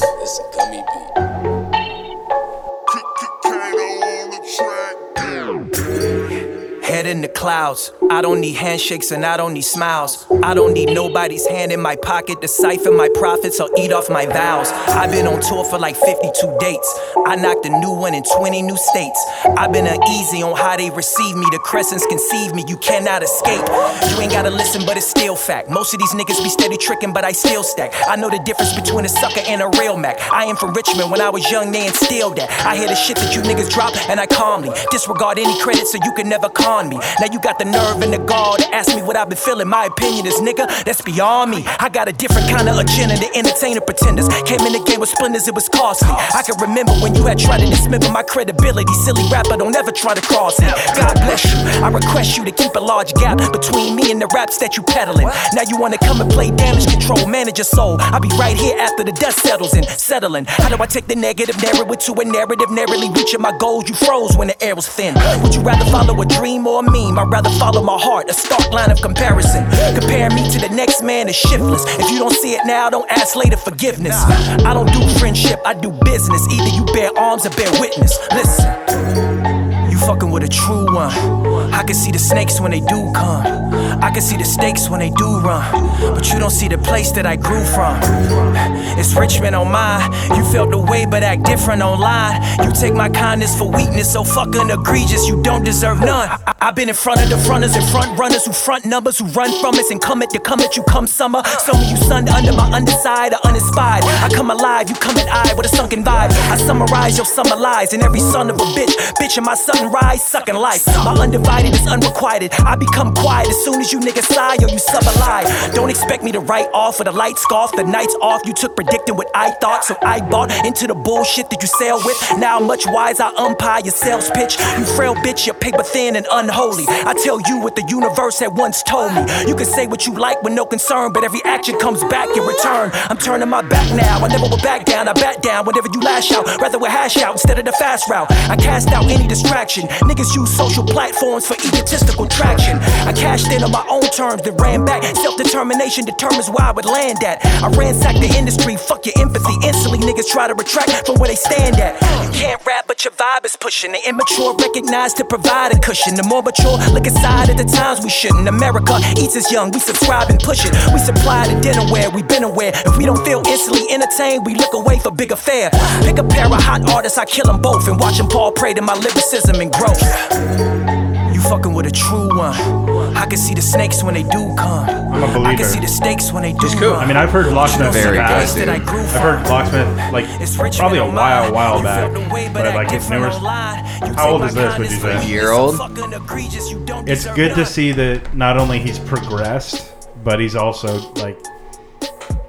Head head in the clouds. I don't need handshakes and I don't need smiles. I don't need nobody's hand in my pocket to siphon my profits or eat off my vows. I've been on tour for like 52 dates. I knocked a new one in 20 new states. I've been uneasy on how they receive me. The crescents conceive me. You cannot escape. You ain't gotta listen, but it's still fact. Most of these niggas be steady tricking, but I still stack. I know the difference between a sucker and a real Mac. I am from Richmond. When I was young, they instilled that. I hear the shit that you niggas drop, and I calmly disregard any credit so you can never con me. Now you got the nerve and the gall to ask me what I've been feeling. My opinion is nigga, that's beyond me. I got a different kind of agenda to entertain the pretenders. Came in the game with splendors, it was costly. I can remember when you had tried to dismember my credibility. Silly rapper, don't ever try to cross it. God bless you. I request you to keep a large gap between me and the raps that you peddling. Now you wanna come and play damage control, manage your soul. I'll be right here after the dust settles in, settling. How do I take the negative narrative to a narrative, narrowly reaching my goals? You froze when the air was thin. Would you rather follow a dream or a meme? I'd rather follow my heart, a stark line of comparison. Compare me to the next man is shiftless. If you don't see it now, don't ask later forgiveness. I don't do friendship, I do business. Either you bear arms or bear witness. Listen. You fucking with a true one. I can see the snakes when they do come. I can see the stakes when they do run. But you don't see the place that I grew from. It's Richmond on mine. You felt the way but act different online. You take my kindness for weakness, so fucking egregious. You don't deserve none. I- I've been in front of the fronters and front runners who front numbers who run from us and come at the come at you come summer. Some of you sunned under my underside are uninspired. I come alive, you come at I with a sunken vibe. I summarize your summer lies and every son of a bitch. Bitch in my sunrise, sucking life. My undivided is unrequited. I become quiet as soon as you niggas sigh or you sub a lie. Don't expect me to write off with a light scarf. The night's off, you took predicting what I thought, so I bought into the bullshit that you sell with. Now I'm much wise, I umpire your sales pitch. You frail bitch, your paper thin and unholy. I tell you what the universe had once told me. You can say what you like with no concern, but every action comes back in return. I'm turning my back now. I never will back down. I bat down whenever you lash out. Rather we hash out instead of the fast route. I cast out any distraction. Niggas use social platforms for egotistical traction. I cashed in on my own terms, then ran back. Self determination determines where I would land at. I ransacked the industry. Fuck your empathy. Instantly, niggas try to retract from where they stand at. You can't rap, but your vibe is pushing. The immature recognize to provide a cushion. The more mature, look aside at the times we shouldn't. America eats us young. We subscribe and push it. We supply the dinnerware. We've been aware. If we don't feel instantly entertained, we look away for bigger fare. Pick a pair of hot artists, I kill them both, and watch them Paul pray to my lyricism and growth. You fucking with a true one. I can see the snakes when they do come. I'm a I believer. can see the snakes when they do run. I mean, I've heard Locksmith Very good, back. dude. I've heard Locksmith like probably a while, while back, but like his newer. How old is this? Would you say? year old. It's good to see that not only he's progressed, but he's also like.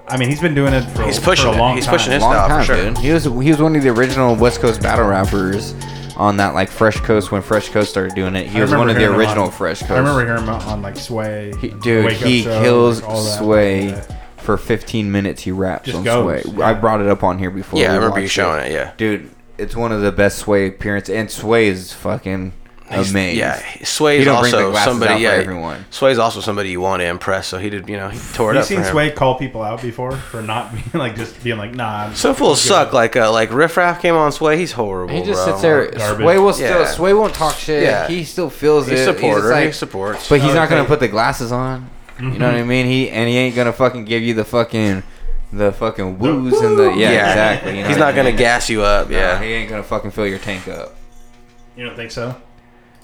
I mean, he's been doing it for, He's for pushing a it. long He's time. pushing his style, for sure. He was he was one of the original West Coast battle rappers on that like Fresh Coast when Fresh Coast started doing it. He I was remember one of the hearing him original on- Fresh Coast. I remember hearing him on like Sway, He- and dude, Wake Up he Show, like, kills all that. Sway for 15 minutes. He raps Just on goes, Sway. yeah. I brought it up on here before. Yeah, I we remember you watched showing it, yeah. dude, it's one of the best Sway appearance, and Sway is fucking He's- amazing. Yeah, Sway's He don't bring the also glasses out somebody. for Yeah, everyone. Sway's also somebody you want to impress. So he did, you know, he tore it You up. for seen him. Sway call people out before for not <laughs> being like just being like, nah. I'm- Some fools suck. Like uh, like Riff Raff came on Sway. He's horrible. He just bro. sits there. Garbage. Sway will still. Yeah. Sway won't talk shit. Yeah. He still feels He's it. just supporter. He like- supports. But he's Oh, not gonna okay. put the glasses on. You know what I Mm-hmm. mean? He and he ain't gonna fucking give you the fucking the fucking woos and the yeah, Yeah. exactly. you know He's what I not gonna mean? gas you up, Nah, yeah. he ain't gonna fucking fill your tank up. You don't think so?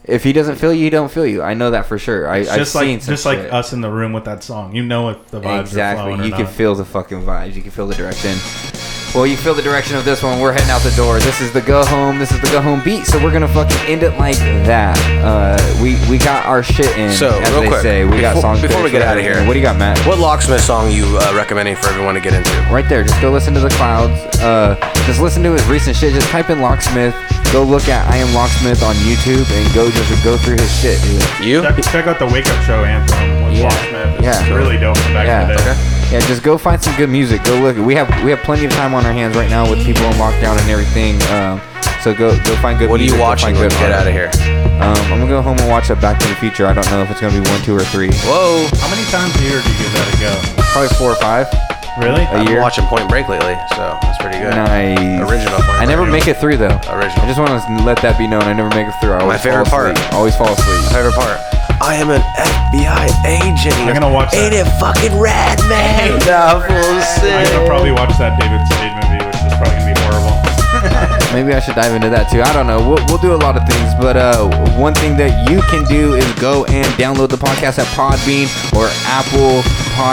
If he doesn't feel you, he don't feel you. I know that for sure. I, It's I've just seen like some just like shit. us in the room with that song. You know if the vibes are flowing Exactly. or You can not. feel the fucking vibes. You can feel the direction. Well, you feel the direction of this one. We're heading out the door. This is the go home. This is the go home beat. So we're gonna fucking end it like that. Uh, we we got our shit in. So as real they quick, say. we before, got songs. before we picks, get out whatever. of here. What do you got, Matt? What locksmith song you uh, recommending for everyone to get into? Right there. Just go listen to the clouds. Uh, just listen to his recent shit. Just type in locksmith. Go look at I am locksmith on YouTube and go just go through his shit, dude. You check, check out the Wake Up Show anthem with Yeah. Locksmith. It's Yeah. really dope from back yeah. in the day. Yeah, just go find some good music. Go look. We have we have plenty of time on our hands right now with people in lockdown and everything. Um, so go go find good. What are you music, go watching find when good you get art. outta here? Um, I'm gonna go home and watch a Back to the Future. I don't know if it's gonna be one, two, or three. Whoa! How many times a year do you get that to go? Probably four or five. Really? I've been watching Point Break lately, so that's pretty good. Nice. Original Point I Break. never make it through though. Original. I just want to let that be known. I never make it through. I always favorite fall part. asleep. Always fall asleep. My favorite part. I am an FBI agent. I'm gonna watch Ain't that. it fucking rad, man? nah, fool, I'm sick. gonna probably watch that David Spade movie, which is probably gonna be horrible. <laughs> Maybe I should dive into that too. I don't know. We'll, we'll do a lot of things, but uh, one thing that you can do is go and download the podcast at Podbean or Apple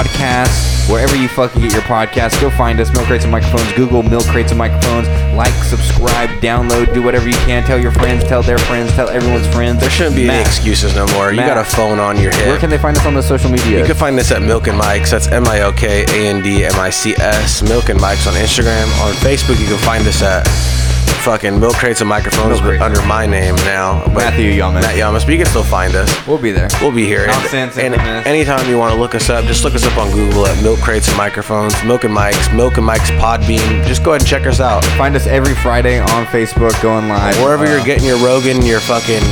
Podcasts, wherever you fucking get your podcast. Go find us, Milk Crates and Microphones. Google Milk Crates and Microphones. Like, subscribe, download, do whatever you can. Tell your friends, tell their friends, tell everyone's friends. There shouldn't be any excuses no more. You Matt. got a phone on your Where hip. can they find us on the social media? You can find this at Milk and Mike's. That's M I L K A N D E M I C S. Milk and Mike's on Instagram. On Facebook, you can find us at fucking Milk Crates and Microphones but under my name now. But Matthew Yamas. Matt Yamas. But you can still find us. We'll be there. We'll be here. Nonsense and, infamous. and anytime you want to look us up, just look us up on Google at Milk Crates and Microphones, Milk and Mike's, Milk and Mike's Podbean. Just go ahead and check us out. Find us every Friday on Facebook, going live. Wherever Uh, you're getting your Rogan, your fucking,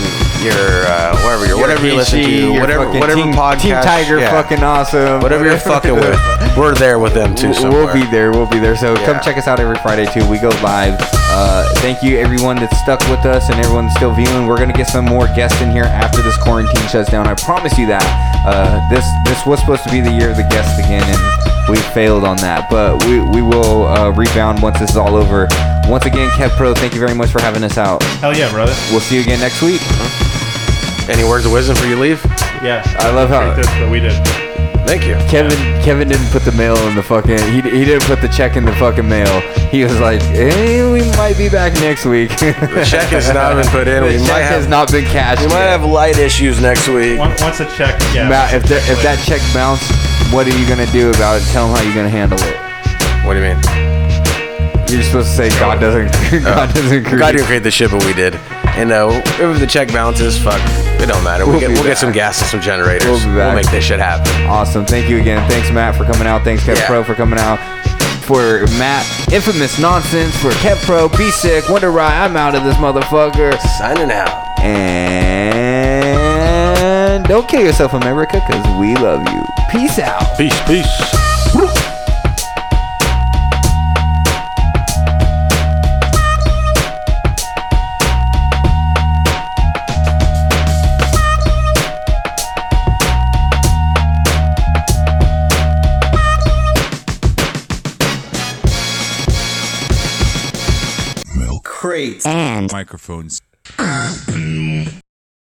your uh, whatever, your, Your whatever you listen PG, to, your whatever, fucking whatever Team- podcast, Team Tiger, yeah. fucking awesome. whatever you're <laughs> fucking with, we're there with them too. We'll- Somewhere. We'll be there. We'll be there. So Yeah. come check us out every Friday too. We go live. Uh, thank you everyone that's stuck with us and everyone that's still viewing. We're gonna get some more guests in here after this quarantine shuts down. I promise you that. Uh, this this was supposed to be the year of the guests again, and we failed on that. But we we will uh, rebound once this is all over. Once again, Kev Pro, thank you very much for having us out. Hell yeah, brother. We'll see you again next week. Uh-huh. Any words of wisdom for you leave? Yes. I love how- Treat this, but we did. Thank you. Kevin Kevin didn't put the mail in the fucking he, he didn't put the check in the fucking mail. He was like, eh, we might be back next week. The check has not been put <laughs> in. The We check might has have- not been cashed. We might yet. have light issues next week. Once, once a check, yeah. Matt, if there, if that check bounced, what are you gonna do about it? Tell him how you're gonna handle it. What do you mean? You're supposed to say God doesn't <laughs> <laughs> God doesn't create. God didn't create the shit, but we did. And uh, if the check bounces, fuck, it don't matter. We'll, We'll get be we'll back. get some gas and some generators. We'll be back. make this shit happen. Awesome. Thank you again. Thanks Matt for coming out. Thanks Kev Yeah. Pro for coming out. For Matt, infamous nonsense. For Kev Pro, be sick. Wonder Rye. I'm out of this motherfucker. Signing out. And don't kill yourself, America, because we love you. Peace out. Peace, peace. Milk crates and microphones.